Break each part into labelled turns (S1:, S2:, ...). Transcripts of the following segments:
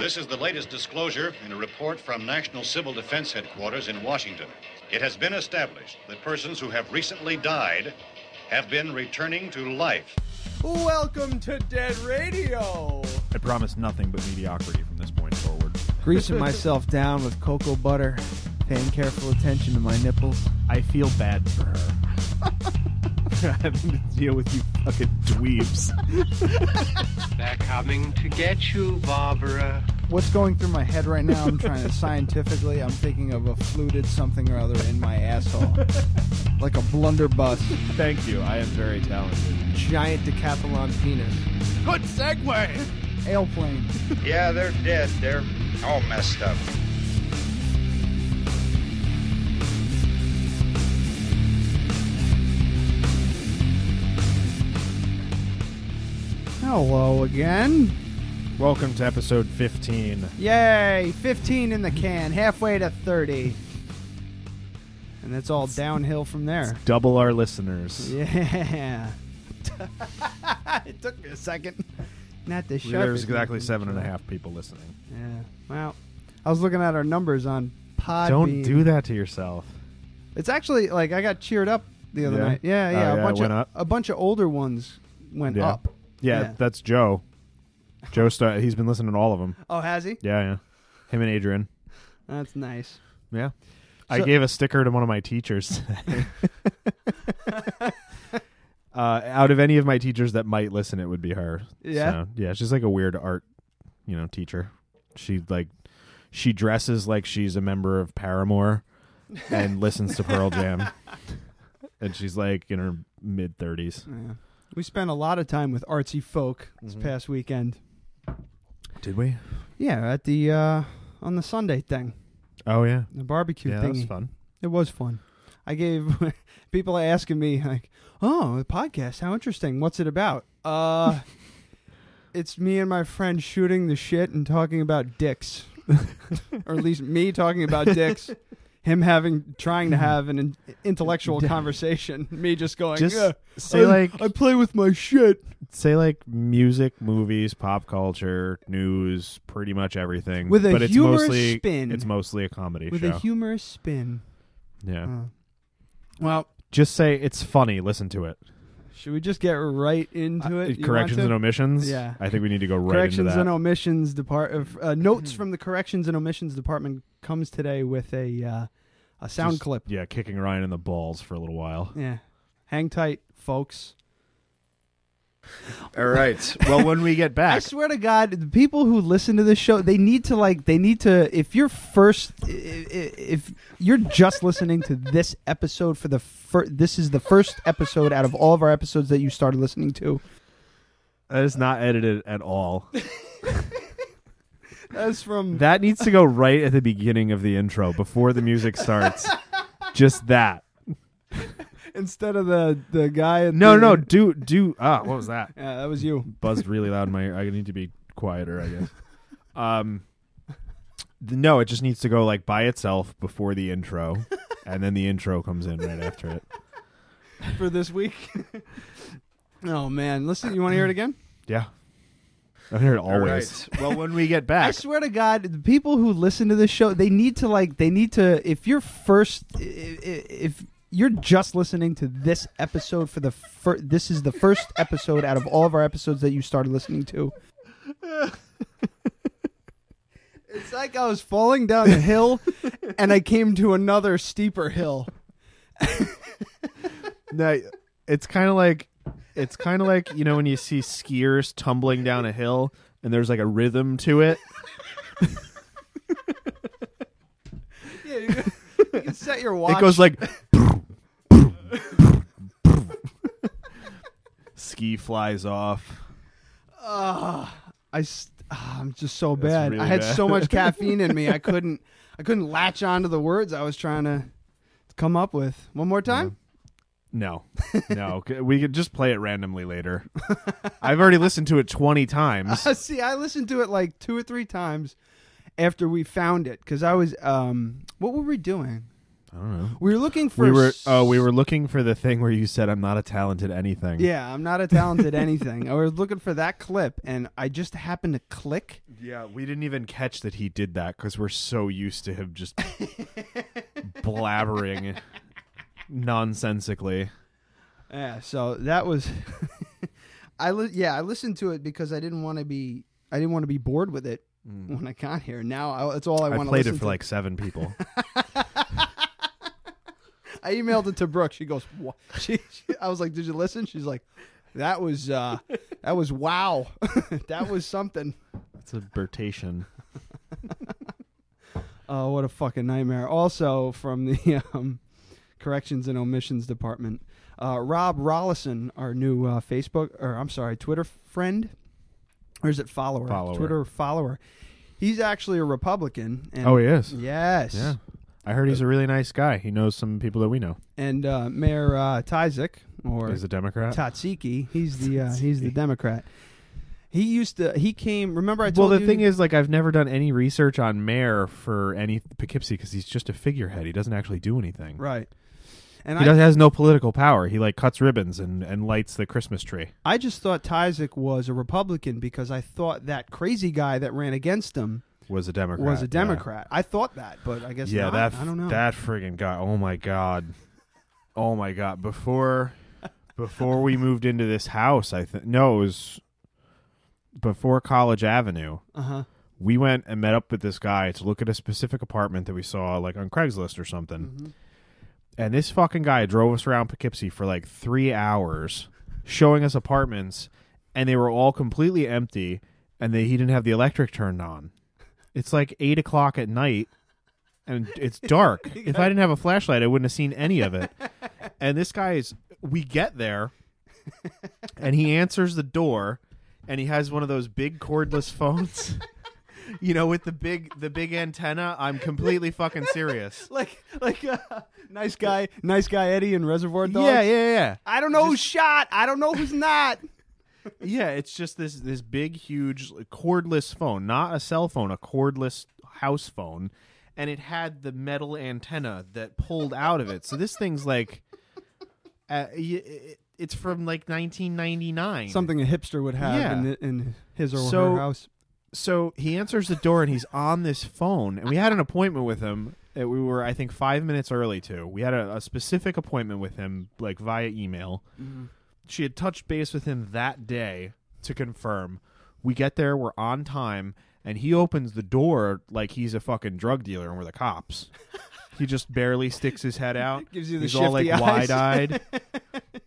S1: This is the latest disclosure in a report from National Civil Defense Headquarters in Washington. It has been established that persons who have recently died have been returning to life.
S2: Welcome to Dead Radio.
S3: I promise nothing but mediocrity from this point forward.
S4: Greasing myself down with cocoa butter, paying careful attention to my nipples.
S5: I feel bad for her. Having to deal with you fucking dweebs.
S6: They're coming to get you, Barbara.
S4: What's going through my head right now? I'm trying to scientifically. I'm thinking of a fluted something or other in my asshole, like a blunderbuss,
S5: Thank you. I am very talented.
S4: giant decathlon penis,
S5: Good segue.
S4: airplane.
S7: Yeah, they're dead. They're all messed up.
S4: Hello again.
S3: Welcome to episode 15.
S4: Yay! 15 in the can, halfway to 30, and that's all downhill from there.
S3: Double our listeners.
S4: Yeah. it took me a second. Not this sharp.
S3: There's exactly seven and a half people listening.
S4: Yeah. Well, I was looking at our numbers on Podbean.
S3: Don't do that to yourself.
S4: It's actually like I got cheered up the other
S3: Yeah?
S4: night. Yeah,
S3: Oh,
S4: yeah. a
S3: yeah, it
S4: bunch
S3: went
S4: of
S3: up?
S4: a bunch of older ones went
S3: Yeah.
S4: up.
S3: Yeah,
S4: Yeah.
S3: that's Joe. Joe, Sta- he's been listening to all of them.
S4: Oh, has he?
S3: Yeah, yeah. Him and Adrian.
S4: That's nice.
S3: Yeah. I
S4: So-
S3: gave a sticker to one of my teachers. today. uh, out of any of my teachers that might listen, it would be her.
S4: Yeah?
S3: So, yeah. She's like a weird art, you know, teacher. She like she dresses like she's a member of Paramore and listens to Pearl Jam. And she's like in her mid thirties.
S4: Yeah. We spent a lot of time with artsy folk this
S3: Mhm.
S4: past weekend.
S3: Did we?
S4: Yeah, at the uh on the Sunday thing,
S3: Oh yeah.
S4: the barbecue
S3: yeah,
S4: thingy.
S3: that was fun.
S4: It was fun. I gave people asking me like, "Oh, the podcast. How interesting. What's it about?" Uh It's me and my friend shooting the shit and talking about dicks. or at least me talking about dicks. Him having trying to have an in- intellectual conversation. Me just going,
S3: Just
S4: "Yeah,
S3: say
S4: I-
S3: like
S4: I play with my shit."
S3: say like music, movies, pop culture, news, pretty much everything.
S4: With a
S3: but it's
S4: humorous
S3: mostly,
S4: spin.
S3: It's mostly a comedy
S4: With
S3: show.
S4: a humorous spin.
S3: yeah.
S4: Uh, well,
S3: Just say it's funny. Listen to it.
S4: should we just get right into
S3: Uh,
S4: it? You want
S3: corrections
S4: to?
S3: and omissions.
S4: Yeah.
S3: I think we need to go right
S4: corrections
S3: into that.
S4: and omissions department uh, notes from the corrections and omissions department comes today with a uh, a sound
S3: Just-
S4: clip.
S3: Yeah, kicking Ryan in the balls for a little while.
S4: Yeah, hang tight, folks.
S3: All right. Well, when we get
S4: I
S3: back,
S4: swear to God, the people who listen to this show, they need to like, they need to. If you're first, i- i- if you're just listening to this episode for the first, this is the first episode out of all of our episodes that you started listening to.
S3: that is not edited at all.
S4: That's from
S3: That needs to go right at the beginning of the intro before the music starts. Just that.
S4: instead of the the guy. at
S3: No,
S4: the-
S3: no, do do. Ah, what was that?
S4: Yeah, that was you.
S3: buzzed really loud in my ear. I need to be quieter, I guess. Um, th- no, it just needs to go like by itself before the intro, and then the intro comes in right after it.
S4: for this week. oh man, listen, you want to hear it again?
S3: Yeah, I hear it always. Well, when we get
S4: I
S3: back,
S4: swear to God, the people who listen to this show, they need to like, they need to. If you're first, i- i- if you're just listening to this episode for the first, this is the first episode out of all of our episodes that you started listening to. It's like I was falling down a hill, and I came to another steeper hill.
S3: no, it's kind of like it's kind of like you know when you see skiers tumbling down a hill, and there's like a rhythm to it.
S4: Yeah, you can, you can set your watch.
S3: It goes like ski flies off.
S4: I s- ah, I'm just so
S3: That's
S4: bad.
S3: really
S4: I had
S3: bad.
S4: so much caffeine in me. I couldn't I couldn't latch on to the words I was trying to come up with. One more time?
S3: No, no. c- we could just play it randomly later. I've already listened to it 20 times.
S4: See, I listened to it like two or three times after we found it cuz I was um what were we doing?
S3: I don't know.
S4: We were looking for.
S3: We were
S4: s-
S3: oh, we were looking for the thing where you said I'm not a talented anything.
S4: Yeah, I'm not a talented anything. I was looking for that clip, and I just happened to click.
S3: Yeah, we didn't even catch that he did that because we're so used to him just blabbering nonsensically.
S4: Yeah, so that was. I li- yeah, I listened to it because I didn't want to be I didn't want to be bored with it when I got here. Now I, that's all I,
S3: Mm. I,
S4: want to
S3: played
S4: listen
S3: it for
S4: to.
S3: like seven people.
S4: I emailed it to Brooke. She goes, "What?" She, she- I was like, "Did you listen?" She's like, "That was uh, that was wow, that was something."
S3: it's a bertation.
S4: Oh, what a fucking nightmare. Also, from the um, corrections and omissions department, uh, Rob Rollison, our new uh, Facebook, or I'm sorry, Twitter friend, or is it follower?
S3: Follower.
S4: Twitter follower. He's actually a Republican. And
S3: Oh, he is?
S4: Yes.
S3: Yeah. I heard he's a really nice guy. He knows some people that we know.
S4: And uh, Mayor uh, Tyzik, or
S3: He's a Democrat.
S4: Tatsiki, he's the uh, he's the Democrat. He used to. He came. Remember, I
S3: well,
S4: told
S3: the
S4: you
S3: thing is, like, I've never done any research on Mayor for any Poughkeepsie because he's just a figurehead. He doesn't actually do anything.
S4: right. And
S3: He
S4: I,
S3: does, has no political power. He like cuts ribbons and, and lights the Christmas tree.
S4: I just thought Tyzik was a Republican because I thought that crazy guy that ran against him
S3: Was a Democrat.
S4: was
S3: yeah.
S4: a Democrat. I thought that, but I guess
S3: Yeah,
S4: not.
S3: that
S4: I don't know.
S3: that friggin' guy. Oh my god. Oh my god. Before before we moved into this house, I think no, it was before College Avenue.
S4: uh huh.
S3: We went and met up with this guy to look at a specific apartment that we saw like on Craigslist or something.
S4: Mm-hmm.
S3: And this fucking guy drove us around Poughkeepsie for like 3 hours showing us apartments and they were all completely empty and they, he didn't have the electric turned on. It's like 8 o'clock at night and it's dark. if I didn't have a flashlight, I wouldn't have seen any of it. and this guy is, we get there, and he answers the door, and he has one of those big cordless phones. You know, with the big the big antenna, I'm completely fucking serious.
S4: Like like uh, nice guy, nice guy Eddie in Reservoir Dogs.
S3: Yeah, yeah,
S4: I don't know who's shot. I don't know who's not.
S3: yeah, yeah. It's just this this big, huge cordless phone, not a cell phone, a cordless house phone, and it had the metal antenna that pulled out of it. So this thing's like, uh, y- it, it's from like 1999.
S4: Something a hipster would have
S3: Yeah.
S4: in, the, in his or
S3: So-
S4: her house.
S3: so he answers the door and he's on this phone and we had an appointment with him that we were i think five minutes early to we had a, a specific appointment with him like via email she had touched base with him that day to confirm we get there we're on time and he opens the door like he's a fucking drug dealer and we're the cops he just barely sticks his head out
S4: Gives you the
S3: he's all like
S4: shifty eyes.
S3: wide-eyed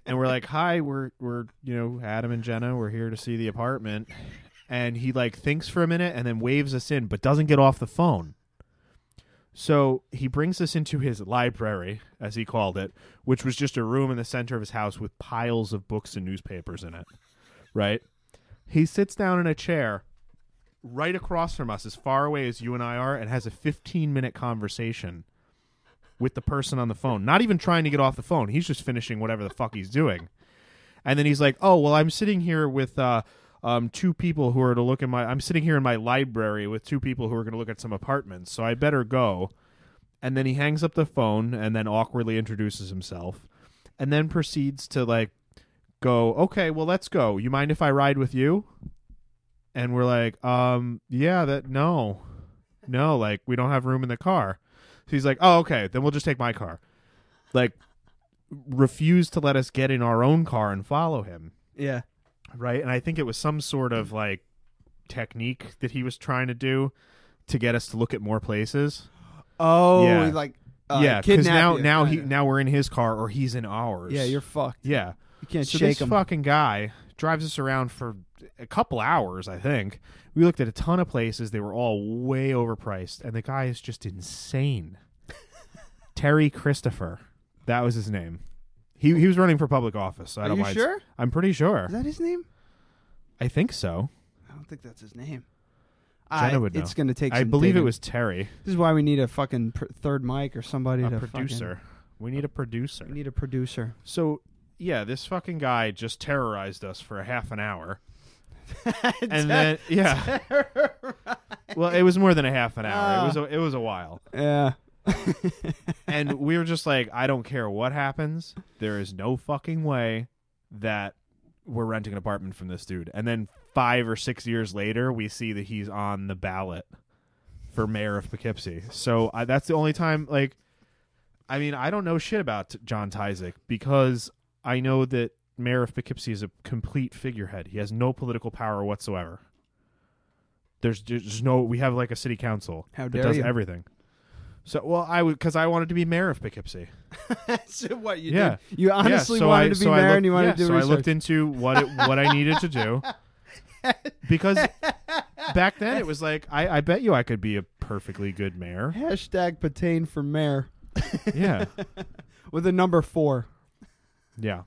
S3: and we're like, "Hi, we're we're you know Adam and Jenna. We're here to see the apartment." And he like thinks for a minute and then waves us in, but doesn't get off the phone. So he brings us into his library, as he called it, which was just a room in the center of his house with piles of books and newspapers in it. Right? He sits down in a chair right across from us, as far away as you and I are, and has a 15 minute conversation with the person on the phone. Not even trying to get off the phone. He's just finishing whatever the fuck he's doing. And then he's like, "Oh, well, I'm sitting here with uh, um, two people who are to look in my. I'm sitting here in my library with two people who are going to look at some apartments. So I better go." And then he hangs up the phone and then awkwardly introduces himself, and then proceeds to like go, "Okay, well, let's go. You mind if I ride with you?" And we're like, "Um, yeah, that no, no, like we don't have room in the car." So he's like, "Oh, okay, then we'll just take my car." Like refused to let us get in our own car and follow him,
S4: Yeah.
S3: right? And I think it was some sort
S4: Mm.
S3: of like technique that he was trying to do to get us to look at more places.
S4: Oh,
S3: Yeah.
S4: he, like uh,
S3: yeah,
S4: because
S3: now now he now we're in his car or he's in ours.
S4: yeah, you're fucked.
S3: yeah.
S4: You can't
S3: So
S4: shake
S3: this
S4: him.
S3: fucking guy drives us around for a couple hours, I think. We looked at a ton of places; they were all way overpriced, and the guy is just insane. Terry Christopher, that was his name. He he was running for public office. so I
S4: Are
S3: don't
S4: you
S3: mind.
S4: sure?
S3: I'm pretty sure.
S4: Is that his name?
S3: I think so.
S4: I don't think that's his name.
S3: Jenna
S4: I,
S3: would know.
S4: It's going to take.
S3: I
S4: some
S3: believe it
S4: digging.
S3: was Terry,
S4: This is why we need a fucking pr- third mic or somebody
S3: a
S4: to
S3: producer. we need a producer.
S4: Fucking, we need a producer.
S3: so yeah, this fucking guy just terrorized us for a half an hour. and then
S4: Ah.
S3: yeah. Well, it was more than a half an hour. it was a, it was a while.
S4: yeah.
S3: and we were just like, I don't care what happens. There is no fucking way that we're renting an apartment from this dude. And then five or six years later, we see that he's on the ballot for mayor of Poughkeepsie. So I, that's the only time, like, I mean, I don't know shit about T- John Tysick because I know that mayor of Poughkeepsie is a complete figurehead. He has no political power whatsoever. There's there's no we have like a city council
S4: How
S3: that
S4: dare
S3: does
S4: you.
S3: everything. So well, I would because I wanted to be mayor of Poughkeepsie.
S4: so what you
S3: Yeah.
S4: did? You
S3: Yeah,
S4: honestly
S3: so
S4: wanted
S3: I-
S4: to be
S3: so I
S4: mayor
S3: looked-
S4: and you wanted
S3: yeah,
S4: to do
S3: so
S4: research.
S3: I looked into what it, what I needed to do because back then it was like I, I bet you I could be a perfectly good mayor.
S4: Hashtag Patain for mayor
S3: Yeah,
S4: with a number four.
S3: yeah.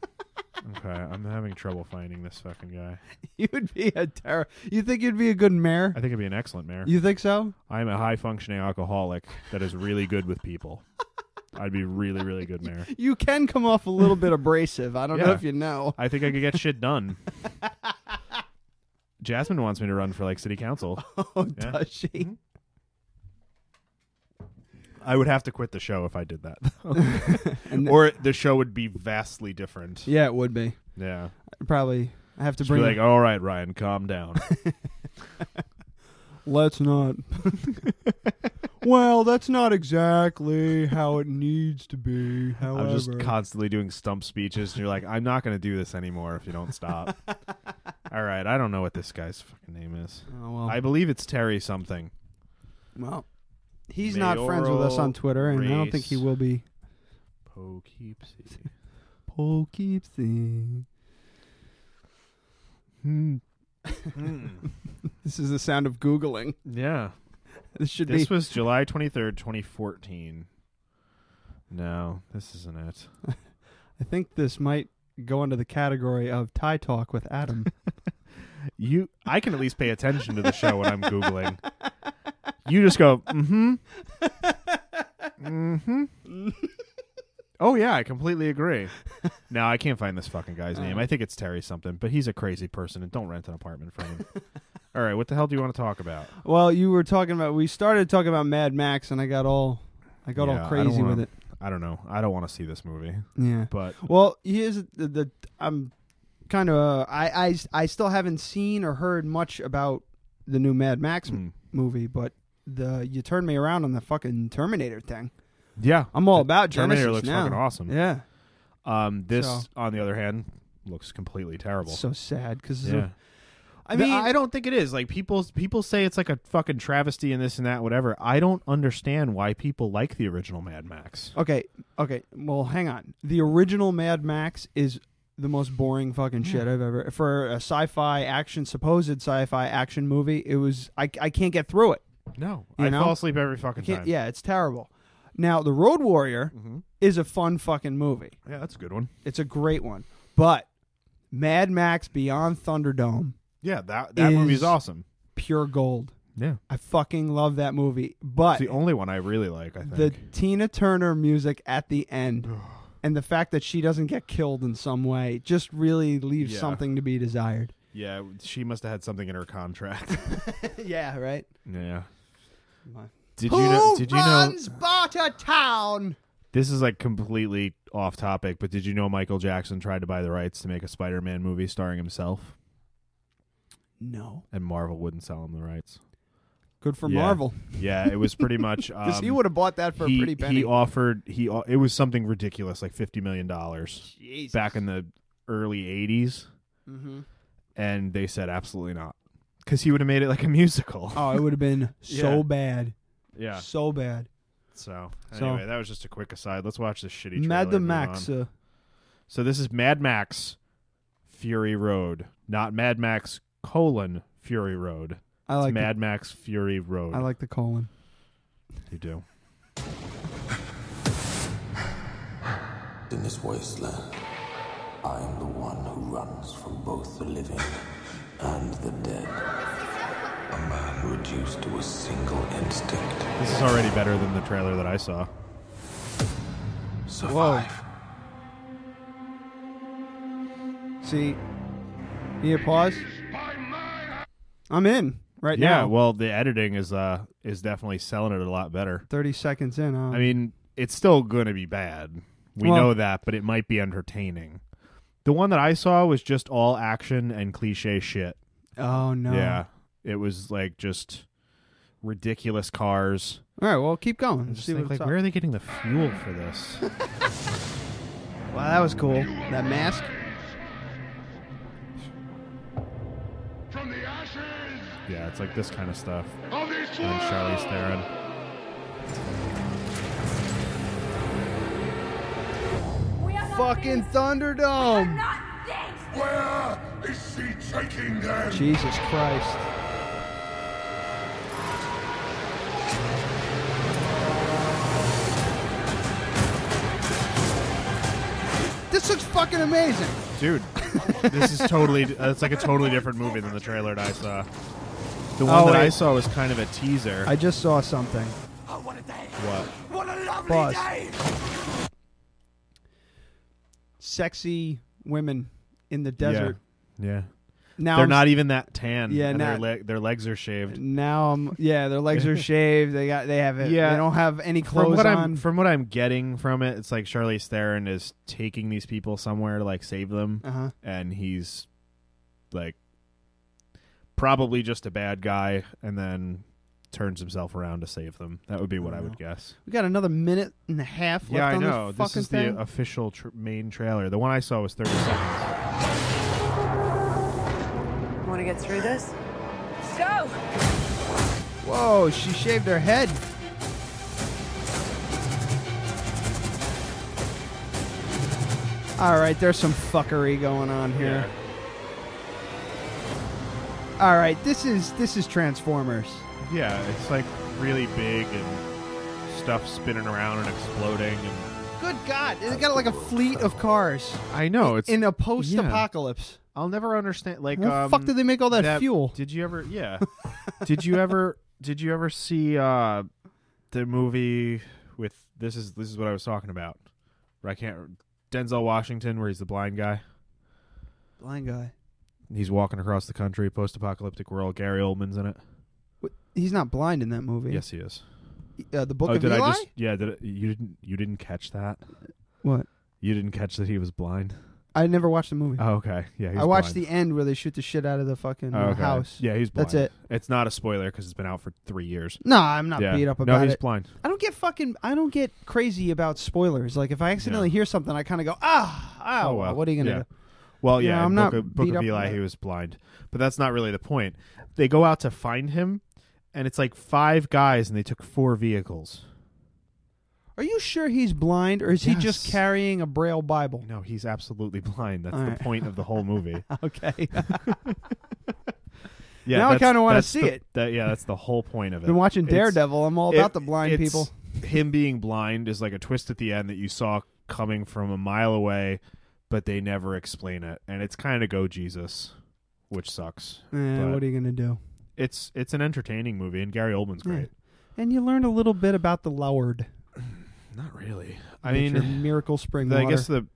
S3: Okay, I'm having trouble finding this fucking guy.
S4: You would be a terror. You think you'd be a good mayor?
S3: I think I'd be an excellent mayor.
S4: You think so?
S3: I'm a high functioning alcoholic that is really good with people. I'd be really really good mayor.
S4: You can come off a little bit abrasive. I don't know
S3: Yeah.
S4: if you know.
S3: I think I could get shit done. Jasmine wants me to run for like city council.
S4: Oh,
S3: Yeah.
S4: does she?
S3: I would have to quit the show if I did that. or the show would be vastly different.
S4: Yeah, it would be.
S3: Yeah.
S4: Probably. I have to
S3: Just be
S4: bring.
S3: like, all right, Ryan, calm down.
S4: Let's not. well, that's not exactly how it needs to be. However,
S3: I'm just constantly doing stump speeches, and you're like, I'm not going to do this anymore if you don't stop. all right, I don't know what this guy's fucking name is.
S4: Oh, well.
S3: I believe it's Terry something.
S4: Well, he's not friends with us
S3: Mayoral
S4: on Twitter, and I don't think he
S3: race.
S4: will be.
S3: Poughkeepsie.
S4: Poughkeepsie. This is the sound of Googling.
S3: Hmm. Yeah.
S4: This should
S3: This
S4: be.
S3: was July 23rd, 2014. No, this isn't it.
S4: I think this might go under the category of Thai talk with Adam.
S3: You, I can at least pay attention to the show when I'm googling. You just go, mm-hmm, mm-hmm. Oh yeah, I completely agree. No, I can't find this fucking guy's name. I think it's Terry something, but he's a crazy person, and don't rent an apartment from him. All right, what the hell do you want to talk about?
S4: well, you were talking about. We started talking about Mad Max, and I got all, I got
S3: Yeah,
S4: all
S3: I
S4: crazy
S3: don't wanna-
S4: with it.
S3: I don't know. I don't want to see this movie,
S4: Yeah.
S3: but
S4: Well, here's the, the I'm kind of uh, I, I I still haven't seen or heard much about the new Mad Max
S3: mm,
S4: m-
S3: Hmm.
S4: movie, but the you turned me around on the fucking Terminator thing.
S3: yeah,
S4: I'm all about
S3: Terminator
S4: Genesis
S3: looks
S4: now.
S3: fucking awesome.
S4: Yeah,
S3: Um, this,
S4: So-
S3: on the other hand, looks completely terrible.
S4: so sad because
S3: yeah.
S4: I
S3: The-
S4: mean
S3: I don't think it is. Like people, people say it's like a fucking travesty and this and that, whatever. I don't understand why people like the original Mad Max.
S4: okay okay well hang on the original Mad Max is the most boring fucking shit I've ever for a sci-fi action supposed sci-fi action movie. It was I I can't get through it.
S3: No,
S4: You
S3: I
S4: know?
S3: fall asleep every fucking
S4: Can't-
S3: time.
S4: yeah, it's terrible. Now, The Road Warrior
S3: Mm-hmm.
S4: is a fun fucking movie.
S3: yeah, that's a good one.
S4: It's a great one. But Mad Max Beyond Thunderdome,
S3: Yeah, that that movie's
S4: Is-
S3: awesome.
S4: pure gold.
S3: Yeah,
S4: I fucking love that movie. But
S3: it's the only one I really like. I think.
S4: the Tina Turner music at the end and the fact that she doesn't get killed in some way just really leaves
S3: Yeah.
S4: something to be desired.
S3: yeah, she must have had something in her contract.
S4: yeah, right?
S3: yeah.
S4: Come on.
S3: Did
S4: Who
S3: you know? Did you know?
S4: runs Barter Town?
S3: This is like completely off topic, but did you know Michael Jackson tried to buy the rights to make a Spider-Man movie starring himself,
S4: No.
S3: and Marvel wouldn't sell him the rights?
S4: Good for
S3: Yeah.
S4: Marvel.
S3: Yeah, it was pretty much
S4: Because
S3: um,
S4: he would have bought that for
S3: he,
S4: a pretty penny.
S3: He offered he au- it was something ridiculous like fifty million dollars back in the early eighties,
S4: Mhm.
S3: and they said absolutely not because he would have made it like a musical.
S4: Oh, it would have been so
S3: Yeah.
S4: bad.
S3: Yeah.
S4: So bad.
S3: So
S4: So-
S3: anyway, that was just a quick aside. Let's watch this shitty. trailer
S4: Mad
S3: and move
S4: Max.
S3: on.
S4: uh,
S3: So this is Mad Max, Fury Road, not Mad Max colon Fury Road.
S4: I
S3: It's
S4: like
S3: Mad Max Fury
S4: The,
S3: Road.
S4: I like the colon.
S3: you do.
S8: In this wasteland, I am the one who runs from both the living and the dead. A man reduced to a single instinct.
S3: This is already better than the trailer that I saw.
S8: Survive.
S4: See, need a pause? I'm in. right
S3: yeah,
S4: now.
S3: well, the editing is uh is definitely selling it a lot better.
S4: thirty seconds in. um, Huh?
S3: I mean, it's still going to be bad. We
S4: Well-
S3: know that, but it might be entertaining. The one that I saw was just all action and cliche shit.
S4: oh no.
S3: Yeah, it was like just ridiculous cars.
S4: All right. Well, keep going.
S3: And
S4: Let's
S3: just
S4: see
S3: think, like,
S4: what's up.
S3: where are they getting the fuel for this?
S4: Wow, that was cool. That mask.
S9: From the ashes
S3: yeah, it's like this kind of stuff.
S9: of these
S3: And Charlize Theron.
S4: Fucking Thunderdome.
S9: Where is she taking them?
S4: Jesus Christ. This looks fucking amazing.
S3: Dude, this is totally. Uh, it's like a totally different movie than the trailer that I saw. The one
S4: Oh,
S3: that I
S4: wait.
S3: saw was kind of a teaser.
S4: I just saw something.
S3: what?
S4: Pause. Sexy women in the desert.
S3: Yeah. yeah.
S4: Now
S3: They're
S4: I'm-
S3: not even that tan.
S4: Yeah,
S3: and their,
S4: not-
S3: leg their legs are shaved.
S4: Now I'm. Yeah, their legs are shaved. They got. They have it.
S3: Yeah.
S4: They don't have any clothes
S3: from what
S4: on.
S3: I'm from what I'm getting from it, it's like Charlize Theron is taking these people somewhere to like save them,
S4: uh-huh.
S3: and he's like probably just a bad guy, and then turns himself around to save them. That would be what I, would guess.
S4: We got another minute and a half left
S3: yeah, I
S4: on
S3: know.
S4: this
S3: This,
S4: fucking
S3: is
S4: thing.
S3: the official tr- main trailer. The one I saw was 30 seconds.
S10: Want to get through this? Go!
S4: Whoa, she shaved her head. All right, there's some fuckery going on here. All right, this is this is Transformers.
S3: Yeah, it's like really big and stuff spinning around and exploding. And
S4: Good God, they got like a fleet of cars
S3: I know it's.
S4: in a post-apocalypse.
S3: I'll never understand. Like,
S4: Where the
S3: um,
S4: fuck did they make all that, fuel?
S3: Did you ever? Yeah. did you ever? Did you ever see uh, the movie with this is this is what I was talking about? Where I can't. Denzel Washington, where he's the blind guy.
S4: Blind guy.
S3: He's walking across the country, post-apocalyptic world. Gary Oldman's in it.
S4: He's not blind in that movie.
S3: Yes, he is.
S4: Uh, the Book
S3: oh,
S4: of
S3: did
S4: Eli.
S3: I just? Yeah, did I, you didn't? You didn't catch that?
S4: What?
S3: You didn't catch that he was blind?
S4: I never watched the movie.
S3: Oh, okay. Yeah, he's
S4: I watched
S3: blind.
S4: the end where they shoot the shit out of the fucking
S3: Oh,
S4: uh,
S3: okay.
S4: house.
S3: Yeah, he's blind.
S4: That's it.
S3: It's not a spoiler because it's been out for three years.
S4: No, I'm not
S3: yeah.
S4: beat up
S3: no,
S4: about
S3: he's
S4: it.
S3: blind.
S4: I don't get fucking. I don't get crazy about spoilers. Like if I accidentally hear something, I kind of go ah ah.
S3: Oh, well.
S4: What are you gonna
S3: Yeah.
S4: do?
S3: Well,
S4: Yeah,
S3: yeah, in
S4: I'm
S3: Book
S4: not
S3: of, Book
S4: beat
S3: of
S4: up
S3: Eli,
S4: about
S3: he
S4: it.
S3: was blind, but that's not really the point. They go out to find him, and it's like five guys, and they took four vehicles.
S4: Are you sure he's blind, or is he just
S3: Yes.
S4: carrying a braille Bible?
S3: No, he's absolutely blind. That's
S4: All
S3: the
S4: right.
S3: point of the whole movie.
S4: Okay.
S3: Yeah,
S4: Now I
S3: that's-
S4: kinda wanna
S3: that's
S4: see
S3: the-
S4: it.
S3: that- yeah, that's the whole point of it.
S4: Been watching
S3: It's-
S4: Daredevil. I'm all
S3: it-
S4: about the blind
S3: it's-
S4: people.
S3: Him being blind is like a twist at the end that you saw coming from a mile away, but they never explain it, and it's kind of go Jesus, which sucks.
S4: Eh,
S3: but-
S4: what are you gonna do?
S3: It's it's an entertaining movie, and Gary Oldman's
S4: Yeah.
S3: great.
S4: And you learned a little bit about the Lord.
S3: Not really. I
S4: with your
S3: mean,
S4: miracle spring
S3: I
S4: water.
S3: guess the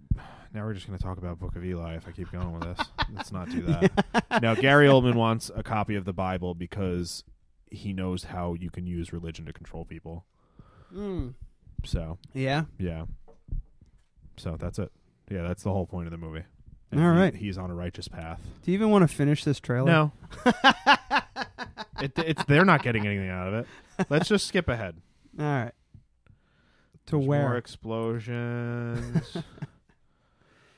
S3: now we're just going to talk about Book of Eli if I keep going with this. Let's not do that. Now Gary Oldman wants a copy of the Bible because he knows how you can use religion to control people.
S4: Mm.
S3: So
S4: Yeah.
S3: yeah, so that's it. Yeah, that's the whole point of the movie.
S4: All
S3: he-
S4: right.
S3: he's on a righteous path.
S4: Do you even want to finish this trailer?
S3: No, it, it's they're not getting anything out of it. Let's just skip ahead.
S4: All right. To
S3: There's
S4: where?
S3: more explosions?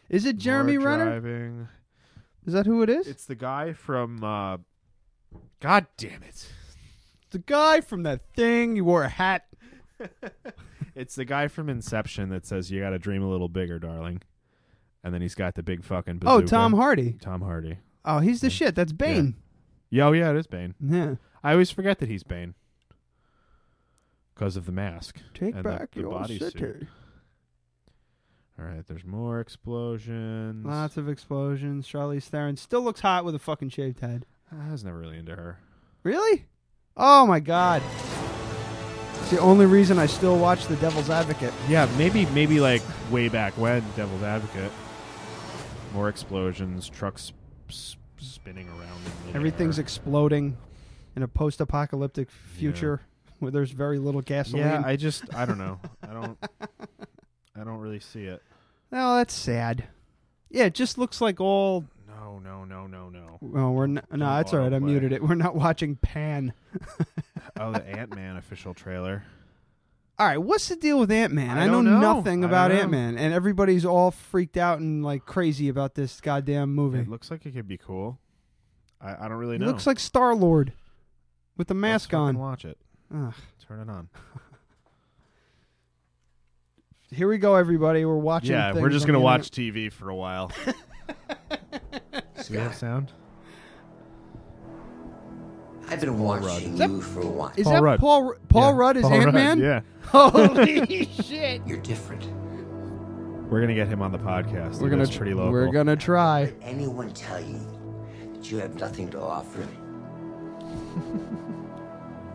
S4: Is it Jeremy
S3: more
S4: Renner?
S3: driving.
S4: Is that who it is?
S3: It's the guy from. Uh, God damn it!
S4: the guy from that thing. He wore a hat.
S3: It's the guy from Inception that says you got to dream a little bigger, darling. And then he's got the big fucking. Bazooka.
S4: Oh, Tom Hardy.
S3: Tom Hardy.
S4: Oh, he's the shit. That's Bane.
S3: Yeah, oh yeah, it is Bane.
S4: Yeah.
S3: I always forget that he's Bane because of the mask.
S4: Take
S3: and the-
S4: back
S3: the,
S4: your
S3: bodysuit.
S4: city.
S3: All right, there's more explosions.
S4: Lots of explosions. Charlize Theron still looks hot with a fucking shaved head.
S3: Ah, I was never really into her.
S4: Really? Oh my god. It's the only reason I still watch The Devil's Advocate.
S3: Yeah, maybe maybe like way back when Devil's Advocate. More explosions, trucks sp- spinning around. In midair.
S4: Everything's exploding. in a post-apocalyptic future where there's very little gasoline.
S3: Yeah, I just I don't know. I don't I don't really see it.
S4: No, Oh, that's sad. Yeah, it just looks like all.
S3: No, no, no, no, no.
S4: Well, we're not, no, that's all right. I
S3: autoplay.
S4: muted it. We're not watching Pan.
S3: Oh, the Ant Man official trailer.
S4: All right, what's the deal with Ant Man?
S3: I
S4: I, know,
S3: don't know.
S4: nothing
S3: I
S4: about
S3: don't know.
S4: Ant Man, and everybody's all freaked out and like crazy about this goddamn movie.
S3: It looks like it could be cool. I, I don't really
S4: He
S3: know.
S4: looks like Star Lord with the
S3: Let's
S4: mask
S3: fucking
S4: on.
S3: Watch it.
S4: Ugh.
S3: Turn it on.
S4: Here we go, everybody. We're watching.
S3: Yeah, we're
S4: things
S3: just
S4: on
S3: gonna
S4: the
S3: watch TV for a while. Do we have sound?
S8: I've been watching you for a while.
S4: internet. Is
S3: Paul
S4: that
S3: Rudd.
S4: Paul? R- Paul
S3: Yeah,
S4: Rudd is
S3: Paul Rudd,
S4: Ant Man.
S3: Yeah,
S4: Holy shit!
S8: You're different.
S3: we're gonna get him on the podcast.
S4: We're
S3: He
S4: gonna
S3: lives pretty local.
S4: We're gonna try.
S8: Anyone tell you that you have nothing to offer?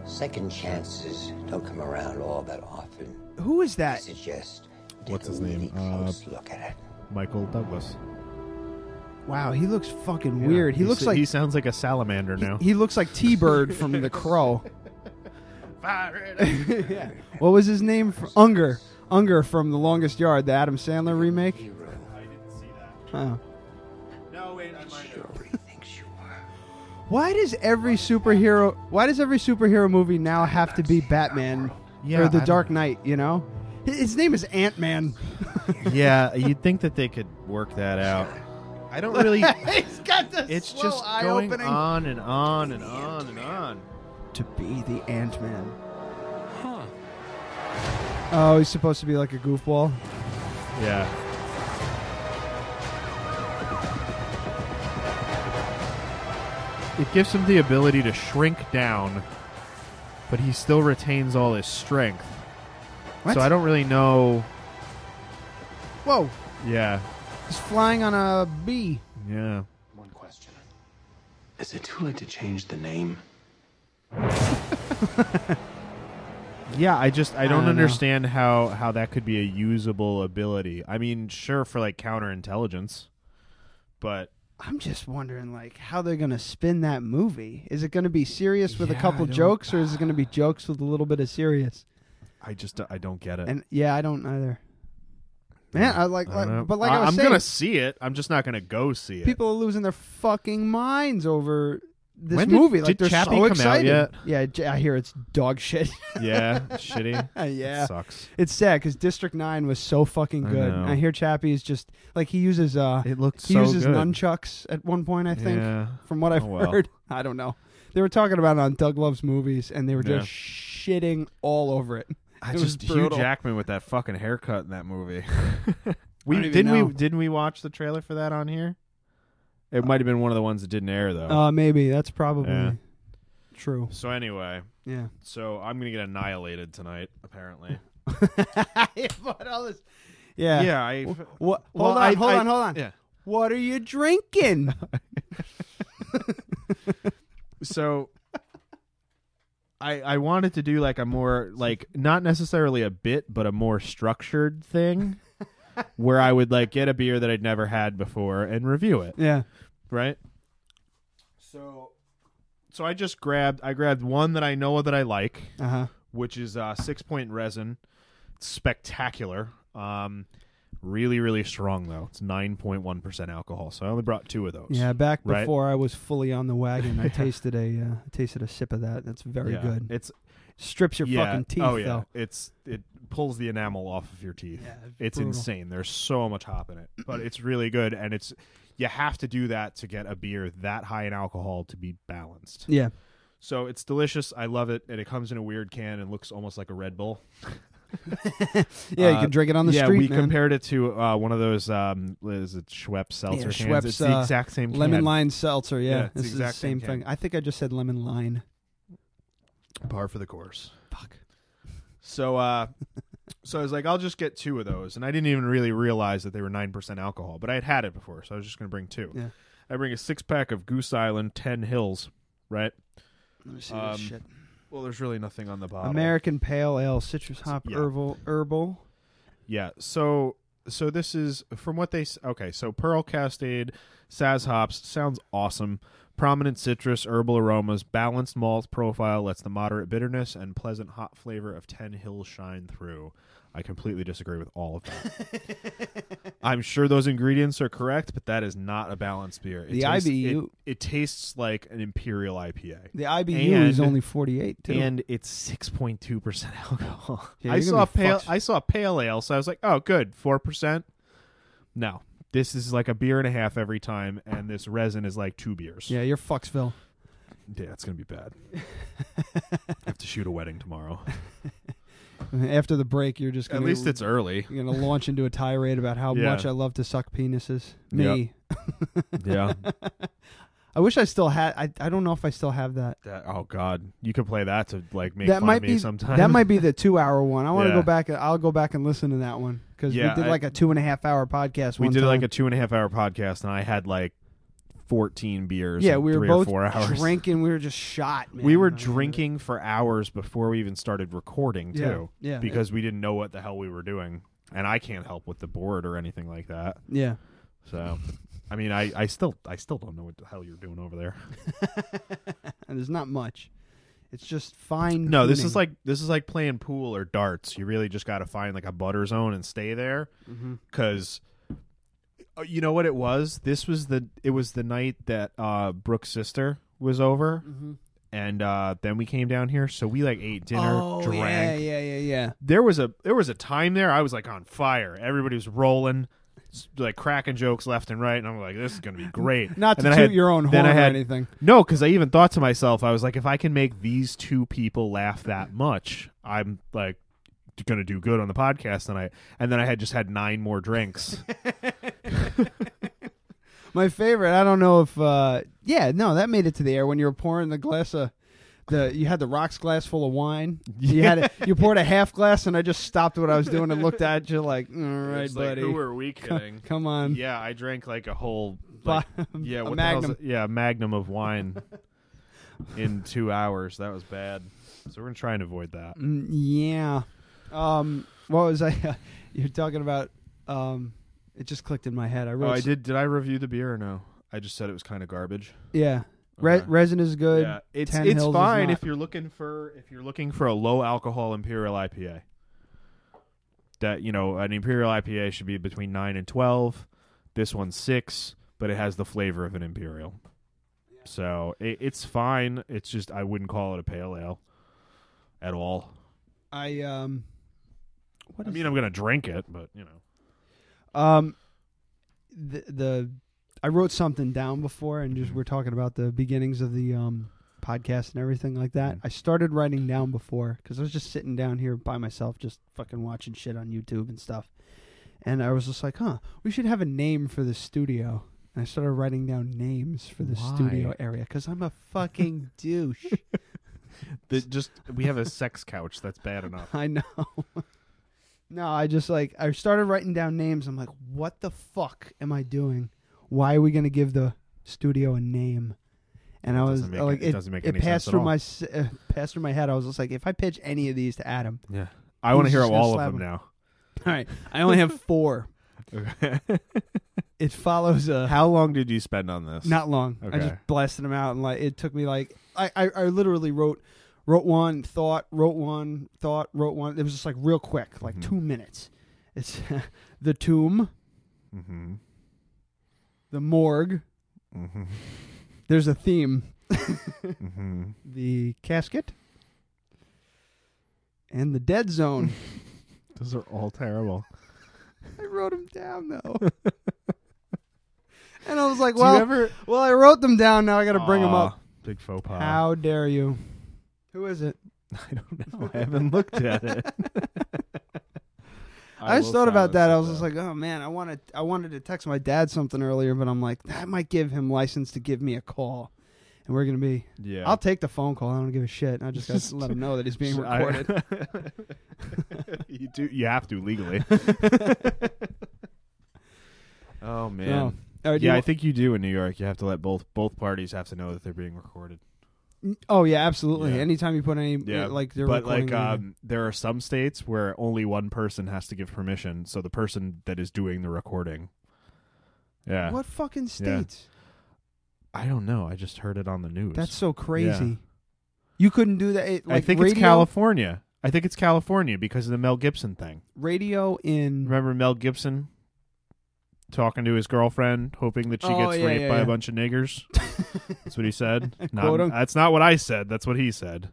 S8: Second chances don't come around all that often.
S4: Who is
S8: I
S4: that?
S8: suggest take
S3: What's
S8: a
S3: his name?
S8: really
S3: Uh,
S8: close look at it.
S3: Michael Douglas.
S4: Wow, he looks fucking
S3: Yeah.
S4: weird. He looks
S3: s-
S4: like
S3: he sounds like a salamander now.
S4: he looks like T Bird from The Crow. yeah. What was his name? Fr- Unger. Unger from The Longest Yard, the Adam Sandler remake.
S8: Hero,
S4: Oh.
S8: sure he thinks you are.
S4: Why does every superhero why does every superhero movie now have to be Batman
S3: Yeah,
S4: or
S3: I
S4: the
S3: don't
S4: Dark Knight, you know? His- His name is Ant Man.
S3: yeah, you'd think that they could work that out. I don't really.
S4: He's got this.
S3: It's just going on and on and on and on.
S4: to be the Ant Man. Huh. Oh, he's supposed to be like a goofball.
S3: Yeah. It gives him the ability to shrink down, but he still retains all his strength.
S4: What?
S3: So I don't really know.
S4: Whoa!
S3: Yeah,
S4: He's flying on a bee.
S3: yeah.
S11: One question. Is it too late to change the name?
S3: Yeah, I just I don't
S4: don't know.
S3: understand how how that could be a usable ability. I mean, sure for like counterintelligence, but
S4: I'm just wondering, like, how they're gonna spin that movie. Is it gonna be serious with
S3: Yeah,
S4: a
S3: I
S4: couple
S3: don't-
S4: jokes, or is it gonna be jokes with a little bit of serious?
S3: I just I don't get it.
S4: And yeah, I don't either. Man, I like,
S3: I don't know.
S4: like uh, but like I,
S3: I-
S4: was
S3: I'm
S4: saying,
S3: gonna see it. I'm just not gonna go see it.
S4: people are losing their fucking minds over this
S3: When did-
S4: movie. like
S3: did
S4: they're
S3: Chappie
S4: so
S3: come out
S4: excited.
S3: yet?
S4: Yeah, J- I hear it's dog shit.
S3: yeah, shitty.
S4: yeah,
S3: It sucks.
S4: it's sad because District Nine was so fucking
S3: I
S4: good.
S3: know.
S4: I, hear Chappie is just like he uses uh
S3: It looked
S4: he
S3: so
S4: uses
S3: good.
S4: nunchucks at one point. I think
S3: Yeah.
S4: from what I've
S3: Oh, well.
S4: heard, I don't know. They were talking about it on Doug Love's movies, and they were
S3: Yeah.
S4: just shitting all over it.
S3: I
S4: It was
S3: just Hugh
S4: brutal.
S3: Jackman with that fucking haircut in that movie.
S4: I
S3: we
S4: don't even
S3: didn't
S4: know.
S3: we didn't we watch the trailer for that on here? It might have been one of the ones that didn't air though.
S4: Uh, maybe that's probably
S3: Yeah.
S4: true.
S3: so anyway,
S4: Yeah.
S3: so I'm gonna get annihilated tonight. Apparently.
S4: what all this? Yeah.
S3: yeah. I.
S4: What? Hold
S3: well,
S4: on.
S3: I-
S4: hold
S3: I-
S4: on. Hold on.
S3: Yeah.
S4: What are you drinking?
S3: so I I wanted to do like a more like not necessarily a bit but a more structured thing where I would like get a beer that I'd never had before and review it,
S4: yeah.
S3: right? So so I just grabbed I grabbed one that I know that I like,
S4: Uh huh.
S3: which is uh 6-point resin. It's spectacular. Um really really strong though. It's 9.1% alcohol. So I only brought two of those.
S4: Yeah. Back
S3: Right.
S4: before I was fully on the wagon, I tasted a uh, I tasted a sip of that. That's very
S3: Yeah.
S4: good.
S3: It's
S4: Strips your
S3: yeah.
S4: fucking teeth
S3: Oh yeah,
S4: though.
S3: it's it pulls the enamel off of your teeth.
S4: Yeah,
S3: it's
S4: brutal.
S3: insane. There's so much hop in it, but it's really good, and it's you have to do that to get a beer that high in alcohol to be balanced.
S4: Yeah.
S3: So it's delicious. I love it, and it comes in a weird can and looks almost like a Red Bull.
S4: Yeah. you
S3: Uh,
S4: can drink it on the
S3: yeah,
S4: street,
S3: we
S4: man.
S3: compared it to uh, one of those um, is it Schweppes seltzer cans?
S4: Schweppes,
S3: it's the
S4: uh,
S3: exact same can.
S4: Lemon lime seltzer. Yeah.
S3: Yeah, it's the
S4: this is the
S3: exact same
S4: same thing.
S3: can.
S4: I think I just said lemon line.
S3: par for the course.
S4: Fuck.
S3: So uh so I was like, I'll just get two of those, and I didn't even really realize that they were nine percent alcohol, but I had had it before, so I was just gonna bring two.
S4: Yeah.
S3: I bring a six pack of Goose Island Ten Hills, right?
S4: Let me see
S3: Um,
S4: this shit.
S3: Well, there's really nothing on the bottle.
S4: American Pale Ale, citrus hop,
S3: Yeah.
S4: herbal, herbal.
S3: Yeah. So so this is from what they s- okay. So Pearl Cascade, Saz hops sounds awesome. Prominent citrus, herbal aromas, balanced malt profile lets the moderate bitterness and pleasant hot flavor of Ten Hills shine through. I completely disagree with all of that. I'm sure those ingredients are correct, but that is not a balanced beer. It
S4: The
S3: tastes-
S4: IBU
S3: it, it tastes like an imperial IPA.
S4: The IBU is only 48, too.
S3: and it's six point two percent alcohol.
S4: Yeah,
S3: I
S4: you're
S3: saw
S4: gonna be
S3: pale.
S4: fucked.
S3: I saw pale ale, so I was like, oh, good, four percent. No, this is like a beer and a half every time, and this resin is like two beers.
S4: Yeah, you're Foxville.
S3: Yeah, it's gonna be bad. I have to shoot a wedding tomorrow.
S4: After the break, you're just
S3: At
S4: gonna
S3: least it's early.
S4: You're gonna launch into a tirade about how
S3: Yeah.
S4: much I love to suck penises. Me.
S3: Yeah.
S4: I wish I still had. I, I don't know if I still have that.
S3: That- oh God, you could play that to like make
S4: that
S3: fun
S4: might
S3: of me
S4: be
S3: sometime.
S4: that might be the two hour one. I want to
S3: Yeah.
S4: go back. I'll go back and listen to that one because
S3: Yeah,
S4: we did
S3: I-
S4: like a two and a half hour podcast.
S3: we
S4: one
S3: did
S4: time.
S3: like a two and a half hour podcast, and I had like fourteen beers.
S4: yeah.
S3: in
S4: We were
S3: three
S4: both
S3: or four hours.
S4: drinking. We were just shot. Man.
S3: we were
S4: I-
S3: drinking for hours before we even started recording
S4: Yeah,
S3: too.
S4: yeah.
S3: Because we didn't know what the hell we were doing. And I can't help with the board or anything like that.
S4: Yeah.
S3: So I mean I, I still I still don't know what the hell you're doing over there.
S4: and there's not much. It's just fine.
S3: No, this is
S4: tuning.
S3: like this is like playing pool or darts. You really just gotta find like a butter zone and stay there.
S4: Mhm.
S3: Cause uh, you know what it was? This was the it was the night that uh Brooke's sister was over.
S4: Mhm.
S3: And uh, then we came down here, so we like ate dinner,
S4: Oh,
S3: drank,
S4: Yeah, yeah, yeah, yeah.
S3: there was a there was a time there I was like on fire. Everybody was rolling, s- like cracking jokes left and right, and I'm like, this is gonna be great.
S4: Not
S3: And
S4: to
S3: then I
S4: toot
S3: had-
S4: your own
S3: then I
S4: horn or
S3: had-
S4: anything.
S3: No, because I even thought to myself, I was like, if I can make these two people laugh that much, I'm like gonna do good on the podcast tonight. And then I had just had nine more drinks.
S4: My favorite. I don't know if. uh Yeah, no, that made it to the air when you were pouring the glass of. The, you had the rocks glass full of wine. You had it, you poured a half glass, and I just stopped what I was doing and looked at you like, "All right,
S3: It's like,
S4: buddy,
S3: who are we
S4: Co-
S3: kidding?"
S4: Come, on,
S3: yeah, I drank like a whole like, yeah,
S4: a
S3: what the hell's
S4: magnum.
S3: it- yeah, a magnum of wine in two hours. That was bad. So we're gonna try and avoid that.
S4: Mm, yeah." Um, what was I? you're talking about. Um, it just clicked in my head. I wrote.
S3: Oh, I
S4: s-
S3: did. Did I review the beer or no? I just said it was kind of garbage.
S4: Yeah, Re-
S3: Okay.
S4: resin is good.
S3: Yeah, it's
S4: Ten
S3: it's
S4: Hills is
S3: fine
S4: not.
S3: if you're looking for if you're looking for a low alcohol imperial IPA. That you know an imperial IPA should be between nine and twelve. This one's six, but it has the flavor of an imperial. So it, it's fine. It's just I wouldn't call it a pale ale at all.
S4: I um, what
S3: I
S4: is
S3: mean, I'm gonna drink it, but you know.
S4: Um, the the I wrote something down before, and just we're talking about the beginnings of the um podcast and everything like that. I started writing down before because I was just sitting down here by myself, just fucking watching shit on YouTube and stuff. And I was just like, huh, we should have a name for the studio. And I started writing down names for the studio
S3: Why?
S4: area because I'm a fucking douche.
S3: The, just we have a sex couch that's bad enough.
S4: I know. no, I just like I started writing down names. I'm like, what the fuck am I doing? Why are we gonna give the studio a name? And I
S3: It
S4: was
S3: doesn't make
S4: like,
S3: it- it doesn't make any sense
S4: passed
S3: at
S4: through
S3: all.
S4: my s- uh, passed through my head. I was just like, if I pitch any of these to Adam,
S3: Yeah, I want to
S4: He's
S3: hear
S4: just gonna
S3: all of
S4: slap
S3: them
S4: him.
S3: now.
S4: all right, I only have four. It follows uh,
S3: How long did you spend on this?
S4: Not long. I
S3: Okay.
S4: just blasted them out, and like it took me like I, I, I literally wrote wrote one thought, wrote one thought, wrote one. It was just like real quick, like two minutes. It's the tomb,
S3: Mm-hmm.
S4: the morgue.
S3: Mm-hmm.
S4: There's a theme.
S3: Mm-hmm.
S4: the casket and the dead zone.
S3: Those are all terrible.
S4: I wrote them down though. and I was like,
S3: Do you
S4: well,
S3: ever- Ah.
S4: well, I wrote them down. Now I got to bring them
S3: Aw,
S4: up.
S3: Big faux pas.
S4: How dare you? Who is it?
S3: I don't know. I haven't looked at it.
S4: I, just
S3: will
S4: thought about
S3: silence
S4: that.
S3: it,
S4: I was just
S3: though.
S4: like, oh man, I wanted I wanted to text my dad something earlier, but I'm like, that might give him license to give me a call, and we're gonna be.
S3: Yeah.
S4: I'll take the phone call. I don't give a shit. I just got to let him know that he's being
S3: I-
S4: recorded.
S3: you do. You have to legally. oh man.
S4: No. All right, do
S3: yeah,
S4: you-
S3: I think you do in New York. You have to let both both parties have to know that they're being recorded.
S4: oh yeah, absolutely.
S3: Yeah.
S4: Anytime you put any like they're
S3: but
S4: recording
S3: like
S4: anything.
S3: um, there are some states where only one person has to give permission. So the person that is doing the recording. Yeah.
S4: what fucking states?
S3: I don't know. I just heard it on the news.
S4: That's so crazy.
S3: Yeah.
S4: You couldn't do that. It, like,
S3: I think
S4: radio,
S3: it's California. I think it's California because of the Mel Gibson thing.
S4: Radio in
S3: Remember Mel Gibson talking to his girlfriend, hoping that she
S4: Oh,
S3: gets
S4: yeah,
S3: raped
S4: yeah,
S3: by
S4: yeah.
S3: a bunch of niggers? that's what he said. Not-
S4: Quote him.
S3: that's not what I said. That's what he said.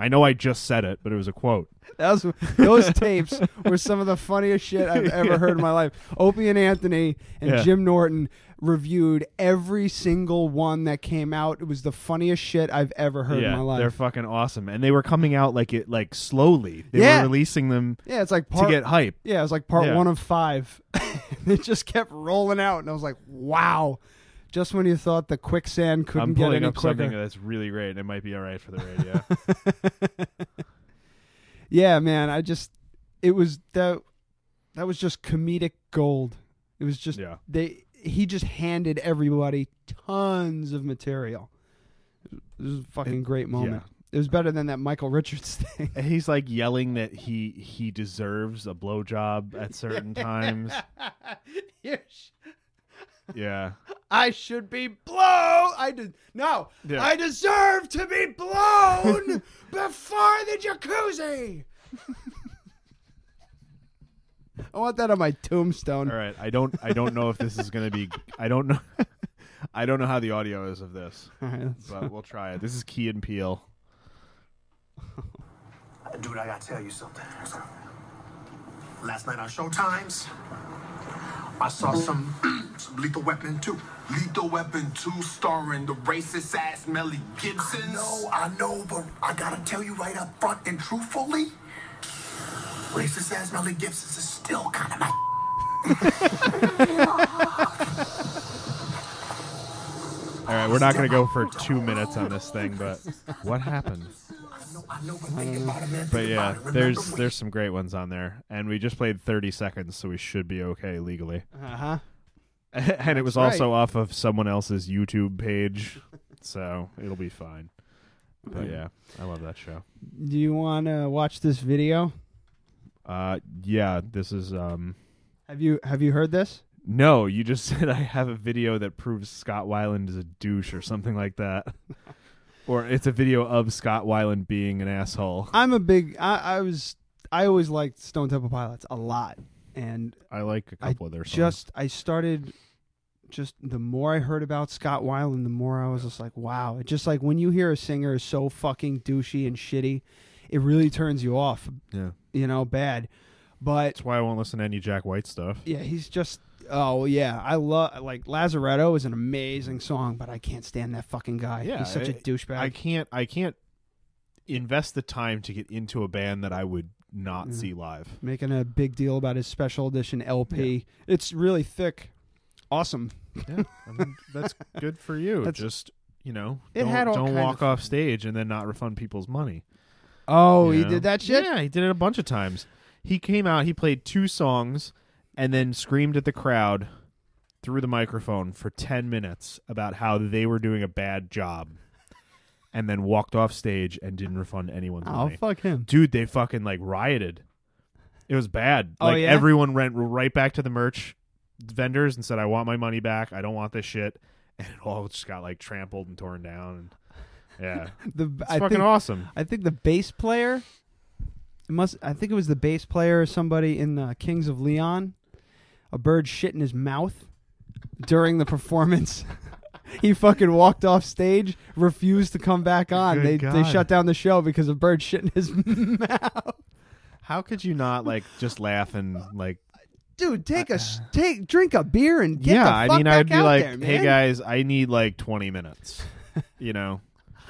S3: I know I just said it, but it was a quote.
S4: That was, those tapes were some of the funniest shit I've ever heard in my life. Opie and Anthony and
S3: Yeah.
S4: Jim Norton reviewed every single one that came out. It was the funniest shit I've ever heard
S3: yeah,
S4: in my life.
S3: they're fucking awesome, and they were coming out like it, like slowly. They
S4: Yeah.
S3: were releasing them.
S4: yeah, it's like part
S3: to get hype.
S4: Yeah, it was like part
S3: Yeah.
S4: one of five. it just kept rolling out, and I was like, wow. Just when you thought the quicksand couldn't
S3: I'm
S4: get
S3: pulling
S4: any
S3: up something
S4: quicker.
S3: that's really great, and it might be all right for the radio.
S4: Yeah, man, I just it was that that was just comedic gold. It was just
S3: Yeah.
S4: they he just handed everybody tons of material. It was a fucking
S3: It-
S4: great moment. It was better than that Michael Richards thing.
S3: And he's like yelling that he he deserves a blowjob at certain times.
S4: You sh-
S3: Yeah.
S4: I should be blown. I did no.
S3: Yeah.
S4: I deserve to be blown before the jacuzzi. I want that on my tombstone.
S3: All right. I don't I don't know if this is gonna be I don't know I don't know how the audio is of this.
S4: All right, let's-
S3: But we'll try it. This is Key and Peel.
S11: Dude, I gotta tell you something. Last night on Showtimes, I saw some
S9: Some Lethal Weapon 2. Lethal Weapon 2 starring the racist ass Melly Gibson. No, I know, but I gotta tell you right up front and truthfully, racist ass Melly Gibson is still kind of my.
S3: All right, we're not gonna go for two minutes on this thing, but what happened? But yeah, there's there's some great ones on there, and we just played 30 seconds, so we should be okay legally.
S4: Uh huh.
S3: and it was
S4: That's
S3: also off of someone else's YouTube page, so it'll be fine. But yeah, I love that show.
S4: Do you want to watch this video?
S3: Uh, yeah, this is um.
S4: Have you have you heard this?
S3: No, you just said I have a video that proves Scott Weiland is a douche or something like that, or it's a video of Scott Weiland being an asshole.
S4: I'm a big. I, I was. I always liked Stone Temple Pilots a lot, and
S3: I like a
S4: I
S3: couple of their songs.
S4: just I started. Just the more I heard about Scott Weiland, the more I was just like, wow. It's just like when you hear a singer is so fucking douchey and shitty, it really turns you off.
S3: yeah,
S4: You know, bad. But
S3: that's why I won't listen to any Jack White stuff.
S4: yeah, he's just. Oh yeah, I love like Lazaretto is an amazing song, but I can't stand that fucking guy.
S3: Yeah,
S4: he's such a
S3: I-
S4: douchebag.
S3: I can't. I can't invest the time to get into a band that I would not
S4: Mm-hmm.
S3: see live.
S4: making a big deal about his special edition LP. It's really thick. Awesome.
S3: Yeah, I mean, that's good for you.
S4: That's-
S3: Just you know,
S4: It
S3: don't,
S4: had all
S3: don't
S4: kinds
S3: walk
S4: of-
S3: off stage and then not refund people's money.
S4: Oh,
S3: you
S4: he
S3: know?
S4: did that shit.
S3: Yeah, he did it a bunch of times. He came out, he played two songs, and then screamed at the crowd through the microphone for ten minutes about how they were doing a bad job, and then walked off stage and didn't refund anyone's
S4: Oh
S3: money.
S4: fuck him.
S3: Dude, they fucking like rioted. It was bad.
S4: Oh,
S3: Like
S4: yeah?
S3: everyone went right back to the merch vendors and said, "I want my money back. I don't want this shit." And it all just got like trampled and torn down. And yeah,
S4: The
S3: it's
S4: I
S3: fucking
S4: think,
S3: awesome.
S4: I think the bass player. It must. I think it was the bass player or somebody in the Kings of Leon. A bird shit in his mouth during the performance. he fucking walked off stage, refused to come back on.
S3: Good
S4: they they
S3: God.
S4: shut down the show because of bird shit in his mouth.
S3: How could you not like just laugh and like?
S4: Dude, take a s- take drink a beer and get
S3: yeah,
S4: the
S3: I
S4: fuck
S3: mean,
S4: back
S3: I'd be
S4: out
S3: like,
S4: there,
S3: "Hey
S4: man."
S3: guys, I need like 20 minutes." You know,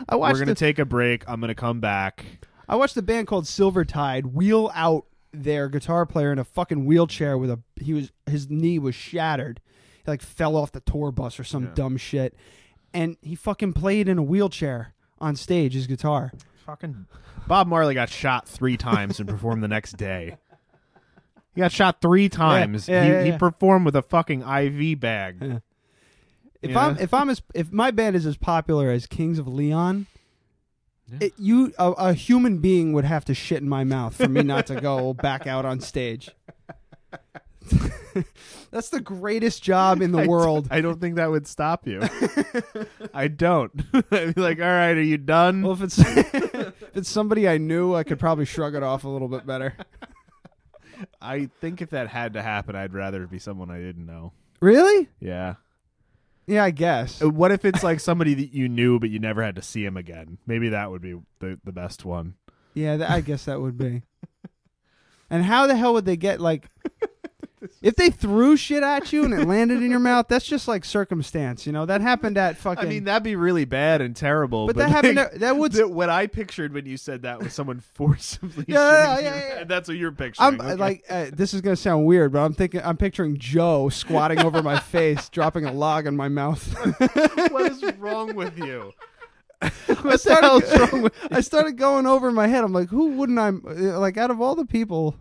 S4: I watched
S3: we're gonna
S4: the-
S3: take a break. I'm gonna come back.
S4: I watched a band called Silver Tide wheel out their guitar player in a fucking wheelchair with a he was his knee was shattered. He like fell off the tour bus or some dumb shit. And he fucking played in a wheelchair on stage his guitar.
S3: Fucking Bob Marley got shot three times and performed the next day. He got shot three times.
S4: yeah,
S3: he,
S4: yeah,
S3: he
S4: yeah.
S3: performed with a fucking IV bag.
S4: If
S3: Yeah.
S4: I'm if I'm as if my band is as popular as Kings of Leon, it, you a, a human being would have to shit in my mouth for me not to go back out on stage. That's the greatest job in the world.
S3: I don't think that would stop you. I don't. I'd be like, all right, are you done?
S4: Well, if it's if it's somebody I knew, I could probably shrug it off a little bit better.
S3: I think if that had to happen, I'd rather it be someone I didn't know.
S4: Really? Oh.
S3: Yeah.
S4: Yeah, I guess.
S3: Uh, What if it's like somebody that you knew but you never had to see him again? Maybe that would be the, the best one.
S4: Yeah, th- I guess that would be. And how the hell would they get like if they threw shit at you and it landed in your mouth? That's just like circumstance, you know. That happened at fucking.
S3: I mean, that'd be really bad and terrible.
S4: But
S3: But,
S4: that happened
S3: like,
S4: to- that would-
S3: that- what I pictured when you said that was someone forcibly.
S4: Yeah,
S3: shooting
S4: yeah,
S3: you.
S4: yeah, yeah.
S3: And that's what you're picturing.
S4: I'm uh,
S3: okay.
S4: like, uh, this is gonna sound weird, but I'm thinking, I'm picturing Joe squatting over my face, dropping a log in my mouth.
S3: what is wrong with you?
S4: I started, I started going over in my head. I'm like, who wouldn't I? uh, Like, out of all the people,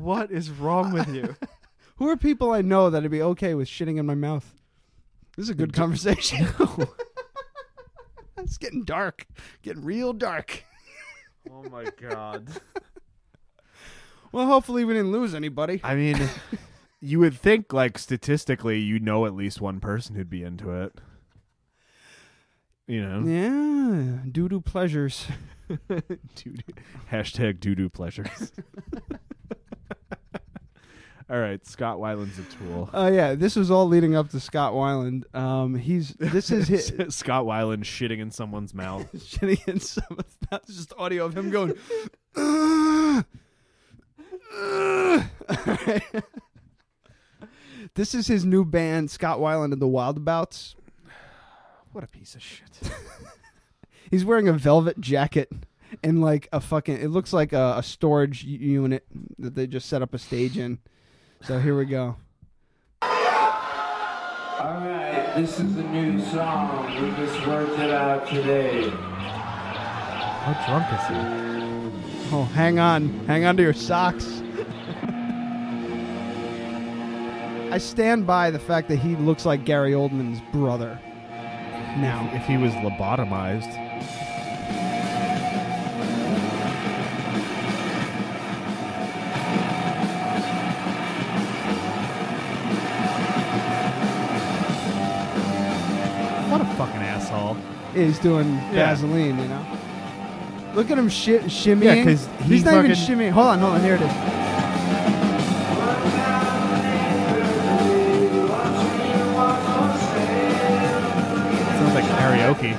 S3: What is wrong with you?
S4: who are people I know that'd be okay with shitting in my mouth? This is a good conversation. it's getting dark, getting real dark.
S3: Oh my god.
S4: Well, hopefully we didn't lose anybody.
S3: I mean, you would think like statistically, you know, at least one person who'd be into it. You know,
S4: Yeah, doo doo pleasures.
S3: Dude. hashtag doo doo pleasures. All right, Scott Weiland's a tool.
S4: Uh, yeah, this was all leading up to Scott Weiland. Um, he's this is his
S3: Scott Weiland shitting in someone's mouth.
S4: shitting in some of that's just audio of him going. "Ugh, ugh." Alright. this is his new band, Scott Weiland and the Wildabouts.
S3: What a piece of shit.
S4: He's wearing a velvet jacket and like a fucking. It looks like a, a storage u- unit that they just set up a stage in. So here we go.
S12: Alright, this is a new song. We just worked it out today.
S4: How drunk is he? Oh, hang on. Hang on to your socks. I stand by the fact that he looks like Gary Oldman's brother. Now.
S3: If he was lobotomized. What a fucking asshole.
S4: Yeah, he's doing
S3: Yeah.
S4: Vaseline, you know? Look at him shi shimmying.
S3: Yeah, 'cause
S4: he's,
S3: he
S4: not even
S3: fucking-
S4: shimmying. Hold on, hold on. Here it is.
S3: Sounds like karaoke.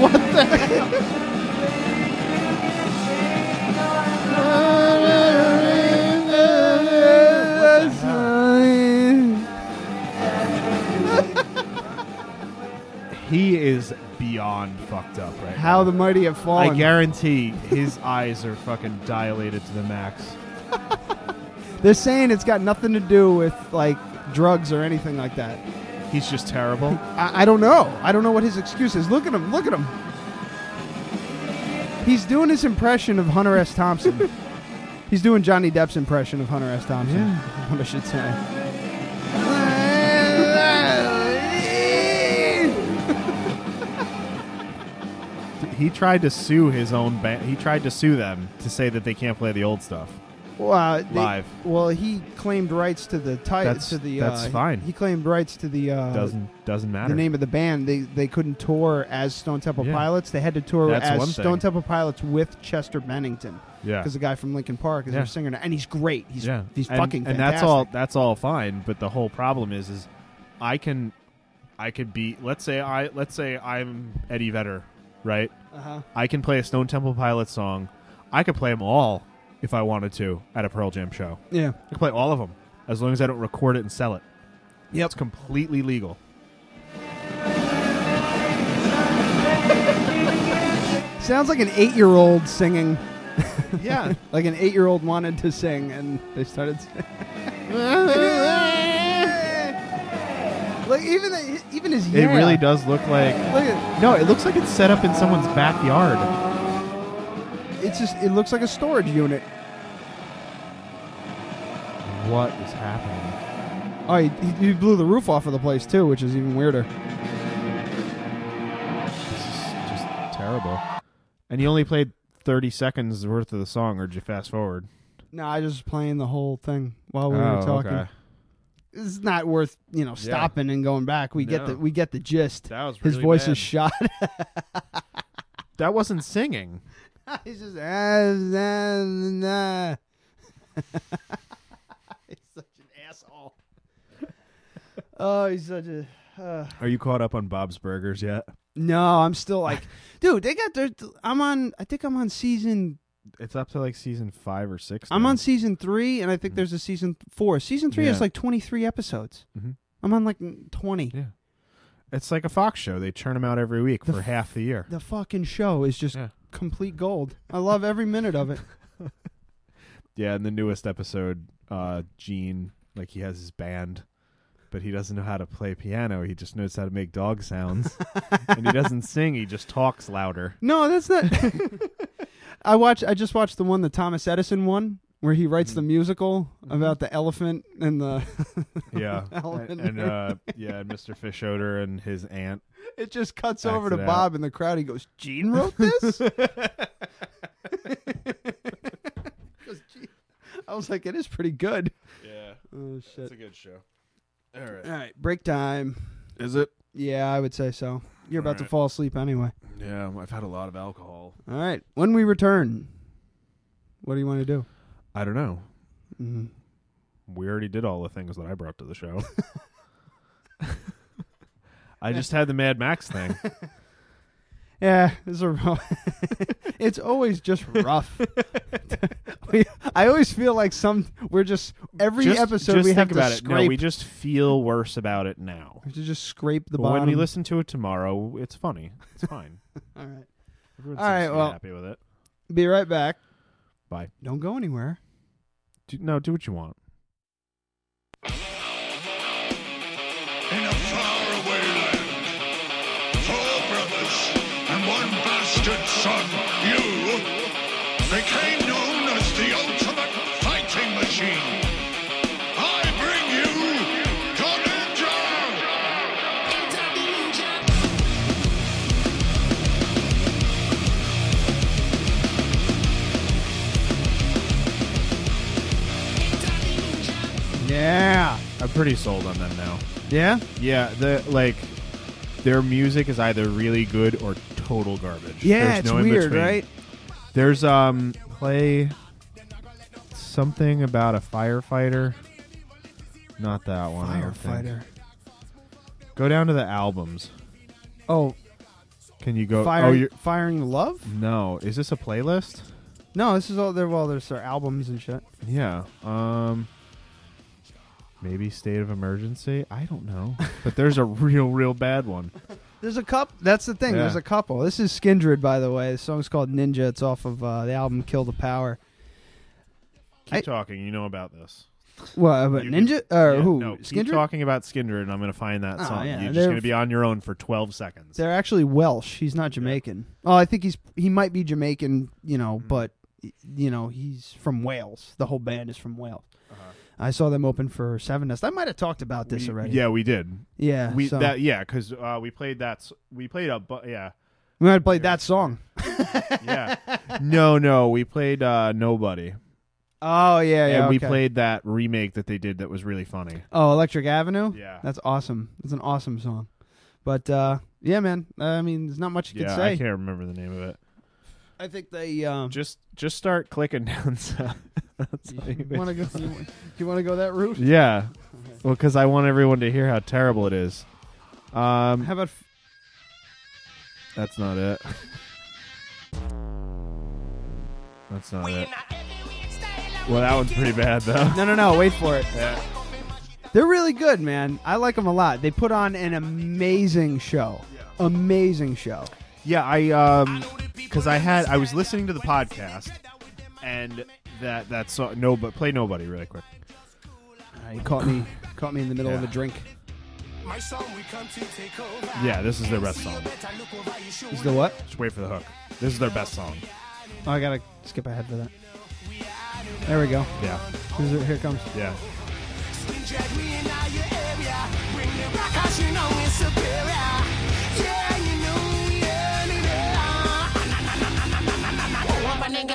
S4: What the hell?
S3: He is beyond fucked up right
S4: How the mighty have
S3: now. I
S4: fallen.
S3: guarantee his eyes are fucking dilated to the max.
S4: They're saying it's got nothing to do with like drugs or anything like that.
S3: He's just terrible.
S4: I, I don't know. I don't know what his excuse is. Look at him. Look at him. He's doing his impression of Hunter S. Thompson. He's doing Johnny Depp's impression of Hunter S. Thompson. is What I should say.
S3: He tried to sue his own band. He tried to sue them to say that they can't play the old stuff.
S4: Well, uh, they-
S3: Live.
S4: Well, he claimed rights to the title
S3: That's-
S4: to the.
S3: that's
S4: uh,
S3: fine.
S4: He claimed rights to the. Uh,
S3: doesn't doesn't matter.
S4: The name of the band. They they couldn't tour as Stone Temple
S3: Yeah.
S4: Pilots. They had to tour
S3: That's one
S4: as
S3: thing.
S4: Stone Temple Pilots with Chester Bennington.
S3: Yeah.
S4: because the guy from Lincoln Park is
S3: Yeah.
S4: their singer, now, and he's great. He's
S3: yeah,
S4: he's
S3: and,
S4: fucking
S3: and
S4: fantastic.
S3: that's all. That's all fine. But the whole problem is, is I can, I could be. Let's say I. Let's say I'm Eddie Vedder, right?
S4: Uh-huh.
S3: I can play a Stone Temple Pilots song. I could play them all if I wanted to at a Pearl Jam show.
S4: Yeah.
S3: I could play all of them as long as I don't record it and sell it.
S4: Yep,
S3: it's completely legal.
S4: Sounds like an eight-year-old singing.
S3: Yeah.
S4: like an eight-year-old wanted to sing, and they started. singing. like even the, even his
S3: It
S4: yeah.
S3: really does look like.
S4: Look at-
S3: no, it looks like it's set up in someone's backyard.
S4: It's just it looks like a storage unit.
S3: What is happening?
S4: Oh, he, he blew the roof off of the place too, which is even weirder.
S3: This is just terrible. And you only played 30 seconds worth of the song, or did you fast forward?
S4: No, I was just playing the whole thing while we were
S3: Oh,
S4: talking.
S3: okay.
S4: It's not worth you know stopping and going back. We get
S3: No.
S4: the we get the gist.
S3: That was
S4: his
S3: really
S4: voice
S3: bad.
S4: is shot.
S3: That wasn't singing.
S4: He's just ah, nah, nah. he's such an asshole. oh, he's such a. Uh.
S3: Are you caught up on Bob's Burgers yet?
S4: No, I'm still like, dude. They got their. I'm on. I think I'm on season.
S3: It's up to like season five or six.
S4: I'm on season three, and I think there's a season th- four. Season three
S3: Mm-hmm. Yeah.
S4: is like 23 episodes.
S3: Mhm.
S4: I'm on like 20.
S3: Yeah. It's like a Fox show. They churn them out every week for half the year.
S4: The fucking show is just complete gold. I love every minute of it.
S3: Yeah, in the newest episode, uh, Gene, like he has his band, but he doesn't know how to play piano. He just knows how to make dog sounds, and he doesn't sing. He just talks louder.
S4: No, that's not. I watch. I just watched the one, the Thomas Edison one, where he writes the
S3: Mm-hmm.
S4: musical about the elephant and the.
S3: Yeah,
S4: elephant.
S3: and, and, uh, yeah, and Mr. Fishoder and his aunt.
S4: it just cuts
S3: acts
S4: over
S3: it
S4: to
S3: out.
S4: Bob in the crowd. He goes, "Gene wrote this." Goes, "Gene." I was like, "It is pretty good."
S3: Yeah.
S4: Oh shit.
S3: It's a good show. All right.
S4: All right, break time.
S3: Is it?
S4: Yeah, I would say so. You're
S3: All
S4: about to
S3: right.
S4: fall asleep anyway.
S3: Yeah, I've had a lot of alcohol.
S4: All right. When we return, what do you want to do?
S3: I don't know.
S4: Mm-hmm.
S3: We already did all the things that I brought to the show. I just had the Mad Max thing.
S4: Yeah, it's a rough. it's always just rough. we, I always feel like some we're just every
S3: Just-
S4: episode
S3: just
S4: we have
S3: think about
S4: to
S3: it.
S4: scrape.
S3: No, we just feel worse about it now.
S4: we have to just scrape the
S3: But
S4: bottom.
S3: when we listen to it tomorrow, it's funny. It's fine.
S4: All right.
S3: Everyone
S4: All
S3: seems
S4: right,
S3: to be
S4: well-
S3: happy with it.
S4: Be right back.
S3: Bye.
S4: Don't go anywhere.
S3: Do, no, do what you want.
S13: in a faraway land. Four brothers and one bastard son, you, became known as the ultimate fighting machine. I bring you Greninja!
S4: Yeah.
S3: I'm pretty sold on them now.
S4: Yeah?
S3: Yeah, the like their music is either really good or total garbage.
S4: Yeah,
S3: There's
S4: it's
S3: no in
S4: weird,
S3: between.
S4: right?
S3: There's um play something about a firefighter. Not that one. I don't think.
S4: Firefighter.
S3: Go down to the albums.
S4: Oh.
S3: Can you go
S4: Fire-
S3: Oh, you're
S4: firing love?
S3: No, is this a playlist?
S4: No, this is all their well, there's their albums and shit.
S3: Yeah. Um maybe state of emergency? I don't know. But there's a real real bad one.
S4: There's a cup. That's the thing.
S3: Yeah.
S4: There's a couple. This is Skindred, by the way. The song's called Ninja. It's off of uh, the album Kill the Power.
S3: Keep talking. You know about this.
S4: What about
S3: You can-
S4: Ninja or
S3: yeah,
S4: who?
S3: No, keep
S4: Skindred?
S3: talking about Skindred, and I'm going to find that
S4: Oh,
S3: song.
S4: yeah,
S3: You're just
S4: they're-
S3: going to be on your own for 12 seconds.
S4: They're actually Welsh. He's not Jamaican. Oh, I think he's he might be Jamaican, you know,
S3: Mm-hmm.
S4: but y- you know he's from Wales. The whole band is from Wales. I saw them open for Seven Nest. I might have talked about this
S3: Uh-huh. We-
S4: already.
S3: Yeah, we did.
S4: Yeah,
S3: we
S4: so-
S3: that yeah because uh, we played that s- we played a bu- yeah
S4: we might have played that song.
S3: yeah no no we played uh, nobody
S4: Oh yeah, yeah.
S3: and we
S4: okay.
S3: played that remake that they did that was really funny.
S4: Oh, Electric Avenue.
S3: Yeah.
S4: that's awesome. That's an awesome song. But uh, yeah, man. I mean, there's not much you
S3: yeah,
S4: can say.
S3: I can't remember the name of it.
S4: I think they um,
S3: just just start clicking down. south.
S4: You want to go? You, wa- you want to go that route?
S3: yeah, well, because I want everyone to hear how terrible it is. Um,
S4: How about f-
S3: That's not it. That's not it. Well, that one's pretty bad though.
S4: No, no, no. Wait for it. They're really good, man. I like them a lot. They put on an amazing show. Amazing show.
S3: Yeah, I um, because I had I was listening to the podcast, and that that song no, but play nobody really quick.
S4: You caught me, caught me in the middle of a drink.
S13: My son, we come to take over.
S3: Yeah, this is their best song.
S4: Is the what?
S3: Just wait for the hook. This is their best song.
S4: Oh, I gotta skip ahead for that. There we go.
S3: Yeah.
S4: Here's it- here it comes.
S3: Yeah.
S13: Yeah, you know we earn it.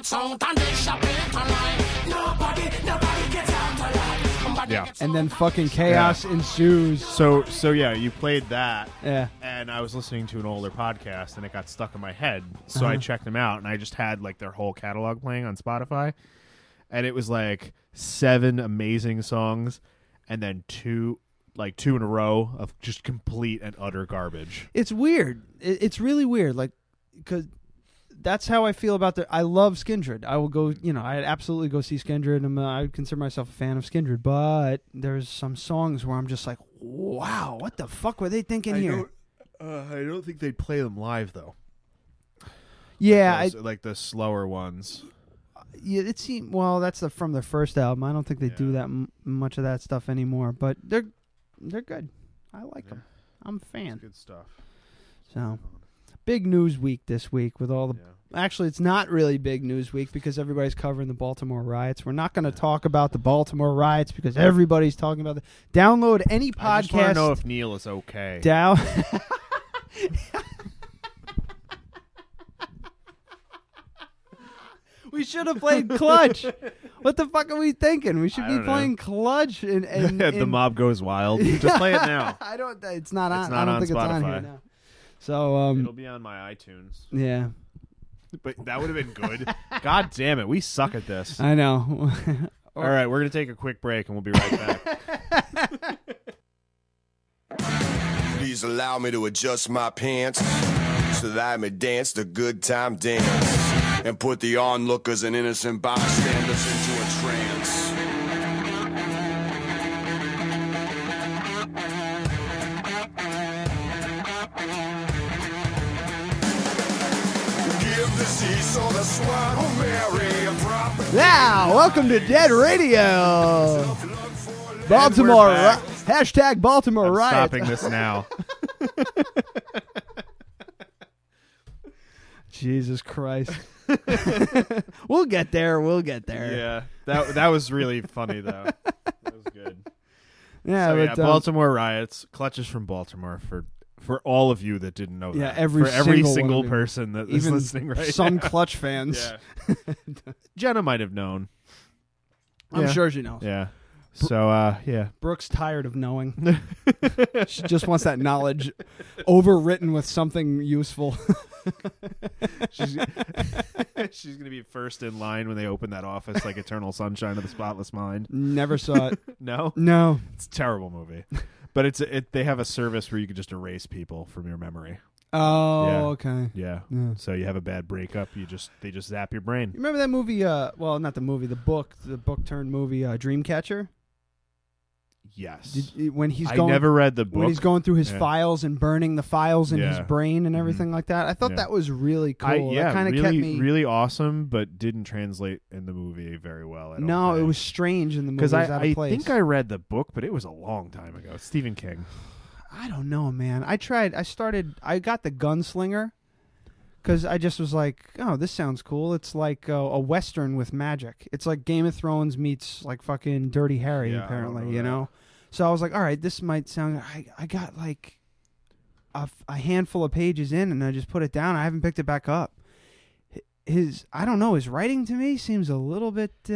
S13: sound and they shall be alive. Nobody, nobody gets out alive.
S3: Yeah.
S4: And then fucking chaos ensues.
S3: So so yeah, you played that.
S4: Yeah.
S3: And I was listening to an older podcast and it got stuck in my head. So I
S4: Uh-huh.
S3: checked them out and I just had like their whole catalog playing on Spotify. And it was like seven amazing songs and then two like two in a row of just complete and utter garbage.
S4: It's weird. It, it's really weird. Like, because that's how I feel about the. I love Skindred. I will go. You know, I absolutely go see Skindred. I'm. uh, I would consider myself a fan of Skindred, but there's some songs where I'm just like, wow, what the fuck were they thinking
S3: I
S4: here?
S3: don't- Uh, I don't think they'd play them live though.
S4: yeah, I,
S3: Those- like the slower ones.
S4: yeah, it seemed well. That's the, from their first album. I don't think they do that m- much of that stuff anymore. But they're they're good. I like them. I'm a fan.
S3: good stuff.
S4: So, big news week this week with all the. Actually, it's not really big news week because everybody's covering the Baltimore riots. We're not going to talk about the Baltimore riots because everybody's talking about the. Download any podcast.
S3: I just want to know if Neil is okay.
S4: Dow. we should have played Clutch. what the fuck are we thinking? We should
S3: I
S4: be
S3: don't know.
S4: playing Clutch and, and,
S3: the
S4: and-
S3: mob goes wild. Just play it now.
S4: I don't. It's not on.
S3: It's
S4: I
S3: not
S4: don't
S3: on
S4: think it's on here
S3: Spotify.
S4: now. So um,
S3: It'll be on my iTunes.
S4: yeah,
S3: But that would have been good. God damn it, we suck at this.
S4: I know.
S3: All right, we're gonna take a quick break and we'll be right back.
S14: Please allow me to adjust my pants so that I may dance the good time dance and put the onlookers and innocent bystanders into a trance.
S13: Give the seesaw the swine who marry a prop.
S4: Now, welcome to Dead Radio. Baltimore
S3: And we're back.
S4: ri- hashtag Baltimore
S3: I'm
S4: riot.
S3: stopping this now.
S4: Jesus Christ. we'll get there. We'll get there.
S3: yeah, that that was really funny though. That was good.
S4: Yeah,
S3: So,
S4: but, um,
S3: Baltimore riots. Clutches from Baltimore for for all of you that didn't know.
S4: Yeah,
S3: that.
S4: every
S3: for every
S4: single,
S3: single
S4: one of you.
S3: person that is
S4: Even
S3: listening right
S4: Some
S3: now.
S4: clutch fans.
S3: Yeah. Jenna might have known.
S4: I'm
S3: Yeah.
S4: sure she knows.
S3: Yeah. So uh, yeah,
S4: Brooke's tired of knowing. she just wants that knowledge overwritten with something useful.
S3: She's she's gonna be first in line when they open that office, like Eternal Sunshine of the Spotless Mind.
S4: Never saw it.
S3: no,
S4: No.
S3: it's a terrible movie, but it's it. They have a service where you can just erase people from your memory.
S4: Oh,
S3: Yeah.
S4: okay.
S3: Yeah.
S4: Yeah.
S3: So you have a bad breakup, you just they just zap your brain.
S4: You remember that movie? Uh, well, not the movie, the book, the book turned movie, uh, Dreamcatcher.
S3: Yes.
S4: Did, when he's
S3: I
S4: going,
S3: never read the
S4: When he's
S3: book.
S4: going through his
S3: Yeah.
S4: files and burning the files in his
S3: Yeah. Mm-hmm.
S4: brain and everything like that. I thought
S3: Yeah.
S4: that was really cool.
S3: I, yeah,
S4: that kind of
S3: really,
S4: kept me.
S3: really awesome, but didn't translate in the movie very well. at all.
S4: no, it was strange in the movie.
S3: Because
S4: It
S3: I,
S4: was out of
S3: I
S4: place.
S3: think I read the book, but it was a long time ago. Stephen King.
S4: I don't know, man. I tried. I started. I got the Gunslinger because I just was like, oh, this sounds cool. It's like uh, a western with magic. It's like Game of Thrones meets like fucking Dirty Harry.
S3: Yeah, I
S4: apparently,
S3: remember
S4: you
S3: that.
S4: know. So I was like, all right, this might sound. I I got like a, f- a handful of pages in, and I just put it down. I haven't picked it back up. H- His I don't know. His writing to me seems a little bit uh,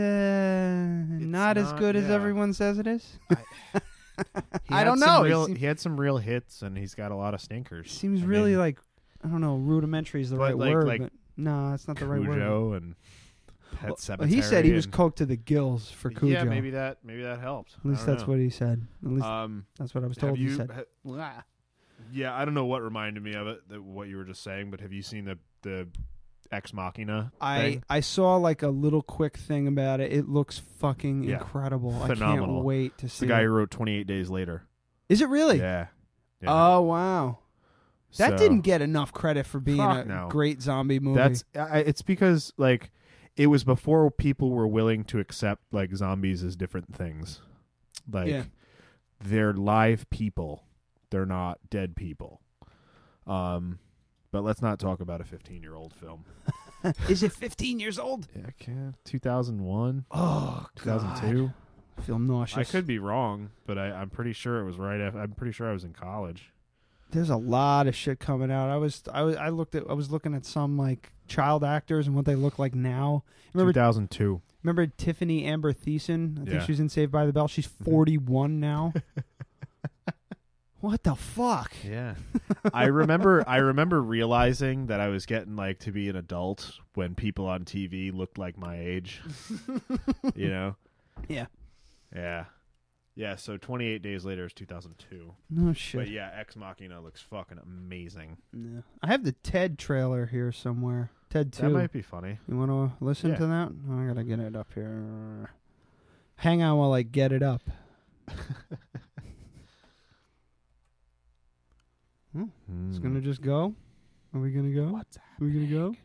S4: not, as
S3: not-
S4: good as
S3: yeah.
S4: everyone says it is.
S3: He
S4: I
S3: had
S4: don't
S3: some
S4: know. It
S3: real-
S4: seems-
S3: he had some real hits, and he's got a lot of stinkers.
S4: seems
S3: I
S4: really
S3: mean,
S4: like I don't know, rudimentary is the
S3: But
S4: right
S3: like-
S4: word.
S3: like
S4: but no, that's not the right word.
S3: Cujo and Pet
S4: Well,
S3: Sematary
S4: he said he was
S3: and-
S4: coked to the gills for Cujo.
S3: Yeah, maybe that maybe that helped.
S4: At least
S3: I don't
S4: that's
S3: know.
S4: what he said. At least
S3: Um,
S4: that's what I was
S3: have
S4: told he
S3: you-
S4: said.
S3: ha- yeah, I don't know what reminded me of it. That what you were just saying, but have you seen the the Ex Machina?
S4: I,
S3: thing?
S4: I saw like a little quick thing about it. It looks fucking
S3: Yeah.
S4: incredible. I
S3: Phenomenal.
S4: can't wait to
S3: It's
S4: see.
S3: the guy
S4: it.
S3: who wrote Twenty Eight Days Later.
S4: Is it really?
S3: Yeah. Yeah.
S4: Oh wow, that
S3: So-
S4: didn't get enough credit for being
S3: Fuck
S4: a
S3: no.
S4: great zombie movie.
S3: That's I, it's because like it was before people were willing to accept like zombies as different things. Like
S4: Yeah.
S3: they're live people. They're not dead people. Um but let's not talk about a 15-year-old film.
S4: is it 15 years old?
S3: Yeah, I can't. 2001?
S4: Oh,
S3: 2002?
S4: I feel nauseous.
S3: I could be wrong, but I, I'm pretty sure it was right after. I'm pretty sure I was in college.
S4: There's a lot of shit coming out. I was I was I looked at I was looking at some like child actors and what they look like now. Remember
S3: 2002.
S4: Remember Tiffany Amber Thiessen? I think
S3: Yeah. Mm-hmm.
S4: she's in Saved by the Bell. She's 41 now. what the fuck?
S3: Yeah. I remember I remember realizing that I was getting like to be an adult when people on TV looked like my age. you know?
S4: Yeah.
S3: Yeah. Yeah, so 28 days later is 2002.
S4: No shit.
S3: But yeah, Ex Machina looks fucking amazing.
S4: Yeah. I have the Ted trailer here somewhere. Ted 2.
S3: That might be funny.
S4: You want to listen
S3: Yeah.
S4: to that? Oh, I got to get it up here. Hang on while I get it up. Hmm. It's going to just go? Are we going to go? What's Are we going to go?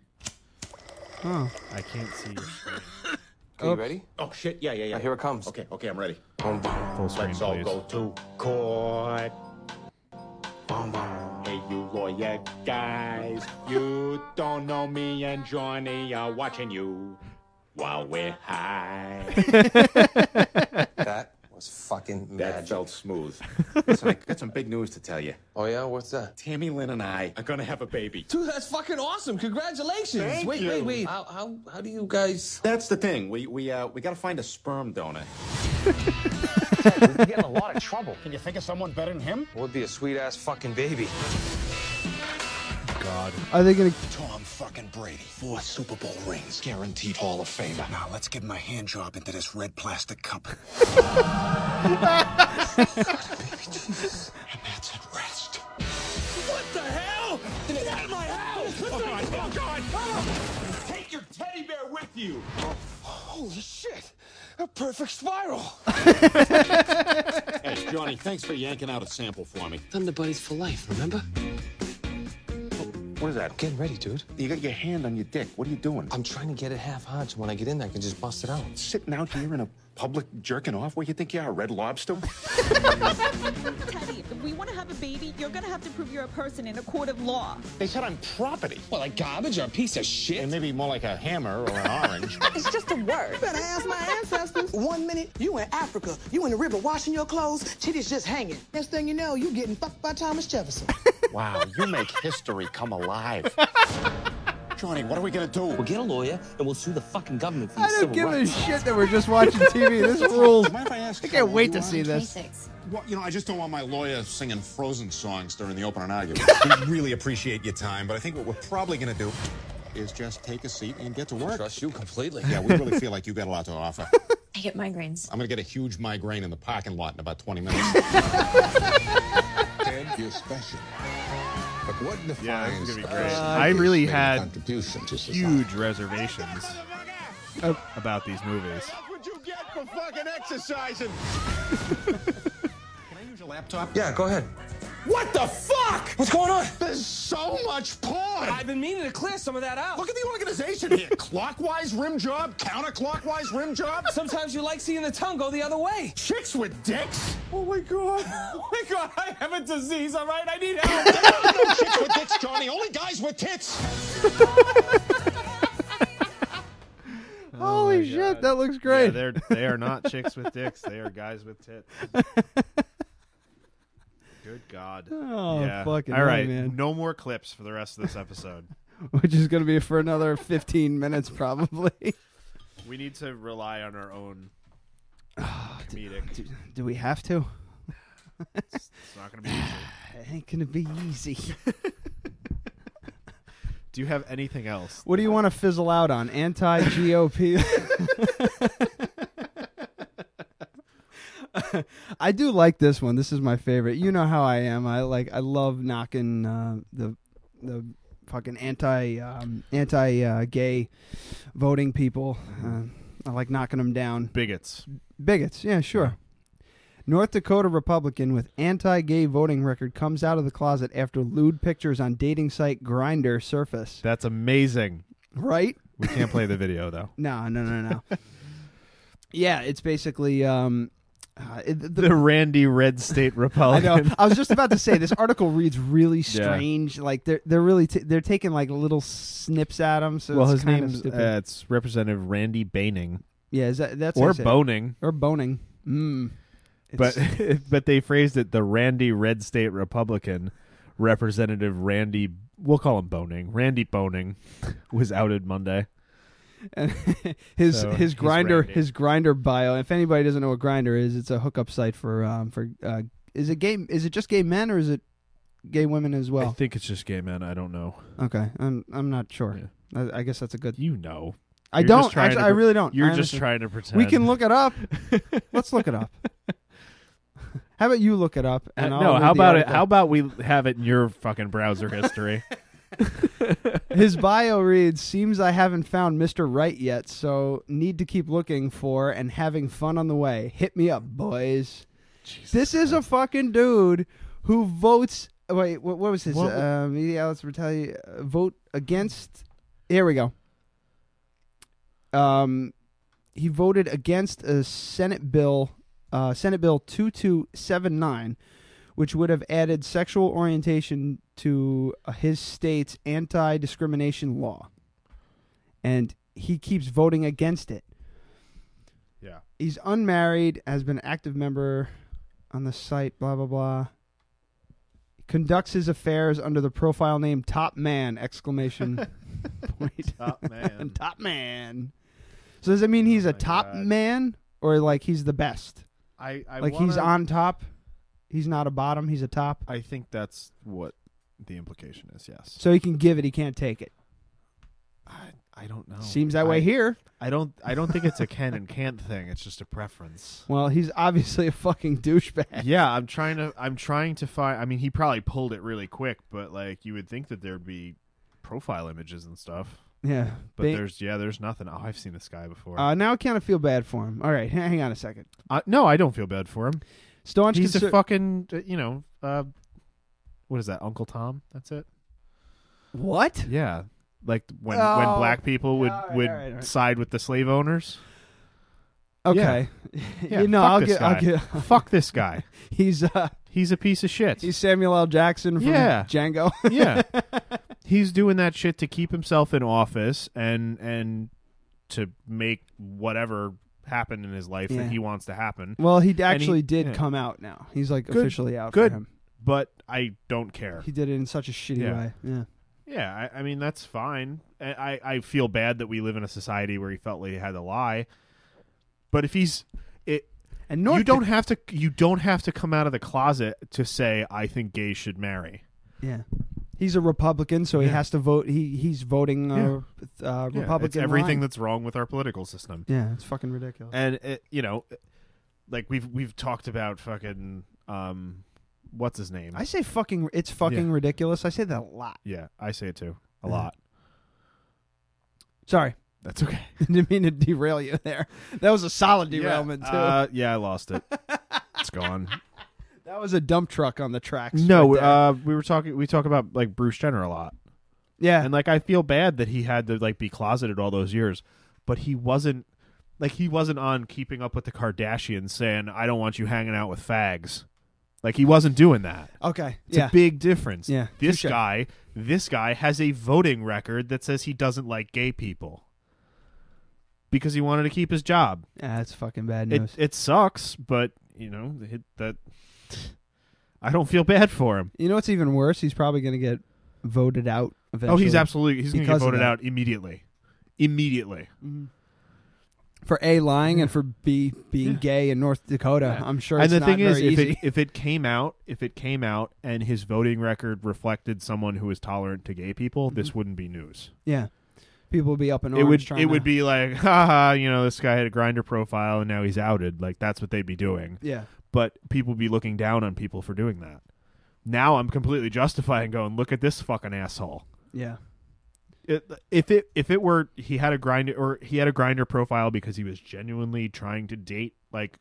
S4: Oh.
S3: I can't see your screen.
S8: Are you ready?
S15: Oh shit! Yeah, yeah, yeah.
S8: here it comes.
S15: Okay, okay, I'm ready.
S8: Oh,
S3: Full screen,
S15: Let's all
S3: please.
S15: go to court. Hey, you lawyer guys, you don't know me and Johnny are watching you while we're high.
S8: That was fucking magic.
S15: That felt smooth. Listen, I got some big news to tell you.
S8: Oh yeah, what's that?
S15: Tammy Lynn and I are gonna have a baby.
S8: Dude, that's fucking awesome! Congratulations!
S15: Thank
S8: wait,
S15: you.
S8: wait, wait. How, how how do you guys?
S15: That's the thing. We we uh we gotta find a sperm donor.
S8: We're getting a lot of trouble. Can you think of someone better than him? Would be a sweet ass fucking baby.
S3: God.
S4: Oh. Are they going to
S16: Tom fucking Brady. Four Super Bowl rings. Guaranteed Hall of Famer. Now let's give him a hand job into this red plastic cup.
S13: And that's at rest. What the hell? Get out of my house! Oh God! Oh God! Take your teddy bear with you! Holy shit! A perfect spiral!
S15: Hey, Johnny, thanks for yanking out a sample for me.
S16: I'm the buddies for life, remember?
S15: What is that?
S16: Getting ready, dude.
S15: You got your hand on your dick. What are you doing?
S16: I'm trying to get it half hard so when I get in, I can just bust it out.
S15: Sitting out here in a public jerking off? What you think you are, a red lobster?
S17: Teddy, if we want to have a baby, you're going to have to prove you're a person in a court of law.
S15: They said I'm property. Well, like garbage or a piece of shit? And maybe more like a hammer or an orange.
S13: It's just a word. Better ask my ancestors. One minute, you in Africa, you in the river washing your clothes, titties just hanging. Next thing you know, you getting fucked by Thomas Jefferson.
S15: wow, you make history come alive. Johnny, what are we gonna do? We'll
S16: get a lawyer and we'll sue the fucking government for
S4: I don't give a shit that we're just watching TV. This rules.
S15: Mind if I ask?
S4: can't wait to see this.
S15: Well, you know, I just don't want my lawyer singing Frozen songs during the opening argument. we really appreciate your time, but I think what we're probably going to do is just take a seat and get to work. Trust you completely. Yeah, we really feel like you got a lot to offer.
S10: I get migraines.
S15: I'm going to get a huge migraine in the parking lot in about 20 minutes.
S18: Ted, you're special. But what defines
S3: I really had huge reservations Oh. about these movies.
S15: What'd you get for fucking exercising? Can I use your laptop?
S8: Yeah, go ahead.
S16: What the fuck? What's going on?
S15: There's so much porn.
S16: I've been meaning to clear some of that out.
S15: Look at the organization here. Clockwise rim job, counterclockwise rim job.
S16: Sometimes you like seeing the tongue go the other way.
S15: Chicks with dicks?
S16: Oh my god. Oh my god, I have a disease, all right? I need help.
S15: no chicks with dicks, Johnny. Only guys with tits.
S4: Holy shit, that looks great.
S3: Oh Yeah, they're they are not chicks with dicks. They are guys with tits. Good God.
S4: Oh,
S3: yeah.
S4: fucking
S3: All
S4: A,
S3: right,
S4: man.
S3: no more clips for the rest of this episode.
S4: Which is going to be for another 15 minutes, probably.
S3: we need to rely on our own comedic.
S4: Do we have to?
S3: It's, it's not going to be easy.
S4: It ain't going to be easy.
S3: Do you have anything else?
S4: what do you want to fizzle out on? Anti GOP? I do like this one. This is my favorite. You know how I am. I like. I love knocking uh, the the fucking anti um, anti uh, gay voting people. Uh, I like knocking them down.
S3: Bigots.
S4: Bigots. Yeah, sure. North Dakota Republican with anti-gay voting record comes out of the closet after lewd pictures on dating site Grinder surface.
S3: That's amazing.
S4: Right?
S3: We can't play the video though.
S4: No, no, no, no. yeah, it's basically um, uh, it- the,
S3: The Randy Red State
S4: I
S3: Republican.
S4: know. I was just about to say this article reads really
S3: Yeah.
S4: strange. Like they're they're really t- they're taking like little snips at him. So
S3: well,
S4: it's
S3: his
S4: kind
S3: name's
S4: of stupid.
S3: uh, it's Representative Randy Boehning.
S4: yeah, is that that's how
S3: or
S4: you say it.
S3: boning.
S4: or boning. Mm.
S3: but but they phrased it the Randy Red State Republican Representative Randy, we'll call him Boning. Randy Boning was outed Monday.
S4: And his
S3: So,
S4: his
S3: he's
S4: grinder
S3: Randy.
S4: his grinder bio. If anybody doesn't know what grinder is, it's a hookup site for um for uh, is it gay is it just gay men or is it gay women as well?
S3: I think it's just gay men. I don't know.
S4: okay, I'm I'm not sure. I, I guess that's a good.
S3: You know,
S4: I
S3: You're just
S4: don't.
S3: trying
S4: Actually,
S3: to
S4: I
S3: pre-
S4: really don't.
S3: You're
S4: I
S3: just
S4: honestly-
S3: trying to pretend.
S4: We can look it up. Let's look it up. How about you look it up?
S3: Uh,
S4: And I'll
S3: no,
S4: read
S3: how
S4: the
S3: about it?
S4: article.
S3: How about we have it in your fucking browser history?
S4: His bio reads Seems I haven't found Mr. Right yet, so need to keep looking for and having fun on the way. Hit me up, boys. this is a fucking dude who votes. Wait, what, what was his?
S3: What-
S4: uh, media outlets were telling you, uh, vote against. Here we go. Um, he voted against a Senate bill, uh, Senate Bill 2279, which would have added sexual orientation to uh, his state's anti discrimination law. And he keeps voting against it.
S3: Yeah.
S4: He's unmarried, has been an active member on the site, blah, blah, blah. Conducts his affairs under the profile name Top Man! Exclamation point.
S3: Top man. Oh
S4: top man. So does that mean he's a top man or like he's the best?
S3: I, I
S4: like he's
S3: wanna-
S4: on top. He's not a bottom. He's a top.
S3: I think that's what the implication is. Yes.
S4: So he can give it. He can't take it.
S3: Oh, I don't know.
S4: Seems that way here.
S3: I don't. I don't think it's a can and can't thing. It's just a preference.
S4: Well, he's obviously a fucking douchebag.
S3: Yeah, I'm trying to. I'm trying to find. I mean, he probably pulled it really quick, but like you would think that there'd be profile images and stuff.
S4: Yeah.
S3: But
S4: Ba-
S3: there's yeah, there's nothing. Oh, I've seen this guy before.
S4: Uh, now I kind of feel bad for him. All right, hang on a second.
S3: Uh, no, I don't feel bad for him.
S4: Staunch
S3: He's a
S4: conser-
S3: fucking. uh, You know. Uh, what is that? Uncle Tom. That's it.
S4: What?
S3: Yeah. Like when when
S4: Oh.
S3: black people would
S4: All right,
S3: would
S4: all right, all right.
S3: side with the slave owners.
S4: Okay.
S3: Yeah.
S4: You
S3: Yeah,
S4: know,
S3: fuck
S4: I'll
S3: this
S4: get- I'll
S3: guy.
S4: get-
S3: fuck this guy.
S4: He's uh
S3: he's a piece of shit.
S4: He's Samuel L. Jackson from
S3: Yeah.
S4: Django.
S3: yeah. He's doing that shit to keep himself in office and and to make whatever happen in his life
S4: Yeah.
S3: that he wants to happen.
S4: Well, he
S3: And
S4: actually did
S3: yeah.
S4: come out now. He's like
S3: Good-
S4: officially out.
S3: Good,
S4: For him.
S3: but I don't care.
S4: He did it in such a shitty
S3: Yeah.
S4: way. Yeah.
S3: Yeah, I, I mean that's fine. I, I I feel bad that we live in a society where he felt like he had to lie. But if he's it,
S4: and
S3: you don't have to you don't have to come out of the closet to say I think gays should marry.
S4: Yeah. He's a Republican, so he
S3: Yeah.
S4: has to vote. He he's voting uh, uh,
S3: Yeah, it's
S4: Republican.
S3: everything
S4: line.
S3: that's wrong with our political system.
S4: Yeah, it's fucking ridiculous.
S3: And it, you know, like we've we've talked about fucking um, what's his name?
S4: I say fucking. It's fucking
S3: Yeah.
S4: ridiculous. I say that a lot.
S3: yeah, I say it too a
S4: Yeah.
S3: lot.
S4: Sorry,
S3: that's okay.
S4: Didn't mean to derail you there. That was a solid derailment
S3: yeah,
S4: too.
S3: Uh, yeah, I lost it. it's gone.
S4: that was a dump truck on the tracks.
S3: No,
S4: right there.
S3: uh, we were talking. We talk about like Bruce Jenner a lot.
S4: Yeah,
S3: and like I feel bad that he had to like be closeted all those years, but he wasn't. Like he wasn't on Keeping Up with the Kardashians saying, "I don't want you hanging out with fags." Like he wasn't doing that.
S4: okay.
S3: It's
S4: yeah.
S3: a big difference.
S4: Yeah,
S3: This
S4: touche.
S3: guy, this guy has a voting record that says he doesn't like gay people because he wanted to keep his job.
S4: Yeah, that's fucking bad
S3: It
S4: news.
S3: it sucks, but you know it, that I don't feel bad for him.
S4: you know what's even worse? He's probably going to get voted out eventually.
S3: Oh, he's absolutely he's going to get
S4: because of
S3: voted
S4: that.
S3: out immediately. Immediately.
S4: for a lying and for b being gay in North Dakota. I'm sure.
S3: and
S4: it's
S3: the
S4: not
S3: thing is, if
S4: very easy.
S3: it if it came out, if it came out, and his voting record reflected someone who is tolerant to gay people, this wouldn't be news.
S4: yeah, people would be up in arms.
S3: it would
S4: Mm-hmm. trying
S3: it
S4: to-
S3: would be like haha you know this guy had a grinder profile and now he's outed like that's what they'd be doing
S4: Yeah.
S3: but people be looking down on people for doing that now i'm completely justifying going look at this fucking asshole
S4: Yeah.
S3: it, if it if it were he had a grinder or he had a grinder profile because he was genuinely trying to date like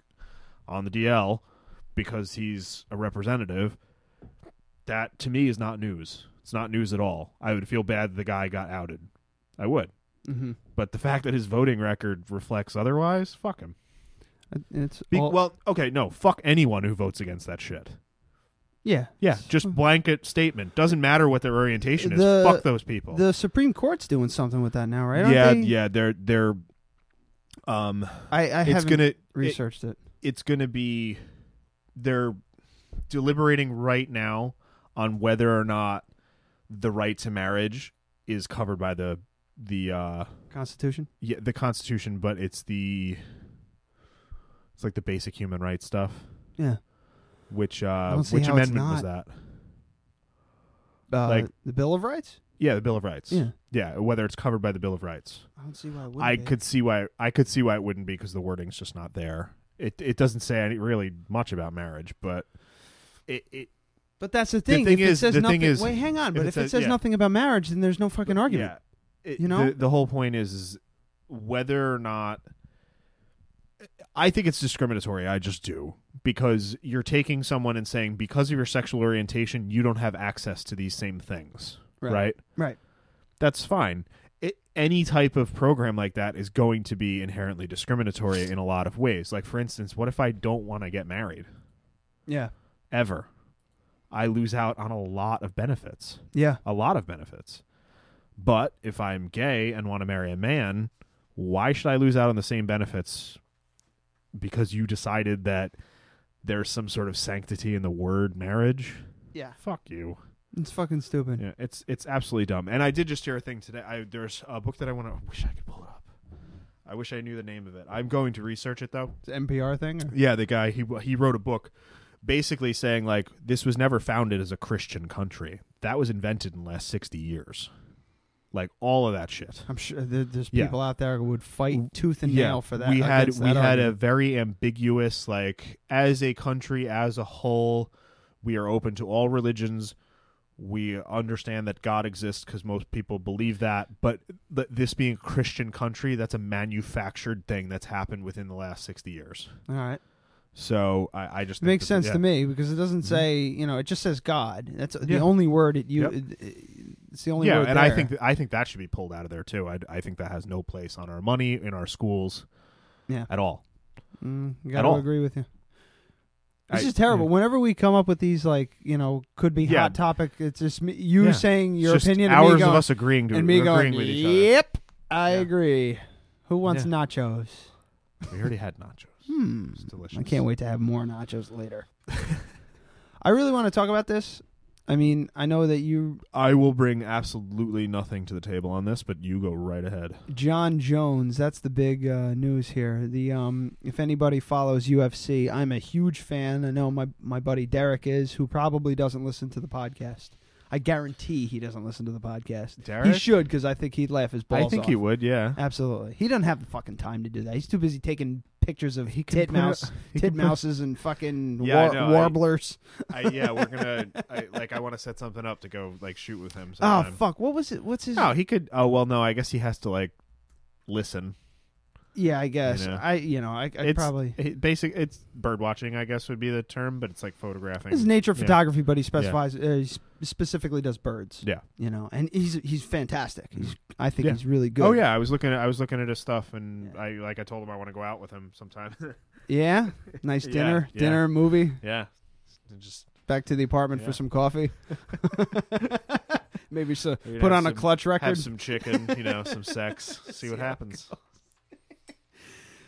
S3: on the DL because he's a representative that to me is not news it's not news at all i would feel bad that the guy got outed i would
S4: Mhm.
S3: but the fact that his voting record reflects otherwise fuck him
S4: Uh, It's
S3: Be-
S4: all-
S3: well okay no fuck anyone who votes against that shit
S4: yeah.
S3: yeah just blanket statement doesn't matter what their orientation is
S4: The-
S3: fuck those people
S4: The Supreme Court's doing something with that now, right? Aren't
S3: yeah,
S4: they?
S3: yeah, they're they're um
S4: I, I
S3: it's
S4: haven't
S3: gonna
S4: researched it.
S3: It's going to be they're deliberating right now on whether or not the right to marriage is covered by the the uh,
S4: Constitution.
S3: Yeah, the Constitution, but it's the it's like the basic human rights stuff.
S4: Yeah.
S3: Which
S4: I
S3: uh,
S4: don't see
S3: which
S4: how it's
S3: amendment was that?
S4: not. Uh,
S3: Like-
S4: the Bill of Rights.
S3: Yeah, the Bill of Rights.
S4: Yeah.
S3: yeah. Whether it's covered by the Bill of Rights.
S4: I don't see why it wouldn't
S3: I
S4: be.
S3: could see why I could see why it wouldn't be because the wording's just not there. It it doesn't say any, really much about marriage, but it, it
S4: But that's the thing.
S3: thing
S4: if
S3: is-
S4: it says
S3: the
S4: nothing,
S3: thing is-
S4: wait, hang on.
S3: if
S4: But
S3: it
S4: if it
S3: says-
S4: says,
S3: yeah.
S4: nothing about marriage, then there's no fucking argument.
S3: yeah, it-
S4: you know,
S3: the, the whole point is, is whether or not I think it's discriminatory. I just do because you're taking someone and saying because of your sexual orientation, you don't have access to these same things,
S4: Right.
S3: right?
S4: Right.
S3: That's fine. It, any type of program like that is going to be inherently discriminatory in a lot of ways. Like for instance, what if I don't want to get married?
S4: Yeah.
S3: ever. I lose out on a lot of benefits.
S4: Yeah.
S3: A lot of benefits. But if I'm gay and want to marry a man, why should I lose out on the same benefits because you decided that there's some sort of sanctity in the word marriage?
S4: Yeah.
S3: Fuck you.
S4: It's fucking stupid.
S3: Yeah, it's it's absolutely dumb. And I did just hear a thing today. I there's a book that I want to wish I could pull it up. I wish I knew the name of it. I'm going to research it though.
S4: It's an NPR thing. Or?
S3: Yeah, the guy he he wrote a book basically saying like this was never founded as a Christian country. That was invented in the last 60 years. Like all of that shit.
S4: I'm sure there- there's
S3: Yeah.
S4: people out there who would fight tooth and nail for that.
S3: We had
S4: against
S3: we
S4: that
S3: had a
S4: argument.
S3: very ambiguous like as a country as a whole, we are open to all religions. We understand that God exists because most people believe that, but th- this being a Christian country, that's a manufactured thing that's happened within the last sixty years.
S4: All right.
S3: So I, I just
S4: It
S3: think
S4: makes
S3: that-
S4: sense
S3: yeah. Mm-hmm.
S4: to me because it doesn't say, you know, it just says God. That's the
S3: Yeah.
S4: only word it you.
S3: Yep.
S4: it- it's the only
S3: yeah,
S4: word
S3: and I
S4: there.
S3: think th- I think that should be pulled out of there too. I, I think that has no place on our money in our schools,
S4: Yeah.
S3: at all.
S4: Mm,
S3: At
S4: gotta
S3: all.
S4: agree with you. This
S3: I-
S4: is terrible. Whenever we come up with these, like you know, could be
S3: Yeah.
S4: hot topic. It's just me, you
S3: Yeah.
S4: saying your
S3: It's just
S4: opinion.
S3: hours
S4: and
S3: of
S4: me going,
S3: us agreeing to-
S4: and me
S3: agreeing
S4: going,
S3: with each other.
S4: Yep, I agree. Who wants
S3: Yeah.
S4: nachos?
S3: We already had nachos.
S4: Hmm.
S3: It's delicious.
S4: I can't wait to have more nachos later. I really want to talk about this. I mean, I know that you,
S3: I will bring absolutely nothing to the table on this, but you go right ahead.
S4: John Jones. That's the big uh, news here. The um, if anybody follows UFC, I'm a huge fan. I know my my buddy Derek is, who probably doesn't listen to the podcast. I guarantee he doesn't listen to the podcast.
S3: Derek?
S4: He should because I think he'd laugh his balls
S3: I think
S4: off.
S3: he would. Yeah.
S4: Absolutely. He doesn't have the fucking time to do that. He's too busy taking pictures of
S3: can put
S4: titmouse,
S3: it- he can put-
S4: titmouses, and fucking
S3: Yeah, I
S4: war-
S3: know. I-
S4: warblers.
S3: I, yeah, we're gonna I, like. I want to set something up to go like shoot with him.
S4: Oh
S3: Sometime.
S4: fuck! What was it? What's his?
S3: No, he could. Oh well, no. I guess he has to like listen.
S4: yeah, I guess
S3: know.
S4: I. You know, I, I
S3: it's
S4: probably
S3: it, basic. It's bird watching, I guess would be the term, but it's like photographing.
S4: It's nature
S3: Yeah.
S4: photography, but he
S3: Yeah.
S4: specifies uh, he s- specifically does birds.
S3: Yeah.
S4: you know, and he's he's fantastic. He's, I
S3: Mm-hmm.
S4: think
S3: Yeah.
S4: he's really good.
S3: Oh yeah, I was looking. At, I was looking at his stuff, and I like I told him I want to go out with him sometime.
S4: yeah. Nice
S3: Yeah,
S4: dinner,
S3: yeah.
S4: dinner, movie.
S3: yeah, And just
S4: Back to the apartment
S3: Yeah.
S4: for some coffee. Maybe so.
S3: We'd
S4: Put
S3: have
S4: on a
S3: some-
S4: clutch record.
S3: have some chicken, you know, some sex, see what happens.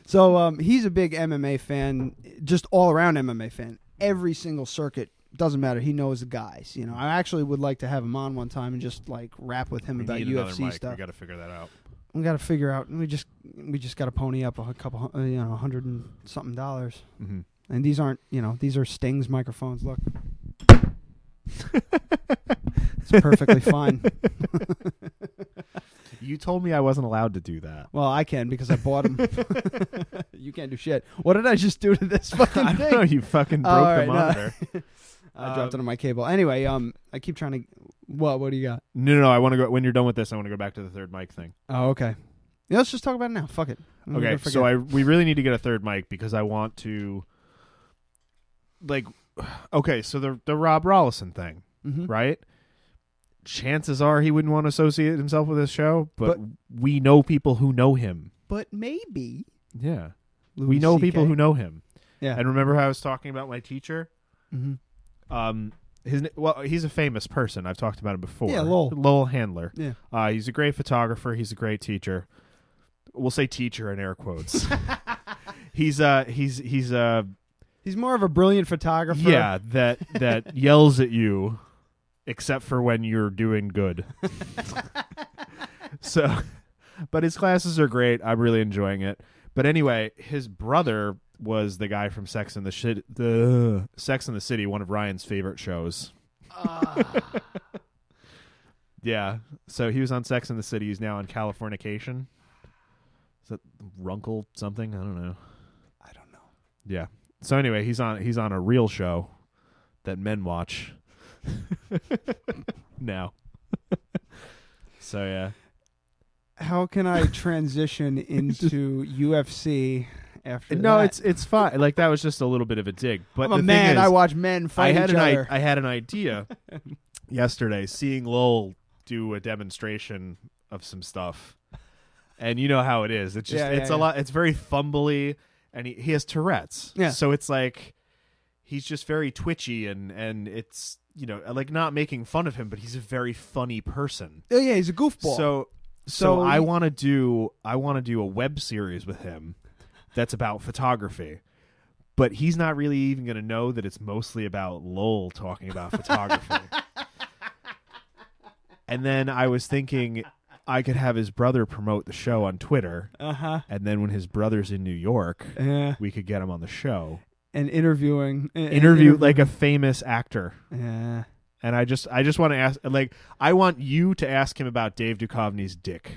S4: So um, he's a big MMA fan, just all around MMA fan. Every single circuit doesn't matter. He knows the guys. You know, I actually would like to have him on one time and just like rap with him
S3: We
S4: about
S3: need another
S4: UFC
S3: mic.
S4: stuff.
S3: We got to figure that out.
S4: We got to figure out. We just we just got to pony up a couple, hun- uh, you know, a hundred and something dollars.
S3: Mhm.
S4: And these aren't, you know, these are Sting's microphones. Look, it's perfectly fine.
S3: You told me I wasn't allowed to do that.
S4: well, I can because I bought them. you can't do shit. What did I just do to this fucking
S3: I don't
S4: thing?
S3: know, you fucking
S4: All
S3: broke the
S4: right, no.
S3: monitor.
S4: I dropped it on my cable. Anyway, um, I keep trying to. What? What do you got?
S3: No, no, no. I want to go. When you're done with this, I want to go back to the third mic thing.
S4: Oh, okay. Yeah, let's just talk about it now. Fuck it. I'm
S3: Okay,
S4: gonna
S3: so
S4: forget.
S3: I we really need to get a third mic because I want to, like, okay, so the the Rob Rollison thing,
S4: Mhm.
S3: right? Chances are he wouldn't want to associate himself with this show, but, we know people who know him.
S4: But maybe.
S3: Yeah, we
S4: Louis
S3: know
S4: CK.
S3: people who know him.
S4: Yeah.
S3: and remember how I was talking about my teacher?
S4: Mhm.
S3: Um, his na- well, he's a famous person. I've talked about him before.
S4: Yeah, Lowell.
S3: Lowell Handler.
S4: Yeah.
S3: uh, he's a great photographer. He's a great teacher. We'll say teacher in air quotes. he's uh he's he's uh
S4: He's more of a brilliant photographer.
S3: yeah that that yells at you except for when you're doing good. so, but his classes are great. I'm really enjoying it. But anyway, his brother was the guy from Sex and the Shit, the Sex and the City, one of Ryan's favorite shows. yeah, so he was on Sex and the City. He's now on Californication. Is that Runkle something? I don't know. Yeah. So anyway, he's on he's on a real show that men watch now. so yeah.
S4: How can I transition into UFC after
S3: no,
S4: that?
S3: it's it's fine. Like that was just a little bit of a dig. But
S4: I'm
S3: the
S4: a
S3: thing
S4: man.
S3: is,
S4: I watch men fight
S3: I had
S4: each
S3: an i-
S4: other.
S3: I had an idea yesterday, seeing Lowell do a demonstration of some stuff, and you know how it is. It's just
S5: Yeah, yeah,
S3: it's a
S5: yeah.
S3: lot. It's very fumbly, and he, he has Tourette's.
S5: Yeah.
S3: So it's like he's just very twitchy, and and it's you know like not making fun of him, but he's a very funny person.
S4: Oh yeah, he's a
S3: So
S4: goofball. So
S3: so I
S4: you-
S3: want to do I want to do a web series with him that's about photography. But he's not really even going to know that it's mostly about Lowell talking about photography. and then I was thinking I could have his brother promote the show on Twitter.
S4: Uh-huh. Eh.
S3: And then when his brother's in New York,
S4: Yeah.
S3: we could get him on the show.
S4: and interviewing and- and
S3: Interview like a famous actor.
S4: Yeah.
S3: And I just I just want to ask like I want you to ask him about Dave Duchovny's dick.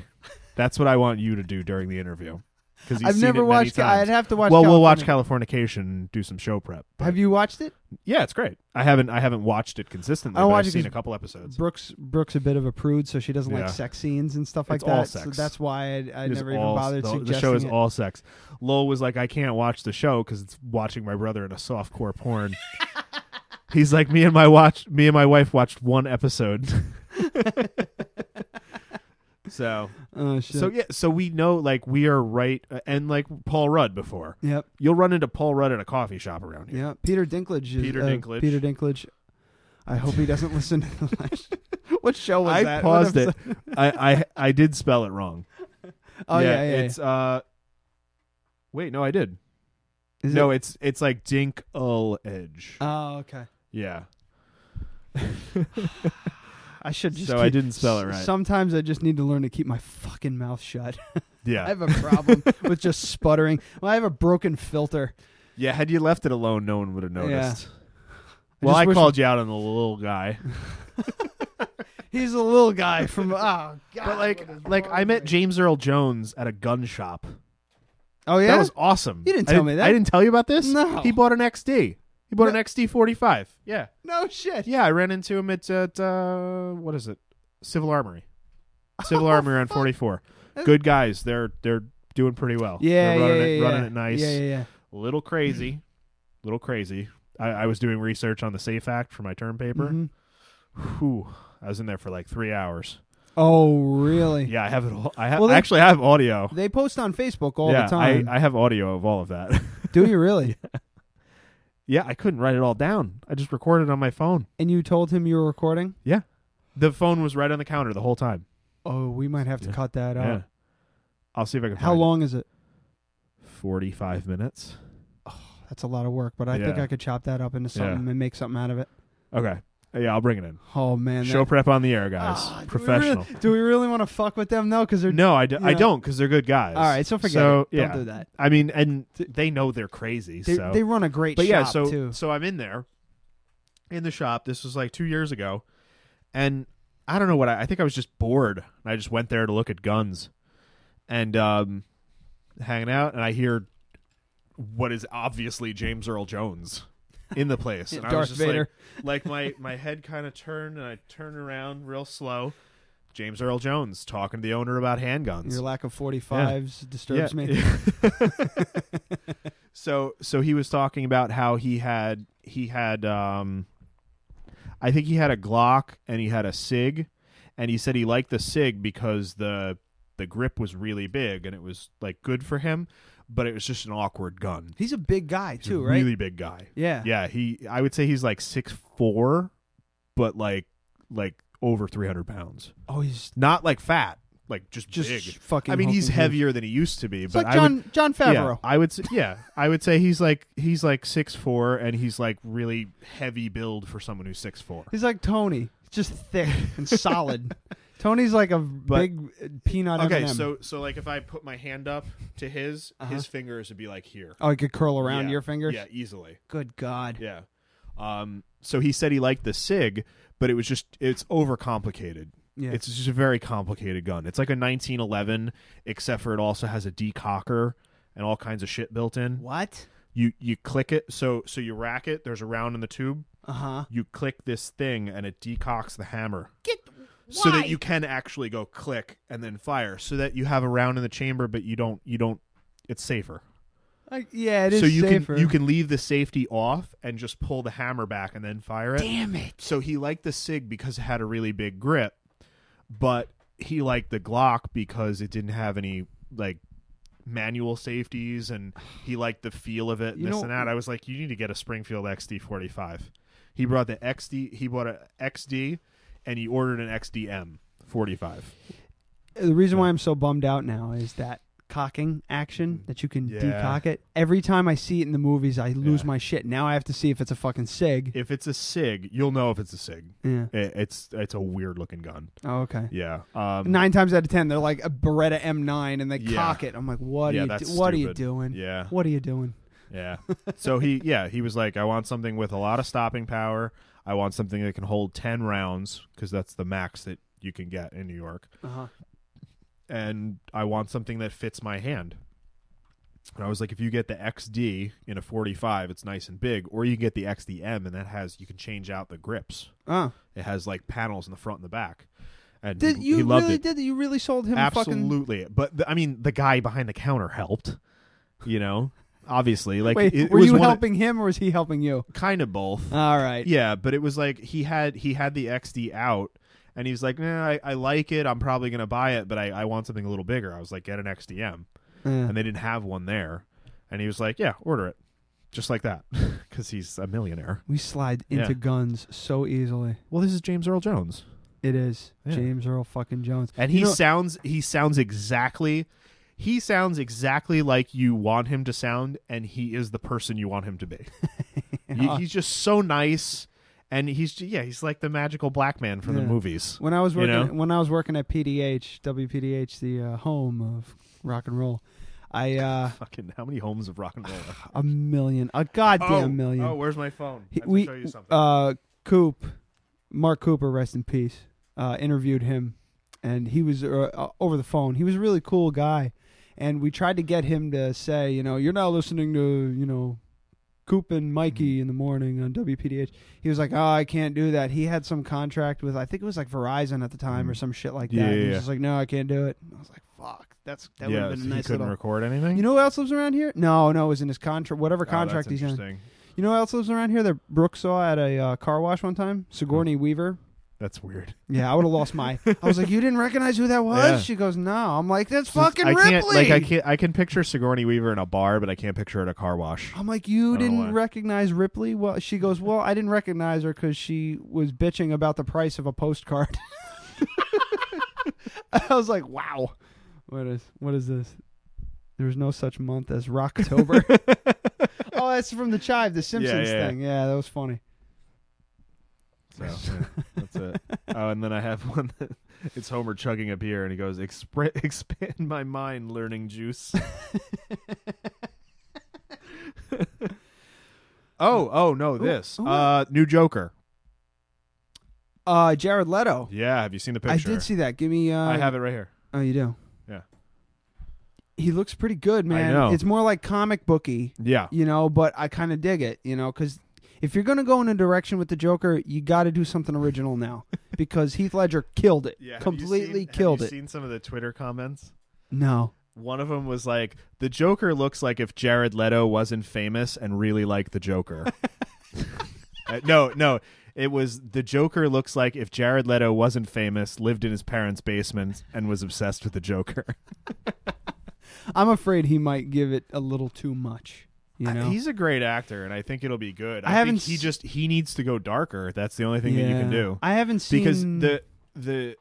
S3: That's what I want you to do during the interview. Because
S4: I've never watched Ca- I'd have to watch
S3: Well, we'll watch Californication and do some show prep.
S4: Have you watched it?
S3: Yeah, it's great. I haven't I haven't watched it consistently.
S4: I
S3: but
S4: watch
S3: I've
S4: it
S3: seen
S4: 'cause
S3: a couple episodes.
S4: Brooks Brooks a bit of a prude, so she doesn't like
S3: Yeah.
S4: sex scenes and stuff like
S3: It's
S4: that.
S3: all
S4: So
S3: sex.
S4: that's why I, I
S3: It is
S4: never even
S3: all-
S4: bothered
S3: the,
S4: suggesting
S3: the show is
S4: it.
S3: all sex. Lowell was like, I can't watch the show because it's watching my brother in a softcore porn. He's like, me and my watch, me and my wife watched one episode. so,
S4: Oh, shit.
S3: so yeah, so we know like we are right, uh, and like Paul Rudd before.
S4: Yep.
S3: you'll run into Paul Rudd at a coffee shop around here.
S4: Yeah, Peter Dinklage. Is,
S3: Peter
S4: uh,
S3: Dinklage.
S4: Peter Dinklage. I hope he doesn't listen to the last. What show was
S3: I
S4: that? What
S3: paused it.
S4: episode?
S3: I, I I did spell it wrong.
S4: Oh, yeah, yeah,
S3: It's uh Wait, no, I did.
S4: Is
S3: no,
S4: it-
S3: it's it's like Dink Ul Edge.
S4: Oh, okay.
S3: Yeah.
S4: I should just.
S3: So
S4: keep-
S3: I didn't spell it right.
S4: Sometimes I just need to learn to keep my fucking mouth shut.
S3: Yeah.
S4: I have a problem with just sputtering. Well, I have a broken filter.
S3: Yeah, had you left it alone, no one would have noticed.
S4: I
S3: Well,
S4: just
S3: I,
S4: wish-
S3: called you out on the little guy.
S4: He's a little guy from. Oh God.
S3: But like like I met James Earl Jones at a gun shop.
S4: Oh yeah.
S3: That was awesome.
S4: You didn't
S3: I
S4: tell me that.
S3: I didn't tell you about this?
S4: No.
S3: He bought an XD. He bought an XD 45. Yeah.
S4: No shit.
S3: Yeah, I ran into him at, at uh, what is it? Civil Armory.
S4: Oh,
S3: Civil Armory on 44. Good guys. They're they're doing pretty well.
S4: Yeah,
S3: they're running
S4: yeah,
S3: it,
S4: yeah,
S3: running
S4: yeah.
S3: it nice.
S4: Yeah, yeah, yeah.
S3: Little crazy, little crazy. I, I was doing research on the Safe Act for my term paper.
S4: Mhm.
S3: Whew. I was in there for like three hours.
S4: Oh really?
S3: Yeah, I have it all. I ha-
S4: Well, they-
S3: actually I have audio.
S4: They post on Facebook all
S3: yeah,
S4: the time.
S3: I, I have audio of all of that.
S4: Do you really?
S3: yeah, I couldn't write it all down. I just recorded on my phone.
S4: And you told him you were recording?
S3: Yeah. The phone was right on the counter the whole time.
S4: Oh, we might have to cut that out.
S3: Yeah. I'll see if I can.
S4: How long is it?
S3: Forty-five minutes.
S4: That's a lot of work, but I think
S3: Yeah.
S4: I could chop that up into
S3: Yeah.
S4: something and make something out of it.
S3: Okay. Yeah, I'll bring it in.
S4: Oh man,
S3: show
S4: that-
S3: prep on the air, guys.
S4: Do we really-
S3: Professional.
S4: do we really want to fuck with them? No, because they're
S3: no, I, d-
S4: you
S3: I
S4: know.
S3: don't because they're good guys.
S4: All right, so forget
S3: so,
S4: it.
S3: Yeah.
S4: Don't do that.
S3: I mean, and they know they're crazy.
S4: They-
S3: so
S4: they run a great
S3: but yeah,
S4: shop,
S3: so
S4: too.
S3: so I'm in there, in the shop. This was like two years ago, and I don't know what I, I think. I was just bored, and I just went there to look at guns, and um, hanging out, and I hear what is obviously James Earl Jones in the place, and I
S5: Darth
S3: was just
S5: Vader.
S3: like, like my my head kind of turned, and I turned around real slow. James Earl Jones talking to the owner about handguns.
S4: Your lack of 45s disturbs
S3: Yeah.
S4: me.
S3: so so he was talking about how he had he had um I think he had a Glock and he had a Sig and he said he liked the Sig because the the grip was really big and it was like good for him but it was just an awkward gun.
S4: He's a big guy
S3: He's a
S4: too, right?
S3: Really big guy.
S4: Yeah.
S3: Yeah, he I would say he's like six four, but like like over three hundred pounds.
S4: Oh, he's-
S3: not like fat. Like just,
S4: Just
S3: big.
S4: fucking
S3: I mean, he's
S4: hulking huge.
S3: heavier than he used to be.
S4: It's
S3: but
S4: like
S3: I would-
S4: John- John
S3: yeah,
S4: Favreau.
S3: I would say yeah. I would say he's like he's like six four and he's like really heavy build for someone who's six four.
S4: He's like Tony.
S19: just thick and solid. Tony's like a big peanut.
S3: Okay,
S19: M&M.
S3: so so like if I put my hand up to his,
S19: Uh-huh.
S3: his fingers would be like here.
S19: Oh, it could curl around
S3: Yeah.
S19: your fingers?
S3: Yeah, easily.
S19: Good God.
S3: Yeah. Um. So he said he liked the Sig, but it was just it's overcomplicated.
S19: Yeah.
S3: It's just a very complicated gun. It's like a 1911, except for it also has a decocker and all kinds of shit built in.
S19: What?
S3: You you click it, so so you rack it. There's a round in the tube.
S19: Uh huh.
S3: You click this thing, and it decocks the hammer.
S19: Get
S3: so
S19: why?
S3: that you can actually go click and then fire, so that you have a round in the chamber, but you don't you don't. It's safer
S19: Like, yeah, it is
S3: so you
S19: safer.
S3: can you can leave the safety off and just pull the hammer back and then fire it.
S19: Damn it!
S3: So he liked the Sig because it had a really big grip, but he liked the Glock because it didn't have any like manual safeties, and he liked the feel of it and
S4: You
S3: this
S4: know-
S3: and that. I was like, you need to get a Springfield XD45. He brought the XD. He bought a XD, and he ordered an XDM45.
S19: the reason why I'm so bummed out now is that cocking action that you can
S3: Mm-hmm. Yeah.
S19: decock it. Every time I see it in the movies, I lose my shit. Now I have to see if it's a fucking sig.
S3: If it's a Sig, you'll know if it's a Sig.
S19: Yeah.
S3: It- it's it's a weird looking gun.
S19: Oh, okay.
S3: Yeah. Um,
S19: Nine times out of ten, they're like a Beretta M9 and they
S3: Yeah.
S19: cock it. I'm like, what?
S3: Yeah,
S19: are you
S3: that's
S19: do- What are you
S3: stupid.
S19: doing?
S3: Yeah.
S19: What are you doing?
S3: Yeah. So he yeah, he was like I want something with a lot of stopping power. I want something that can hold 10 rounds cuz that's the max that you can get in New York.
S19: Uh-huh.
S3: And I want something that fits my hand. And I was like if you get the XD in a 45, it's nice and big or you can get the XDM and that has you can change out the grips.
S19: Oh.
S3: It has like panels in the front and the back. And
S19: Did
S3: he-
S19: you
S3: he loved
S19: really
S3: it.
S19: did you really sold him a fucking
S3: Absolutely. But the, I mean, the guy behind the counter helped, you know, obviously. Like,
S19: Wait,
S3: it, it
S19: were
S3: was
S19: you
S3: one of-
S19: helping Uh. him or was he helping you?
S3: Kind of both.
S19: All right.
S3: yeah, but it was like he had he had the XD out, and he was like, "Nah, I, I like it. I'm probably gonna buy it, but I, I want something a little bigger." I was like, "Get an XDM,"
S19: Yeah.
S3: and they didn't have one there, and he was like, "Yeah, order it," just like that, because he's a millionaire.
S19: We slide into
S3: Yeah.
S19: guns so easily.
S3: Well, this is James Earl Jones.
S19: It is
S3: Yeah.
S19: James Earl fucking Jones,
S3: and
S19: You
S3: he
S19: know-
S3: sounds he sounds exactly he sounds exactly like you want him to sound and he is the person you want him to be You- he's just so nice and he's ju- yeah he's like the magical black man from the
S19: Yeah.
S3: movies
S19: When I was
S3: you
S19: working,
S3: know?
S19: when I was working at PDH, WPDH, the uh, home of rock and roll, I uh,
S3: fucking how many homes of rock and roll are
S19: a million, a goddamn
S3: Oh,
S19: million.
S3: oh, where's my phone?
S19: He-
S3: I have to
S19: we
S3: show you something.
S19: uh, Coop, Mark Cooper, rest in peace. Uh, interviewed him, and he was uh, uh, over the phone. He was a really cool guy, and we tried to get him to say, you know, you're now listening to, you know. Coop and
S3: Mm-hmm.
S19: Mikey in the morning on WPDH. He was like, "Oh, I can't do that." He had some contract with, I think it was like Verizon at the time or some shit like that.
S3: Mm-hmm. Yeah,
S19: And he
S3: yeah,
S19: was
S3: yeah.
S19: just like, "No, I can't do it." And I was like, "Fuck, that's that would
S3: yeah
S19: have been a
S3: so he
S19: nice
S3: couldn't
S19: little."
S3: record anything
S19: You know who else lives around here? No, no, it was in his contract, whatever
S3: Oh,
S19: contract
S3: that's
S19: he's in.
S3: interesting.
S19: You know who else lives around here that Brooke saw at a uh, car wash one time? Sigourney Weaver.
S3: that's weird
S19: Yeah, I would have lost my. I was like, you didn't recognize who that was?
S3: Yeah.
S19: She goes, no. I'm like, that's fucking
S3: I
S19: Ripley.
S3: can't like I can't I can picture Sigourney Weaver in a bar, but I can't picture her at a car wash.
S19: am like, you
S3: I don't know
S19: didn't recognize Ripley? Well, she goes, well, I didn't recognize her because she was bitching about the price of a postcard. I was like, wow. What is what is this? There's no such month as Rocktober. oh, that's from the Chive, the Simpsons
S3: yeah, yeah.
S19: thing. Yeah, that was funny.
S3: So yeah, that's it. Oh, and then I have one that it's Homer chugging a beer, and he goes, Expre- "Expand my mind, learning juice." oh, oh no, this
S19: oh,
S3: uh, new Joker.
S19: Uh, Jared Leto.
S3: Yeah, have you seen the
S19: I
S3: picture?
S19: did see that. Give me. Uh,
S3: I have it right here.
S19: Oh, you do.
S3: Yeah.
S19: He looks pretty good, man.
S3: know.
S19: It's more like comic booky.
S3: Yeah.
S19: You know, but I kind of dig it. You know, because if you're gonna go in a direction with the Joker, you got to do something original now because Heath Ledger killed it.
S3: Yeah,
S19: completely killed it.
S3: Seen some of the Twitter comments.
S19: No.
S3: One of them was like, "The Joker looks like if Jared Leto wasn't famous and really liked the Joker." Uh, no, no, it was the Joker looks like if Jared Leto wasn't famous, lived in his parents' basement, and was obsessed with the Joker.
S19: I'm afraid he might give it a little too much. You
S3: I-
S19: know,
S3: Uh, he's a great actor, and I think it'll be good.
S19: I
S3: I, think
S19: haven't
S3: he just he needs to go darker. That's the only thing that you can
S19: Yeah.
S3: do.
S19: I haven't
S3: because
S19: seen-
S3: the the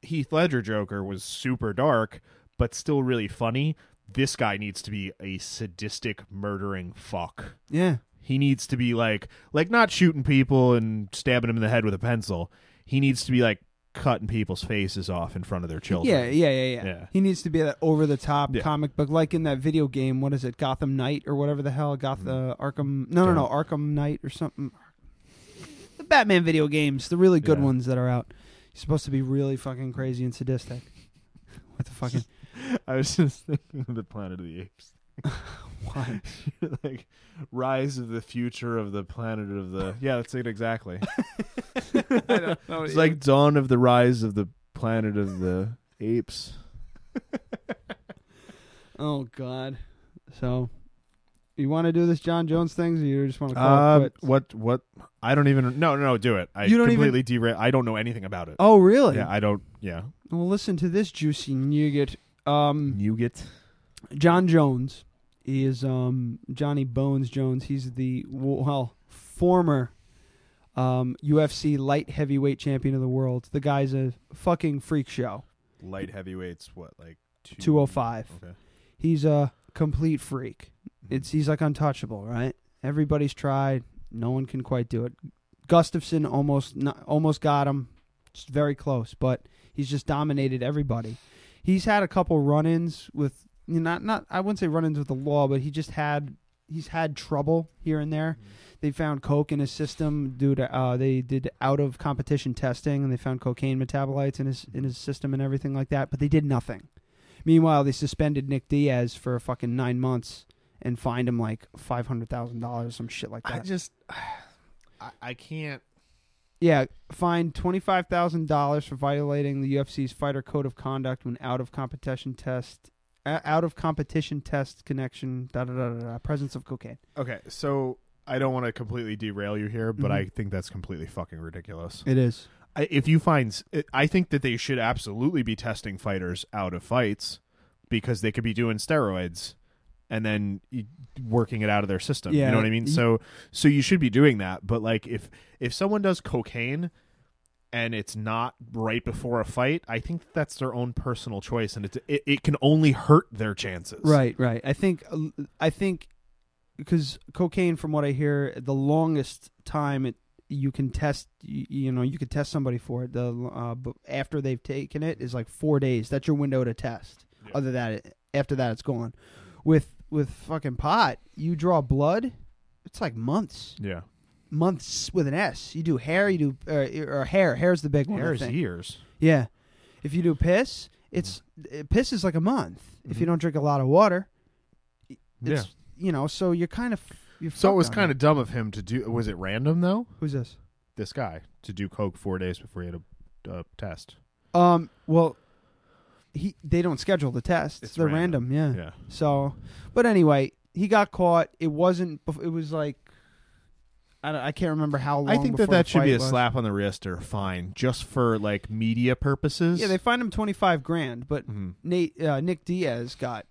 S3: Heath Ledger Joker was super dark, but still really funny. This guy needs to be a sadistic murdering fuck.
S19: Yeah.
S3: He needs to be like like not shooting people and stabbing them in the head with a pencil. He needs to be like cutting people's faces off in front of their children.
S19: Yeah, yeah, yeah, yeah. He needs to be that over the top comic book, like in that video game. What is it, Gotham Knight or whatever the hell? Gotham uh, Arkham? No, no, no, Arkham Knight or something. The Batman video games, the really good ones that are out. You're supposed to be really fucking crazy and sadistic. What the fucking?
S3: I was just thinking of the Planet of the Apes.
S19: Why?
S3: like rise of the future of the planet of the yeah that's it exactly
S19: know what
S3: it's
S19: it
S3: like
S19: is.
S3: dawn of the rise of the planet of the apes
S19: Oh God. So, you want to do this John Jones things, or you just want to call it
S3: uh,
S19: quits?
S3: what what i don't even no no no do it i
S19: You don't even-
S3: completely derail i don't know anything about it
S19: Oh, really?
S3: yeah i don't yeah
S19: Well, listen to this juicy nougat. Um,
S3: nougat.
S19: John Jones is um, Johnny Bones Jones. He's the well former um, UFC light heavyweight champion of the world. The guy's a fucking freak show.
S3: light heavyweights what like two,
S19: 205.
S3: okay
S19: He's a complete freak. It's he's like untouchable, right? Everybody's tried, no one can quite do it. Gustafson almost not, almost got him. It's very close, but he's just dominated everybody. He's had a couple run-ins with you know, not not I wouldn't say run-ins with the law, but he just had he's had trouble here and there. They found coke in his system due to uh, they did out of competition testing and they found cocaine metabolites in his in his system and everything like that, but they did nothing. Meanwhile, they suspended Nick Diaz for fucking nine months and fined him like five hundred thousand dollars, some shit like that.
S3: i just I, I can't
S19: yeah, fined twenty five thousand dollars for violating the UFC's fighter code of conduct when out of competition test, uh, out of competition test connection, da da da da, da presence of cocaine.
S3: okay so i don't want to completely derail you here but
S19: Mhm.
S3: i think that's completely fucking ridiculous
S19: It is.
S3: I, if you find, s- it- I think that they should absolutely be testing fighters out of fights because they could be doing steroids and then y- working it out of their system.
S20: Yeah,
S3: you know what I mean?
S20: y-
S3: So, so you should be doing that. But like, if if someone does cocaine and it's not right before a fight, I think that's their own personal choice, and it's, it it can only hurt their chances.
S19: Right, right. I think I think because cocaine, from what I hear, the longest time it you can test, you, you know, you could test somebody for it. The uh, b- after they've taken it is like four days. That's your window to test. Other than that, after that, it's gone. With with fucking pot, you draw blood. It's like months,
S3: Yeah.
S19: months with an S. You do hair, you do uh, or hair. Hair's the big one. I
S3: Hair's
S19: think.
S3: years.
S19: Yeah. If you do piss, it's
S3: Mm-hmm.
S19: uh, piss is like a month. If you don't drink a lot of water, i- it's, you know, so you're kind of you're
S3: So it
S19: fucked
S3: was
S19: on
S3: kind of dumb of him to do. Was it random though?
S19: Who's this?
S3: This guy to do coke four days before he had a uh, test.
S19: Um. Well, he they don't schedule the tests. They're random. Yeah.
S3: Yeah.
S19: So, but anyway, he got caught. It wasn't. bef- It was like. I, don't, I can't remember how long.
S3: I think
S19: before
S3: that
S19: the
S3: that should be
S19: fight
S3: a
S19: was.
S3: slap on the wrist or fine, just for like media purposes.
S19: Yeah, they fined him twenty five grand, but
S3: Mhm.
S19: Nate uh, Nick Diaz got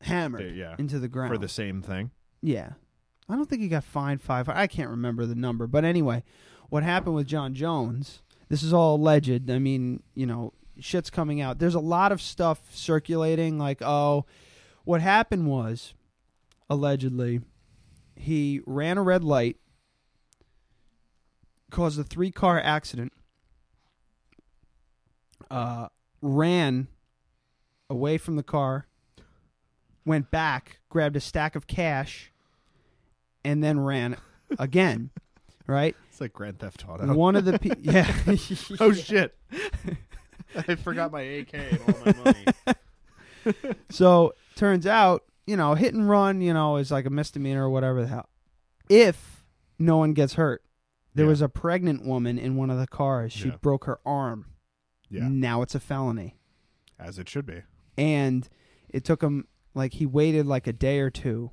S19: hammered
S3: Yeah,
S19: into the ground
S3: for the same thing.
S19: Yeah. I don't think he got fined five. I can't remember the number. But anyway, what happened with John Jones, this is all alleged. I mean, you know, shit's coming out. There's a lot of stuff circulating like, oh, what happened was, allegedly, he ran a red light, caused a three car accident, uh, ran away from the car, went back, grabbed a stack of cash, and then ran again. Right?
S3: It's like Grand Theft Auto.
S19: One of the pe- yeah.
S3: oh shit! I forgot my AK and all my money.
S19: so turns out, you know, hit and run, you know, is like a misdemeanor or whatever the hell. If no one gets hurt, there was a pregnant woman in one of the cars. She
S3: Yeah.
S19: broke her arm.
S3: Yeah.
S19: Now it's a felony.
S3: As it should be.
S19: and it took him like he waited like a day or two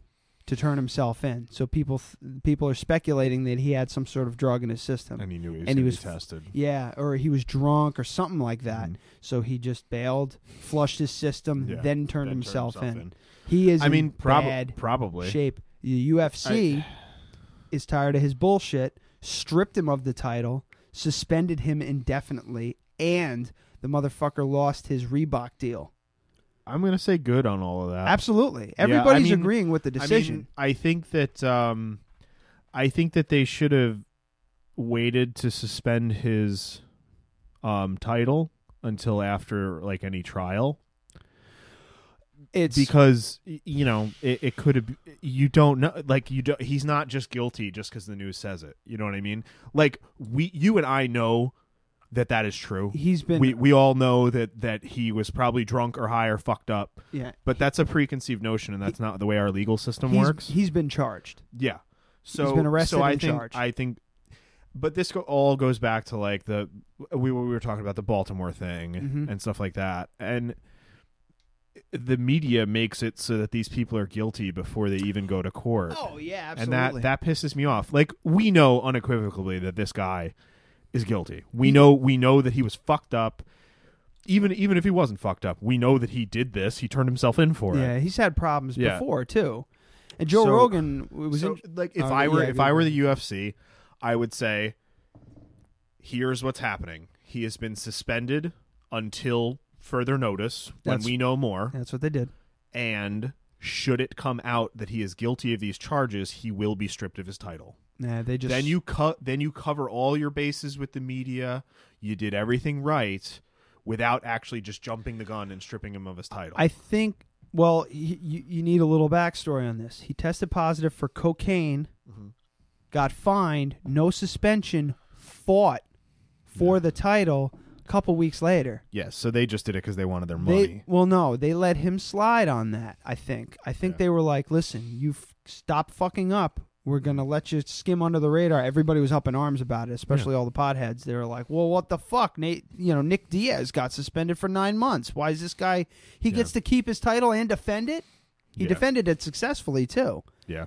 S19: to turn himself in. So people th- people are speculating that he had some sort of drug in his system,
S3: And he knew he was
S19: and he
S3: gonna be
S19: was
S3: tested.
S19: Yeah, or he was drunk or something like that. So he just bailed, flushed his system,
S3: Mm-hmm. Yeah,
S19: then turned
S3: then
S19: himself
S3: turned
S19: in.
S3: himself
S19: He is
S3: I mean,
S19: in
S3: prob-
S19: bad
S3: probably.
S19: shape. The UFC is tired of his bullshit, stripped him of the title, suspended him indefinitely, and the motherfucker lost his Reebok deal.
S3: I'm gonna say good on all of that.
S19: Absolutely.
S3: Yeah, I
S19: Everybody's
S3: mean-
S19: agreeing with the
S3: I mean,
S19: decision.
S3: I, think that um, I think that they should have waited to suspend his um, title until after like any trial.
S19: It's
S3: because y- you know it, it could have. You don't know, like you don't. He's not just guilty just because the news says it. You know what I mean? Like we, you and I know that that is true.
S19: He's been-
S3: We we all know that that he was probably drunk or high or fucked up.
S19: Yeah.
S3: But that's a preconceived notion, and that's not the way our legal system
S19: He's-
S3: works.
S19: He's been charged.
S3: Yeah. So
S19: He's been arrested
S3: so I
S19: and
S3: think,
S19: charged.
S3: I think, but this go- all goes back to like the we were, we were talking about the Baltimore thing
S19: Mhm.
S3: and stuff like that, and the media makes it so that these people are guilty before they even go to court.
S19: Oh, yeah,
S3: And
S19: absolutely.
S3: that that pisses me off. Like we know unequivocally that this guy is guilty. We know we know that he was fucked up. Even even if he wasn't fucked up, we know that he did this. He turned himself in for it.
S19: Yeah, he's had problems
S3: Yeah.
S19: before too. And Joe
S3: So-
S19: Rogan was
S3: so,
S19: in,
S3: like if
S19: Oh,
S3: I were
S19: yeah,
S3: if I were the UFC, I would say, here's what's happening. He has been suspended until further notice when
S19: That's-
S3: we know more.
S19: That's what they did.
S3: And should it come out that he is guilty of these charges, he will be stripped of his title.
S19: Nah, they just
S3: then you cut then you cover all your bases with the media. You did everything right without actually just jumping the gun and stripping him of his title.
S19: I think. Well, you, you you need a little backstory on this. He tested positive for cocaine,
S3: Mm-hmm.
S19: got fined, no suspension, fought for the title. A couple weeks later,
S3: yes, so they just did it because they wanted their money.
S19: They, well, no, they let him slide on that. I think. I think they were like, "Listen, you f- stop fucking up. We're gonna let you skim under the radar." Everybody was up in arms about it, especially all the potheads. They were like, "Well, what the fuck, Nate? You know, Nick Diaz got suspended for nine months. Why is this guy? He gets to keep his title and defend it. He
S3: Yeah.
S19: defended it successfully too.
S3: Yeah.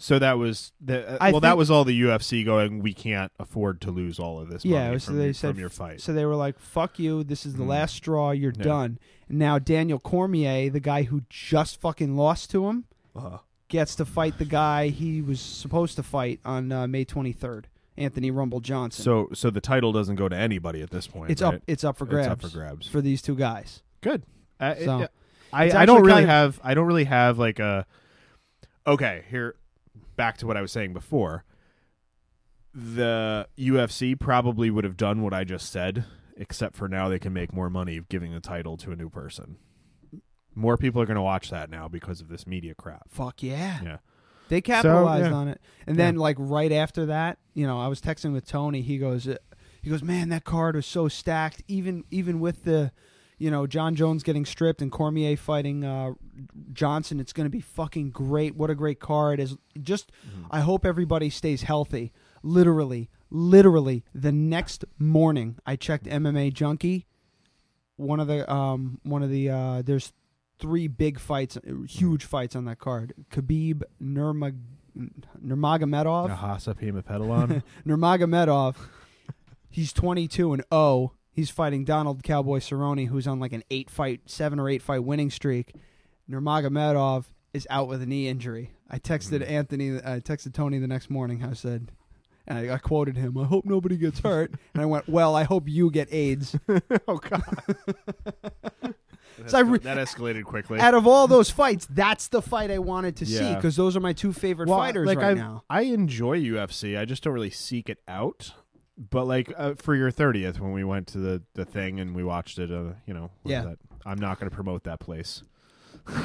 S3: So that was the, uh,
S19: I
S3: well. that
S19: think-
S3: was all the UFC going. We can't afford to lose all of this.
S19: yeah,
S3: money
S19: so
S3: from,
S19: they
S3: your-
S19: said
S3: from your fight.
S19: So they were like, "Fuck you! This is the
S3: Mm.
S19: last straw. You're
S3: Yeah.
S19: done." And now Daniel Cormier, the guy who just fucking lost to him,
S3: Uh-huh.
S19: gets to fight the guy he was supposed to fight on uh, May 23rd, Anthony Rumble Johnson.
S3: So so the title doesn't go to anybody at this point.
S19: it's
S3: right?
S19: up. It's up for grabs.
S3: It's up for grabs.
S19: for these two guys.
S3: Good. Uh, it-
S19: So,
S3: yeah. I,
S19: it's
S3: I don't
S19: actually
S3: really
S19: kind of-
S3: have I don't really have like a okay here back to what I was saying before the UFC probably would have done what I just said except for now they can make more money giving the title to a new person more people are going to watch that now because of this media crap
S19: Fuck yeah.
S3: yeah
S19: They capitalized
S3: yeah.
S19: on it. And then like right after that, you know, I was texting with Tony. He goes uh, he goes, "Man, that card was so stacked even even with the you know, John Jones getting stripped and Cormier fighting uh, Johnson. It's going to be fucking great. What a great card! Is just, I hope everybody stays healthy. Literally, literally, the next morning, I checked MMA Junkie. One of the um, one of the uh, there's three big fights, uh, huge fights on that card. Khabib Nurmag Nurmagomedov.
S3: Nahasap Hemapedalon.
S19: Nurmagomedov, he's 22 and 0. He's fighting Donald Cowboy Cerrone, who's on like an eight fight, seven or eight fight winning streak. Nurmagomedov is out with a knee injury. I texted Anthony, I texted Tony the next morning. I said, and I, I quoted him, I hope nobody gets hurt. and I went, well, I hope you get AIDS.
S3: oh, God.
S19: so I re-
S3: that escalated quickly
S19: out of all those fights, that's the fight I wanted to see
S3: Yeah.
S19: because those are my two favorite
S3: Well,
S19: fighters
S3: like
S19: right
S3: I,
S19: now.
S3: I enjoy UFC. I just don't really seek it out. But like uh, for your thirtieth, when we went to the, the thing and we watched it, uh, you know, what
S19: Yeah.
S3: was that? I'm not going to promote that place.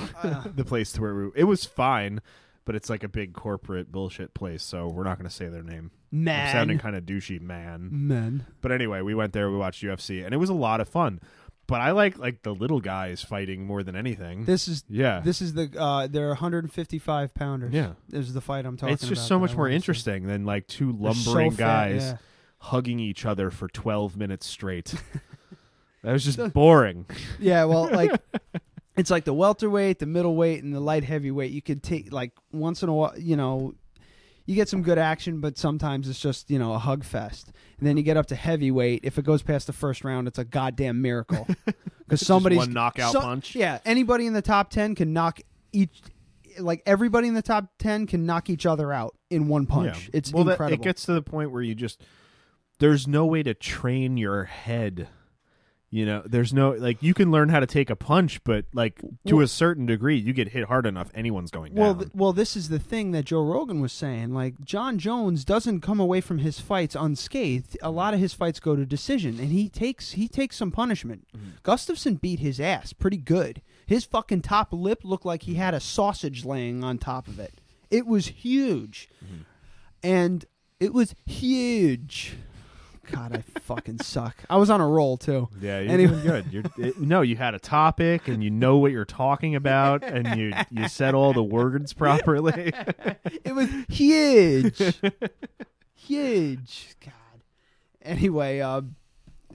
S3: the place to where we, it was fine, but it's like a big corporate bullshit place, so we're not going to say their name.
S19: Man.
S3: I'm sounding kind of douchey, man.
S19: Man.
S3: But anyway, we went there, we watched UFC, and it was a lot of fun. But I like like the little guys fighting more than anything.
S19: This is
S3: yeah.
S19: This is the uh, they're 155 pounders.
S3: Yeah.
S19: this is the fight I'm talking.
S3: It's just
S19: about
S3: so
S19: that
S3: much
S19: I
S3: more
S19: wanna see.
S3: interesting than like two
S19: They're so
S3: lumbering
S19: fat,
S3: guys
S19: yeah.
S3: hugging each other for 12 minutes straight. that was just boring.
S19: Yeah, well, like it's like the welterweight, the middleweight, and the light heavyweight. You could take like once in a while, you know, you get some good action, but sometimes it's just you know a hug fest. And then you get up to heavyweight. If it goes past the first round, it's a goddamn miracle because somebody's
S3: one knockout punch.
S19: Yeah, anybody in the top ten can knock each. Like everybody in the top ten can knock each other out in one punch. It's
S3: well, that-
S19: incredible.
S3: it gets to the point where you just there's no way to train your head. You know, there's no like you can learn how to take a punch, but like to
S4: Well-
S3: a certain degree, you get hit hard enough, anyone's going down.
S4: Well, th- well, this is the thing that Joe Rogan was saying. Like John Jones doesn't come away from his fights unscathed. A lot of his fights go to decision, and he takes he takes some punishment. Gustafson beat his ass pretty good. His fucking top lip looked like he had a sausage laying on top of it. It was huge, and it was huge. God, I fucking suck. I was on a roll too.
S3: Yeah, you're
S4: Anyway-
S3: doing good. You're, it- no, you had a topic and you know what you're talking about, and you you said all the words properly.
S4: it was huge, huge. God. Anyway, um,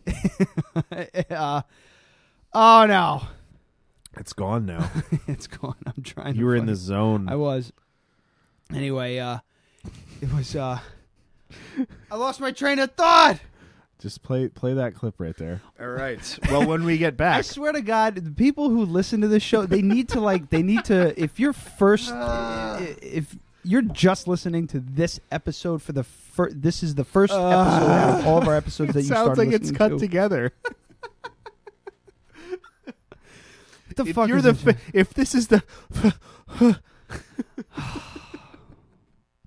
S4: uh, oh no,
S3: It's gone now.
S4: it's gone. I'm trying.
S3: You
S4: to
S3: were in
S4: fucking-
S3: the zone.
S4: I was. Anyway, uh, it was. uh I lost my train of thought.
S3: Just play play that clip right there.
S4: All right.
S3: Well, when we get
S4: I
S3: back,
S4: swear to God, the people who listen to this show, they need to like, they need to. If you're first, i- if you're just listening to this episode for the first, this is the first episode out of all of our episodes
S3: It
S4: that you
S3: Uh, sounds
S4: started
S3: like it's
S4: listening
S3: cut
S4: to.
S3: together.
S4: What the
S3: if
S4: fuck
S3: you're
S4: is
S3: the
S4: this?
S3: fa- if this is the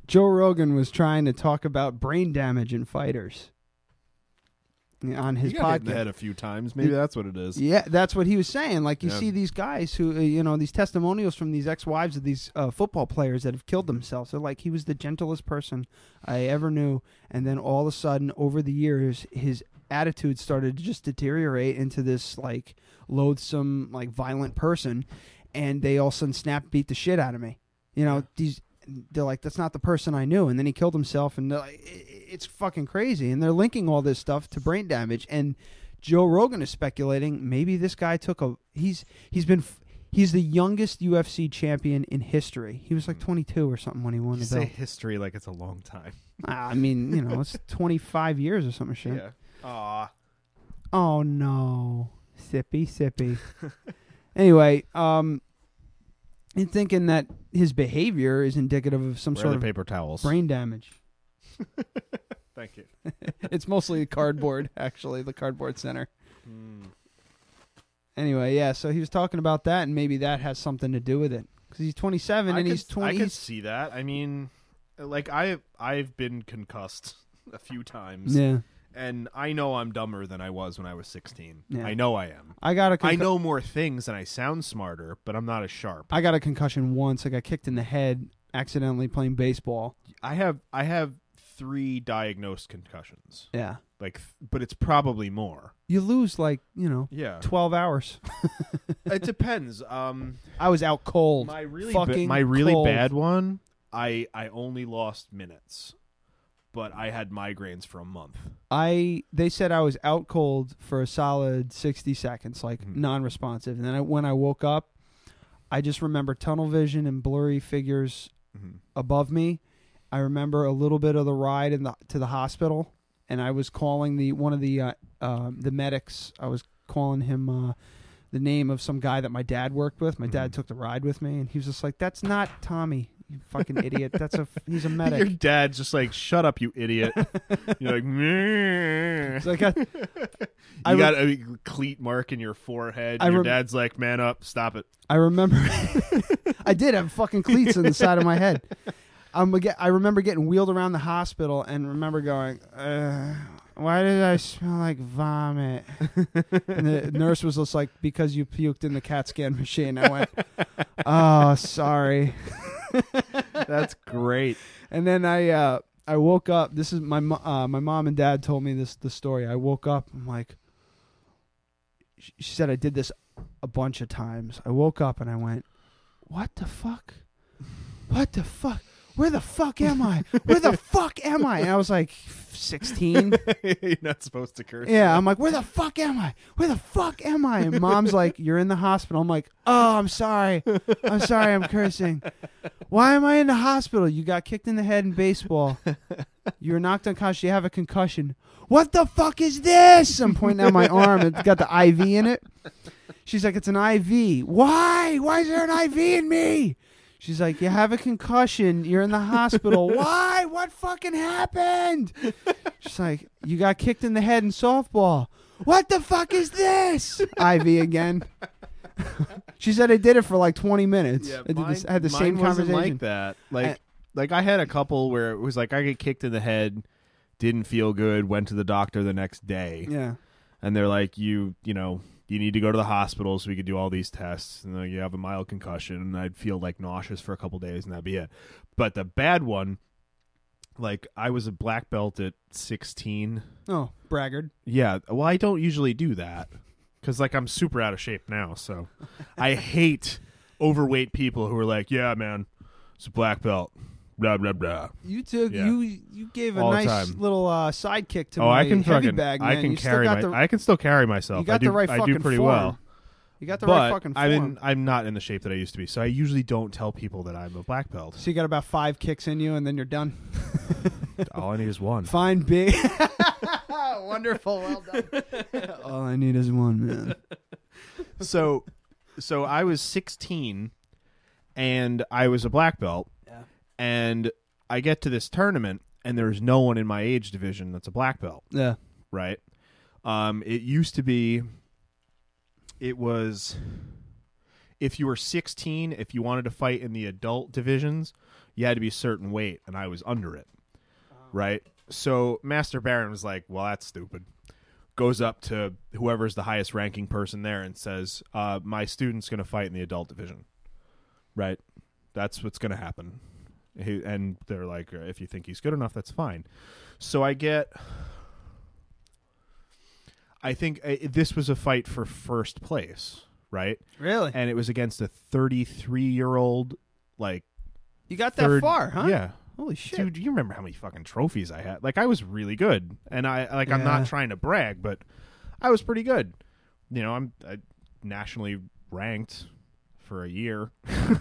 S4: Joe Rogan was trying to talk about brain damage in fighters on his
S3: He got hit in
S4: podcast.
S3: the head a few times. Maybe that's what it is.
S4: Yeah, that's what he was saying. Like you
S3: Yeah.
S4: see these guys who, uh, you know, these testimonials from these ex-wives of these uh, football players that have killed themselves. They're like, he was the gentlest person I ever knew, and then all of a sudden, over the years, his attitude started to just deteriorate into this like loathsome, like violent person, and they all of a sudden snap beat the shit out of me. You know, these they're like, that's not the person I knew, and then he killed himself, and they're like, "I- I- it's fucking crazy, and they're linking all this stuff to brain damage, and Joe Rogan is speculating maybe this guy took a he's he's been. f- He's the youngest UFC champion in history. He was
S3: Mm.
S4: like 22 or something when he won
S3: You
S4: the belt.
S3: say history like it's a long time.
S4: I mean, you know, it's 25 years or something shit.
S3: Yeah. Aw.
S4: Oh no. Sippy sippy. anyway, um in thinking that his behavior is indicative of some
S3: Where are
S4: sort
S3: the
S4: of
S3: paper towels?
S4: brain damage.
S3: Thank you.
S4: it's mostly cardboard, actually, the cardboard center.
S3: Hmm.
S4: Anyway, yeah, so he was talking about that and maybe that has something to do with it. Cuz he's 27
S3: I
S4: and
S3: could-
S4: he's 20
S3: I could see that. I mean, like I I've been concussed a few times.
S4: Yeah.
S3: And I know I'm dumber than I was when I was 16.
S4: Yeah.
S3: I know I am.
S4: I got a
S3: I
S4: concu-
S3: know more things and I sound smarter, but I'm not as sharp.
S4: I got a concussion once. I got kicked in the head accidentally playing baseball.
S3: I have I have 3 diagnosed concussions.
S4: Yeah.
S3: Like th- but it's probably more.
S4: You lose like, you know,
S3: Yeah.
S4: 12 hours.
S3: it depends. Um
S4: I was out cold.
S3: My really, ba-
S4: fucking
S3: my really
S4: cold.
S3: bad one. I I only lost minutes, but I had migraines for a month.
S4: I they said I was out cold for a solid 60 seconds, like non-responsive. And then I, when I woke up, I just remember tunnel vision and blurry figures above me. I remember a little bit of the ride in the to the hospital, and I was calling the one of the uh, um the medics. I was calling him uh, the name of some guy that my dad worked with. My dad took the ride with me, and he was just like, "That's not Tommy, you fucking idiot. That's a he's a medic."
S3: Your dad's just like, "Shut up, you idiot!" You're like, "Meh."
S4: It's like, I-
S3: you
S4: I re-
S3: got a cleat mark in your forehead.
S4: I
S3: your
S4: rem-
S3: dad's like, "Man up, stop it."
S4: I remember I did have fucking cleats on the side of my head. I'm aga- I remember getting wheeled around the hospital and remember going, uh, why did I smell like vomit? and the nurse was just like, because you puked in the CAT scan machine. I went, oh, sorry.
S3: That's great.
S4: And then I uh, I woke up. This is my mo- uh, my mom and dad told me this the story. I woke up. I'm like, she she said I did this a bunch of times. I woke up and I went, what the fuck? What the fuck? Where the fuck am I? Where the fuck am I? And I was like, 16.
S3: You're not supposed to curse.
S4: Yeah, I'm like, where the fuck am I? Where the fuck am I? And mom's like, you're in the hospital. I'm like, oh, I'm sorry. I'm sorry, I'm cursing. Why am I in the hospital? You got kicked in the head in baseball. You were knocked unconscious. You have a concussion. What the fuck is this? I'm pointing out my arm. It's got the IV in it. She's like, it's an IV. Why? Why is there an IV in me? She's like, you have a concussion. You're in the hospital. Why? What fucking happened? She's like, you got kicked in the head in softball. What the fuck is this? Ivy again. she said I did it for like 20 minutes.
S3: Yeah,
S4: I, did
S3: mine-
S4: this, I had the
S3: mine
S4: same
S3: wasn't
S4: conversation.
S3: like that. Like, like I had a couple where it was like I get kicked in the head, didn't feel good, went to the doctor the next day.
S4: Yeah.
S3: and they're like, you, you know, you need to go to the hospital so we could do all these tests, and then you have a mild concussion, and I'd feel like nauseous for a couple days, and that'd be it. But the bad one, like I was a black belt at sixteen.
S4: Oh, braggart.
S3: Yeah. Well, I don't usually do that because, like, I'm super out of shape now. So I hate overweight people who are like, yeah, man, it's a black belt. Blah, blah, blah.
S4: You took
S3: Yeah.
S4: you you gave a
S3: All the
S4: nice
S3: time.
S4: little uh, sidekick to
S3: oh,
S4: my
S3: I can
S4: heavy
S3: fucking,
S4: bag. Man.
S3: I can
S4: You still
S3: carry my,
S4: got the,
S3: I can still carry myself.
S4: You got
S3: I do,
S4: the right
S3: I
S4: fucking
S3: do pretty
S4: form.
S3: well.
S4: You got the
S3: but
S4: right fucking
S3: I'm
S4: form.
S3: in, I'm not in the shape that I used to be, so I usually don't tell people that I'm a black belt.
S4: So you got about five kicks in you, and then you're done.
S3: All I need is one.
S4: Fine, big.
S19: Wonderful. Well done.
S4: All I need is one man.
S3: so so I was 16 and I was a black belt.
S19: Yeah.
S3: And I get to this tournament and there's no one in my age division that's a black belt.
S4: Yeah.
S3: Right? Um it used to be it was if you were 16, if you wanted to fight in the adult divisions, you had to be a certain weight and I was under it. Right? So Master Baron was like, "Well, that's stupid." goes up to whoever's the highest ranking person there and says, uh, "My student's going to fight in the adult division." Right, that's what's going to happen. He, and they're like, "If you think he's good enough, that's fine." So I get. I think uh, this was a fight for first place, right?
S4: Really?
S3: And it was against a 33 year old, like.
S4: You got that
S3: third-
S4: far, huh?
S3: Yeah.
S4: Holy shit.
S3: Dude, you remember how many fucking trophies I had? Like I was really good, and I like I'm
S4: Yeah.
S3: not trying to brag, but I was pretty good. You know, I'm I nationally ranked for a year.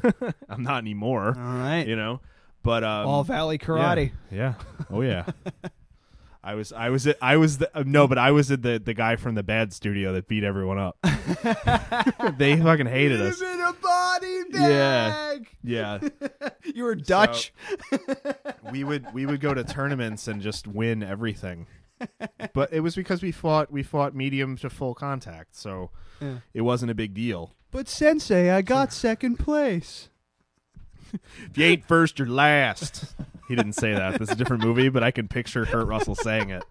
S3: I'm not anymore.
S4: All right.
S3: You know, but um,
S4: All Valley Karate.
S3: Yeah. yeah. Oh yeah. I was I was I was the, uh, no, but I was the the guy from the bad studio that beat everyone up. they fucking hated us.
S19: in a body
S3: Yeah.
S19: bag.
S3: Yeah.
S4: you were Dutch.
S3: we would we would go to tournaments and just win everything. But it was because we fought we fought medium to full contact, so
S4: Yeah.
S3: it wasn't a big deal.
S4: But Sensei, I got second place.
S3: If you ain't first, you're last. He didn't say that. This is a different movie, but I can picture Kurt Russell saying it.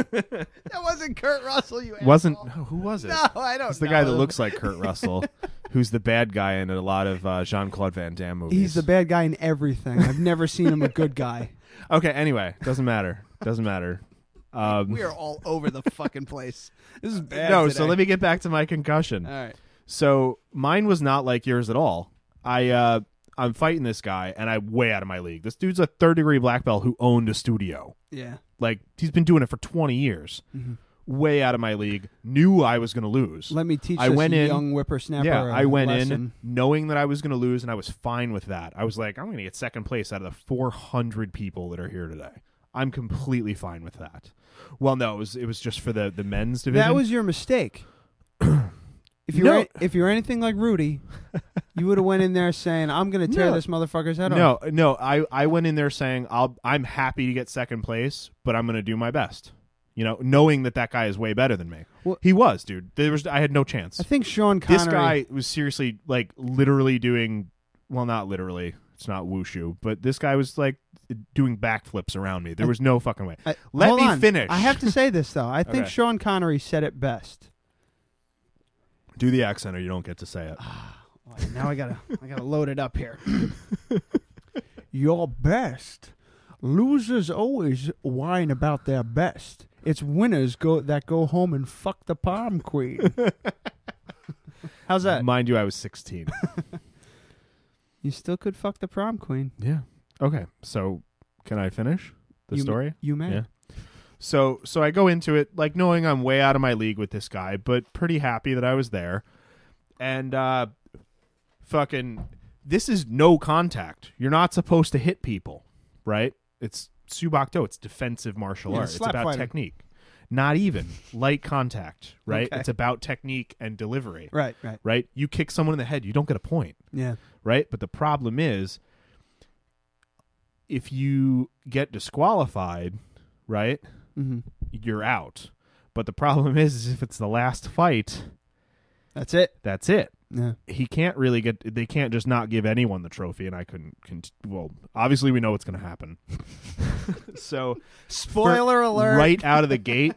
S19: That wasn't Kurt Russell. You
S3: Wasn't
S19: asshole.
S3: no, who was it?
S19: No, I don't
S3: It's the
S19: know
S3: guy that
S19: him.
S3: looks like Kurt Russell, who's the bad guy in a lot of uh, Jean Claude Van Damme movies.
S4: He's the bad guy in everything. I've never seen him a good guy.
S3: okay. Anyway, doesn't matter. Doesn't matter. Um,
S19: We are all over the fucking place. This is bad.
S3: Uh, no, so
S19: today.
S3: let me get back to my concussion.
S19: All right.
S3: So mine was not like yours at all. I uh I'm fighting this guy and I'm way out of my league. This dude's a third degree black belt who owned a studio.
S4: Yeah.
S3: Like he's been doing it for 20 years.
S19: Mm-hmm.
S4: Mhm.
S3: Way out of my league. Knew I was going to lose.
S4: Let me teach
S3: I
S4: this
S3: went in,
S4: young whippersnapper
S3: Yeah,
S4: a
S3: I went
S4: lesson.
S3: in knowing that I was going to lose and I was fine with that. I was like, I'm going to get second place out of the 400 people that are here today. I'm completely fine with that. Well, no, it was it was just for the the men's division.
S4: That was your mistake. If you're
S3: No.
S4: a- if you're anything like Rudy, you would have went in there saying, "I'm going to tear
S3: No.
S4: this motherfucker's head
S3: no,
S4: off."
S3: no. I, I went in there saying I'll I'm happy to get second place, but I'm going to do my best. You know, knowing that that guy is way better than me. he was, dude. There was I had no chance.
S4: I think Sean Connery.
S3: this guy was seriously like literally doing well, not literally. It's not wushu, but this guy was like doing backflips around me. There was no fucking way.
S4: I-
S3: Let
S4: uh, hold
S3: me
S4: on.
S3: finish.
S4: I have to say this though. I think
S3: Okay.
S4: Sean Connery said it best.
S3: do the accent, or you don't get to say it.
S4: Now I gotta I gotta load it up here. Your best. Losers always whine about their best. It's winners go that go home and fuck the palm queen. How's that?
S3: Mind you, I was 16.
S4: you still could fuck the prom queen.
S3: Yeah. Okay. So can I finish the
S4: You m-
S3: story?
S4: you may.
S3: Yeah. So so I go into it like knowing I'm way out of my league with this guy, but pretty happy that I was there. And uh fucking this is no contact. You're not supposed to hit people, right? It's subakto, it's defensive martial
S21: Yeah,
S3: art. It's
S21: slap
S3: about
S21: fighting.
S3: technique. Not even light contact, right?
S21: Okay.
S3: It's about technique and delivery.
S21: Right, right.
S3: Right? You kick someone in the head, you don't get a point.
S21: Yeah.
S3: Right? But the problem is if you get disqualified, right,
S4: Mhm.
S3: you're out. But the problem is, is if it's the last fight,
S4: that's it.
S3: That's it.
S4: Yeah.
S3: He can't really get. They can't just not give anyone the trophy, and I couldn't. Cont- well, obviously we know what's going to happen. so,
S4: Spoiler
S3: for-
S4: alert.
S3: Right out of the gate,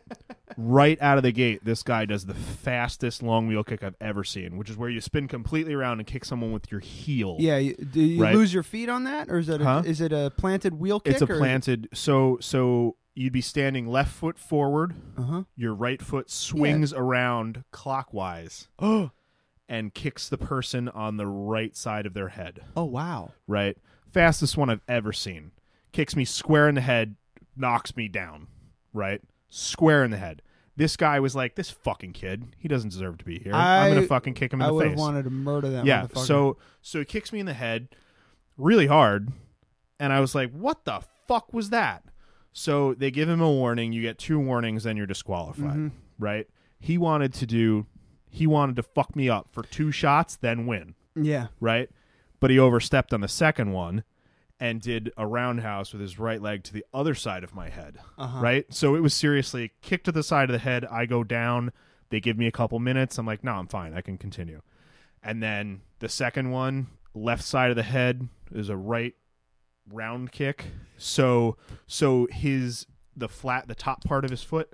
S3: right out of the gate, this guy does the fastest long wheel kick I've ever seen, which is where you spin completely around and kick someone with your heel.
S4: Yeah, you, do you
S3: Right.
S4: lose your feet on that, or is it a,
S3: Huh?
S4: is it a planted wheel kick?
S3: It's a
S4: or is it-
S3: planted. So so you'd be standing left foot forward.
S4: Uh-huh.
S3: Your right foot swings around clockwise. and kicks the person on the right side of their head.
S4: Oh wow!
S3: Right, fastest one I've ever seen. Kicks me square in the head, knocks me down. Right, square in the head. This guy was like, "This fucking kid. He doesn't deserve to be here. I, am gonna fucking kick him in
S4: I
S3: the
S4: would've
S3: face."
S4: wanted to murder that.
S3: yeah.
S4: motherfucker.
S3: So so he kicks me in the head really hard and I was like, "What the fuck was that?" So they give him a warning, you get two warnings then you're disqualified,
S4: Mhm.
S3: right? He wanted to do he wanted to fuck me up for two shots then win,
S4: yeah,
S3: right? But he overstepped on the second one and did a roundhouse with his right leg to the other side of my head,
S4: Uh-huh.
S3: right? So it was seriously kick to the side of the head, I go down, they give me a couple minutes, I'm like, "No, I'm fine. I can continue." And then the second one, left side of the head is a right round kick. So so his the flat the top part of his foot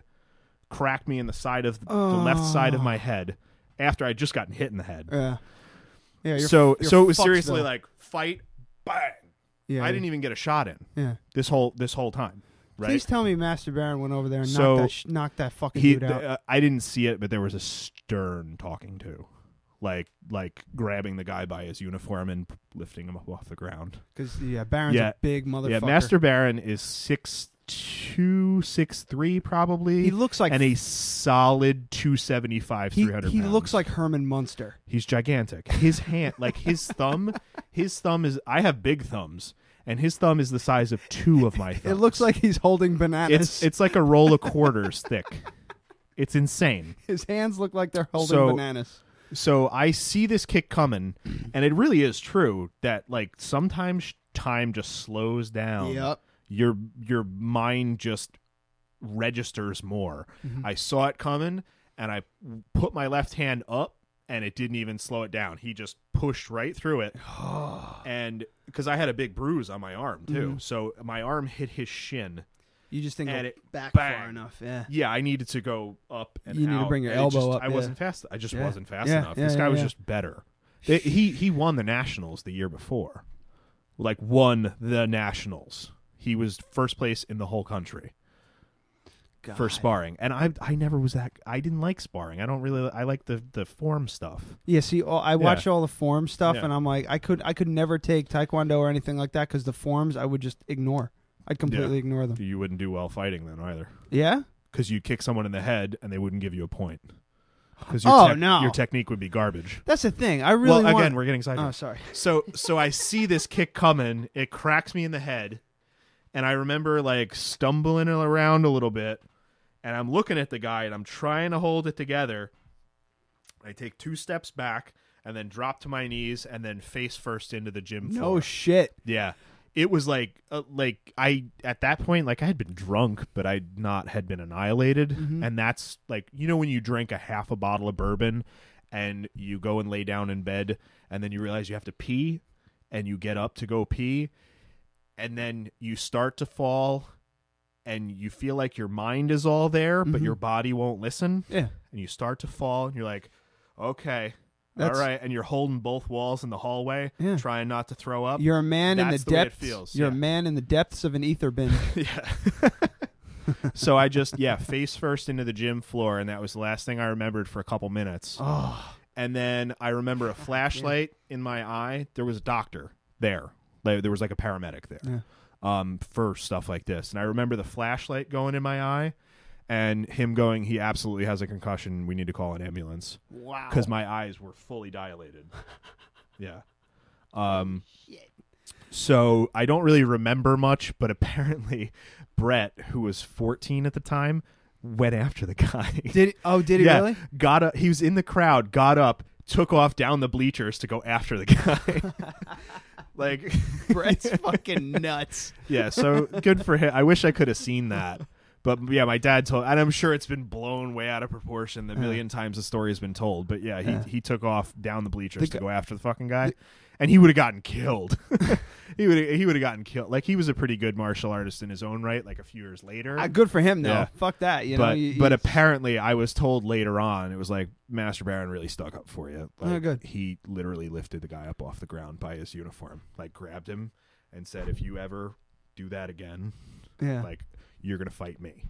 S3: cracked me in the side of the left side of my head after I just gotten hit in the head.
S4: yeah, yeah. You're,
S3: so
S4: you're
S3: so it was
S4: fucked,
S3: seriously
S4: though.
S3: like fight bang.
S4: Yeah,
S3: I
S4: yeah.
S3: didn't even get a shot in.
S4: Yeah.
S3: This whole this whole time, right?
S4: Please tell me Master Baron went over there and
S3: So-
S4: knocked, that sh- knocked that fucking
S3: he
S4: dude out.
S3: uh, I didn't see it, but there was a stern talking to. Like like grabbing the guy by his uniform and lifting him up off the ground.
S4: Because yeah, Baron's a big motherfucker.
S3: Yeah, Master Baron is six two, six three, probably.
S4: He looks like-
S3: and a solid two seventy five,
S4: He,
S3: three hundred.
S4: he
S3: pounds.
S4: looks like Herman Munster.
S3: He's gigantic. His hand, like his thumb, his thumb is. I have big thumbs, and his thumb is the size of two of my
S4: It
S3: thumbs.
S4: looks like he's holding bananas.
S3: it's it's like a roll of quarters thick. It's insane.
S4: His hands look like they're holding
S3: So-
S4: bananas.
S3: So I see this kick coming, and it really is true that like sometimes time just slows down.
S4: Yep.
S3: Your your mind just registers more.
S4: Mm-hmm.
S19: Mhm.
S3: I saw it coming, and I put my left hand up, and it didn't even slow it down. He just pushed right through it, and because I had a big bruise on my arm too,
S4: Mhm.
S3: so my arm hit his shin.
S4: You just think
S3: and
S4: it'll
S3: it
S4: back far
S3: bang.
S4: enough. Yeah.
S3: Yeah, I needed to go up and
S4: You need to
S3: out,
S4: bring your
S3: and it
S4: elbow
S3: just-
S4: up,
S3: I
S4: yeah.
S3: wasn't fast. I just
S4: Yeah.
S3: wasn't fast
S4: Yeah,
S3: enough.
S4: yeah,
S3: this guy
S4: yeah,
S3: was
S4: yeah.
S3: just better. They- he he won the nationals the year before, like won the nationals. He was first place in the whole country for
S19: God.
S3: sparring, and I I never was that. I didn't like sparring. I don't really. I like the the form stuff.
S4: Yeah, see, all, I
S3: Yeah.
S4: watch all the form stuff,
S3: Yeah.
S4: and I'm like, I could, I could never take taekwondo or anything like that because the forms I would just ignore. I'd completely
S3: Yeah.
S4: ignore them.
S3: You wouldn't do well fighting then either.
S4: Yeah?
S3: because you'd kick someone in the head and they wouldn't give you a point. Because your
S4: Oh,
S3: tech-
S4: no.
S3: your technique would be garbage.
S4: That's the thing. I really
S3: well,
S4: want-
S3: again, we're getting sidetracked.
S4: Oh, sorry.
S3: So, so I see this kick coming. It cracks me in the head, and I remember like stumbling around a little bit, and I'm looking at the guy and I'm trying to hold it together. I take two steps back and then drop to my knees and then face first into the gym
S4: No
S3: floor.
S4: shit.
S3: Yeah. It was like uh, like I at that point like I had been drunk but I not had been annihilated
S4: Mm-hmm.
S19: Mhm.
S3: and that's like you know when you drink a half a bottle of bourbon and you go and lay down in bed and then you realize you have to pee and you get up to go pee and then you start to fall and you feel like your mind is all there but
S4: Mm-hmm.
S19: Mhm.
S3: your body won't listen
S4: yeah
S3: and you start to fall and you're like okay
S4: That's-
S3: all right and you're holding both walls in the hallway
S4: Yeah.
S3: trying not to throw up
S4: You're a man in the
S3: That's way it
S4: depths.
S3: feels
S4: You're
S3: yeah.
S4: a man in the depths of an ether bin.
S3: yeah. so I just yeah face first into the gym floor, and that was the last thing I remembered for a couple minutes.
S19: Oh.
S3: And then I remember a flashlight in my eye. There was a doctor there. Like, there was like a paramedic there um, for stuff like this. And I remember the flashlight going in my eye. And him going, he absolutely has a concussion. We need to call an ambulance.
S19: Wow.
S3: Because my eyes were fully dilated. yeah. Um, so I don't really remember much, but apparently Brett, who was 14 at the time, went after the guy.
S4: Did oh did he
S3: yeah,
S4: really?
S3: Got up. He was in the crowd. Got up. Took off down the bleachers to go after the guy. like
S4: Brett's fucking nuts.
S3: yeah. So good for him. I wish I could have seen that, But yeah, my dad told, and I'm sure it's been blown way out of proportion. The million times the story has been told, but yeah, he,
S22: Yeah.
S3: he took off down the bleachers
S22: The
S3: to
S22: gu-
S3: go after the fucking guy, and he would have gotten killed. he would he would have gotten killed. Like he was a pretty good martial artist in his own right. Like a few years later,
S4: Uh,
S19: Ah, good for him, though.
S3: Yeah.
S19: Fuck that, you know,
S3: but
S19: you-
S3: but
S19: you-
S3: apparently, I was told later on, it was like Master Baron really stuck up for you.
S19: Oh,
S3: Like,
S19: good.
S3: He literally lifted the guy up off the ground by his uniform, like grabbed him, and said, "If you ever do that again,
S19: Yeah.
S3: like you're gonna fight me."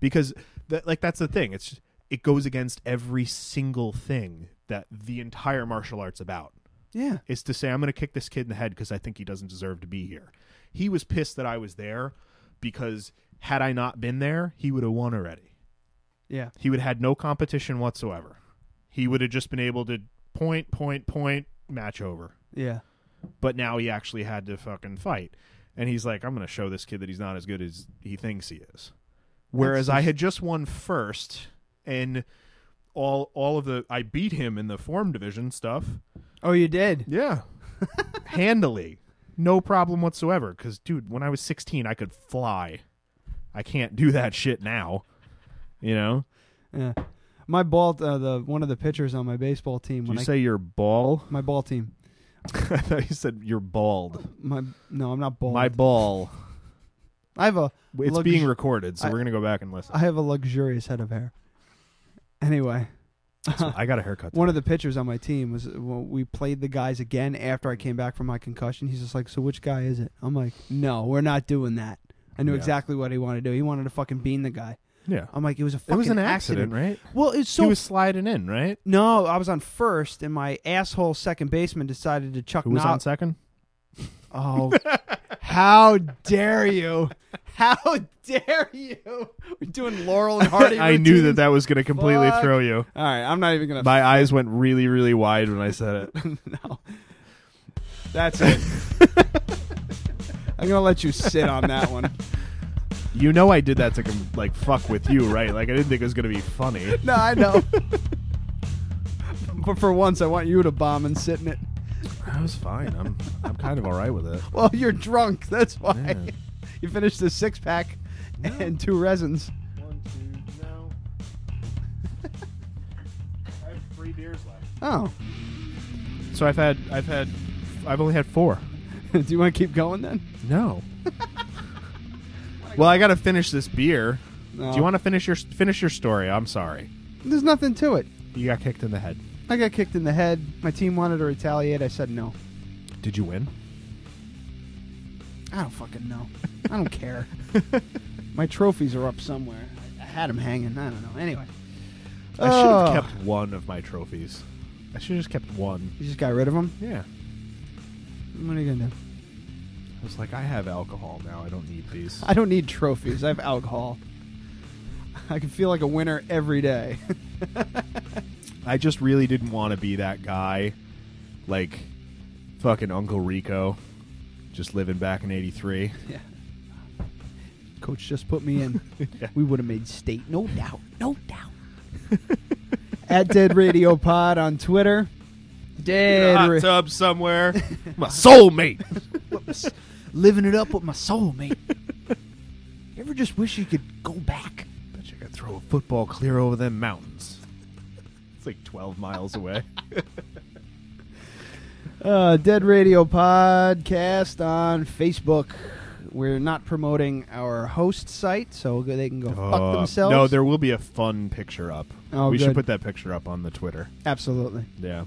S3: Because that, like, that's the thing. It's it goes against every single thing that the entire martial arts about.
S19: Yeah.
S3: Is to say, I'm going to kick this kid in the head because I think he doesn't deserve to be here. He was pissed that I was there because had I not been there, he would have won already.
S19: Yeah.
S3: He would have had no competition whatsoever. He would have just been able to point, point, point, match over.
S19: Yeah.
S3: But now he actually had to fucking fight. And he's like, I'm going to show this kid that he's not as good as he thinks he is. Whereas I
S22: just-
S3: had just won first and all all of the I beat him in the form division stuff.
S19: Oh, you did?
S3: Yeah. Handily. No problem whatsoever cuz dude, when I was 16 I could fly. I can't do that shit now. You know?
S19: Yeah. My ball, uh, the one of the pitchers on my baseball team.
S3: Did
S19: when
S3: you
S19: I-
S3: say your ball?
S19: My ball team.
S3: I thought you said you're bald.
S19: My no, I'm not bald.
S3: My ball.
S19: I have a.
S3: It's
S19: lux-
S3: being recorded, so
S19: I-
S3: we're gonna go back and listen.
S19: I have a luxurious head of hair. Anyway,
S3: So I got a haircut.
S19: One of the pitchers on my team was when we played the guys again after I came back from my concussion. He's just like, "So which guy is it?" I'm like, "No, we're not doing that." I knew
S3: Yeah.
S19: exactly what he wanted to do. He wanted to fucking bean the guy.
S3: Yeah.
S19: I'm like, it was a fucking
S3: It was an accident, right?
S19: Well, it's so
S3: He was sliding in, right?
S19: No, I was on first, and my asshole second baseman decided to chuck.
S3: Who was
S19: Knob-
S3: on second?
S19: Oh, how dare you! How dare you! We're doing Laurel and Hardy.
S3: I knew that
S19: routines.
S3: that was going to completely
S19: Fuck.
S3: throw you.
S19: All right, I'm not even gonna.
S3: My eyes went really, really wide when I said it.
S19: That's it. I'm gonna let you sit on that one.
S3: you know, I did that to com- like fuck with you, right? Like I didn't think it was going to be funny.
S19: No, I know. but for once, I want you to bomb and sit in it.
S3: I was fine. I'm I'm kind of all right with it.
S19: Well, you're drunk. That's why
S3: Yeah.
S19: you finished the six pack and two resins.
S3: I have three beers left.
S19: Oh,
S3: So I've had I've had I've only had four.
S19: do you want to keep going then?
S3: No. Well, I got to finish this beer.
S19: No.
S3: Do you want to finish your finish your story? I'm sorry.
S19: There's nothing to it.
S3: You got kicked in the head.
S19: I got kicked in the head. My team wanted to retaliate. I said no.
S3: Did you win?
S19: I don't fucking know. I don't care. My trophies are up somewhere. I, I had them hanging. I don't know. Anyway,
S3: I should
S19: Oh.
S3: have kept one of my trophies. I should have just kept one.
S19: You just got rid of them?
S3: Yeah.
S19: What are you gonna do?
S3: I was like, I have alcohol now. I don't need these.
S19: I don't need trophies. I have alcohol. I can feel like a winner every day.
S3: I just really didn't want to be that guy, like fucking Uncle Rico, just living back in '83.
S19: Yeah. Coach just put me in. We would have made state, no doubt, no doubt. At Dead Radio Pod on Twitter.
S3: In a
S19: Dead
S3: hot
S19: Ra-
S3: tub somewhere. My soulmate.
S19: With my s- living it up with my soulmate. You ever just wish you could go back?
S3: Bet you could throw a football clear over them mountains. It's like 12 miles away.
S19: Uh, Dead Radio Podcast on Facebook. We're not promoting our host site, so they can go
S3: Uh,
S19: fuck themselves.
S3: No, there will be a fun picture up.
S19: Oh,
S3: we should
S19: good.
S3: put that picture up on the Twitter.
S19: Absolutely.
S3: Yeah.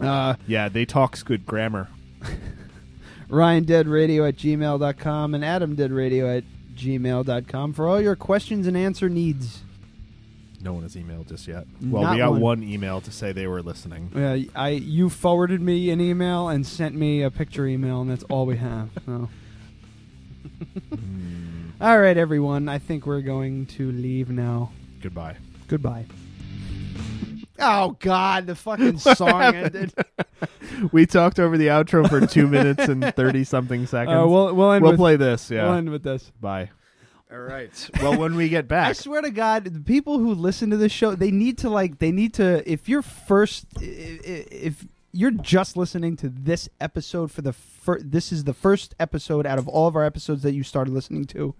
S19: Uh,
S3: yeah, they talks good grammar.
S19: RyanDeadRadio at gmail.com and AdamDeadRadio at gmail.com for all your questions and answer needs.
S3: No one has emailed us yet. Well,
S19: Not
S3: we got
S19: one.
S3: one. email to say they were listening.
S19: Uh, I You forwarded me an email and sent me a picture email, and that's all we have. So. Hmm. all right, everyone. I think we're going to leave now.
S3: Goodbye.
S19: Goodbye. Oh, God. The fucking song ended.
S3: we talked over the outro for two minutes and 30 something seconds.
S19: Uh, we'll- we'll end with-
S3: play this. Yeah.
S19: we'll end with this.
S3: Bye.
S19: All right.
S3: Well, when we get
S19: I
S3: back,
S19: swear to God, the people who listen to this show, they need to like, they need to. If you're first, i- i- if you're just listening to this episode for the first, this is the first episode out of all of our episodes that you started listening to.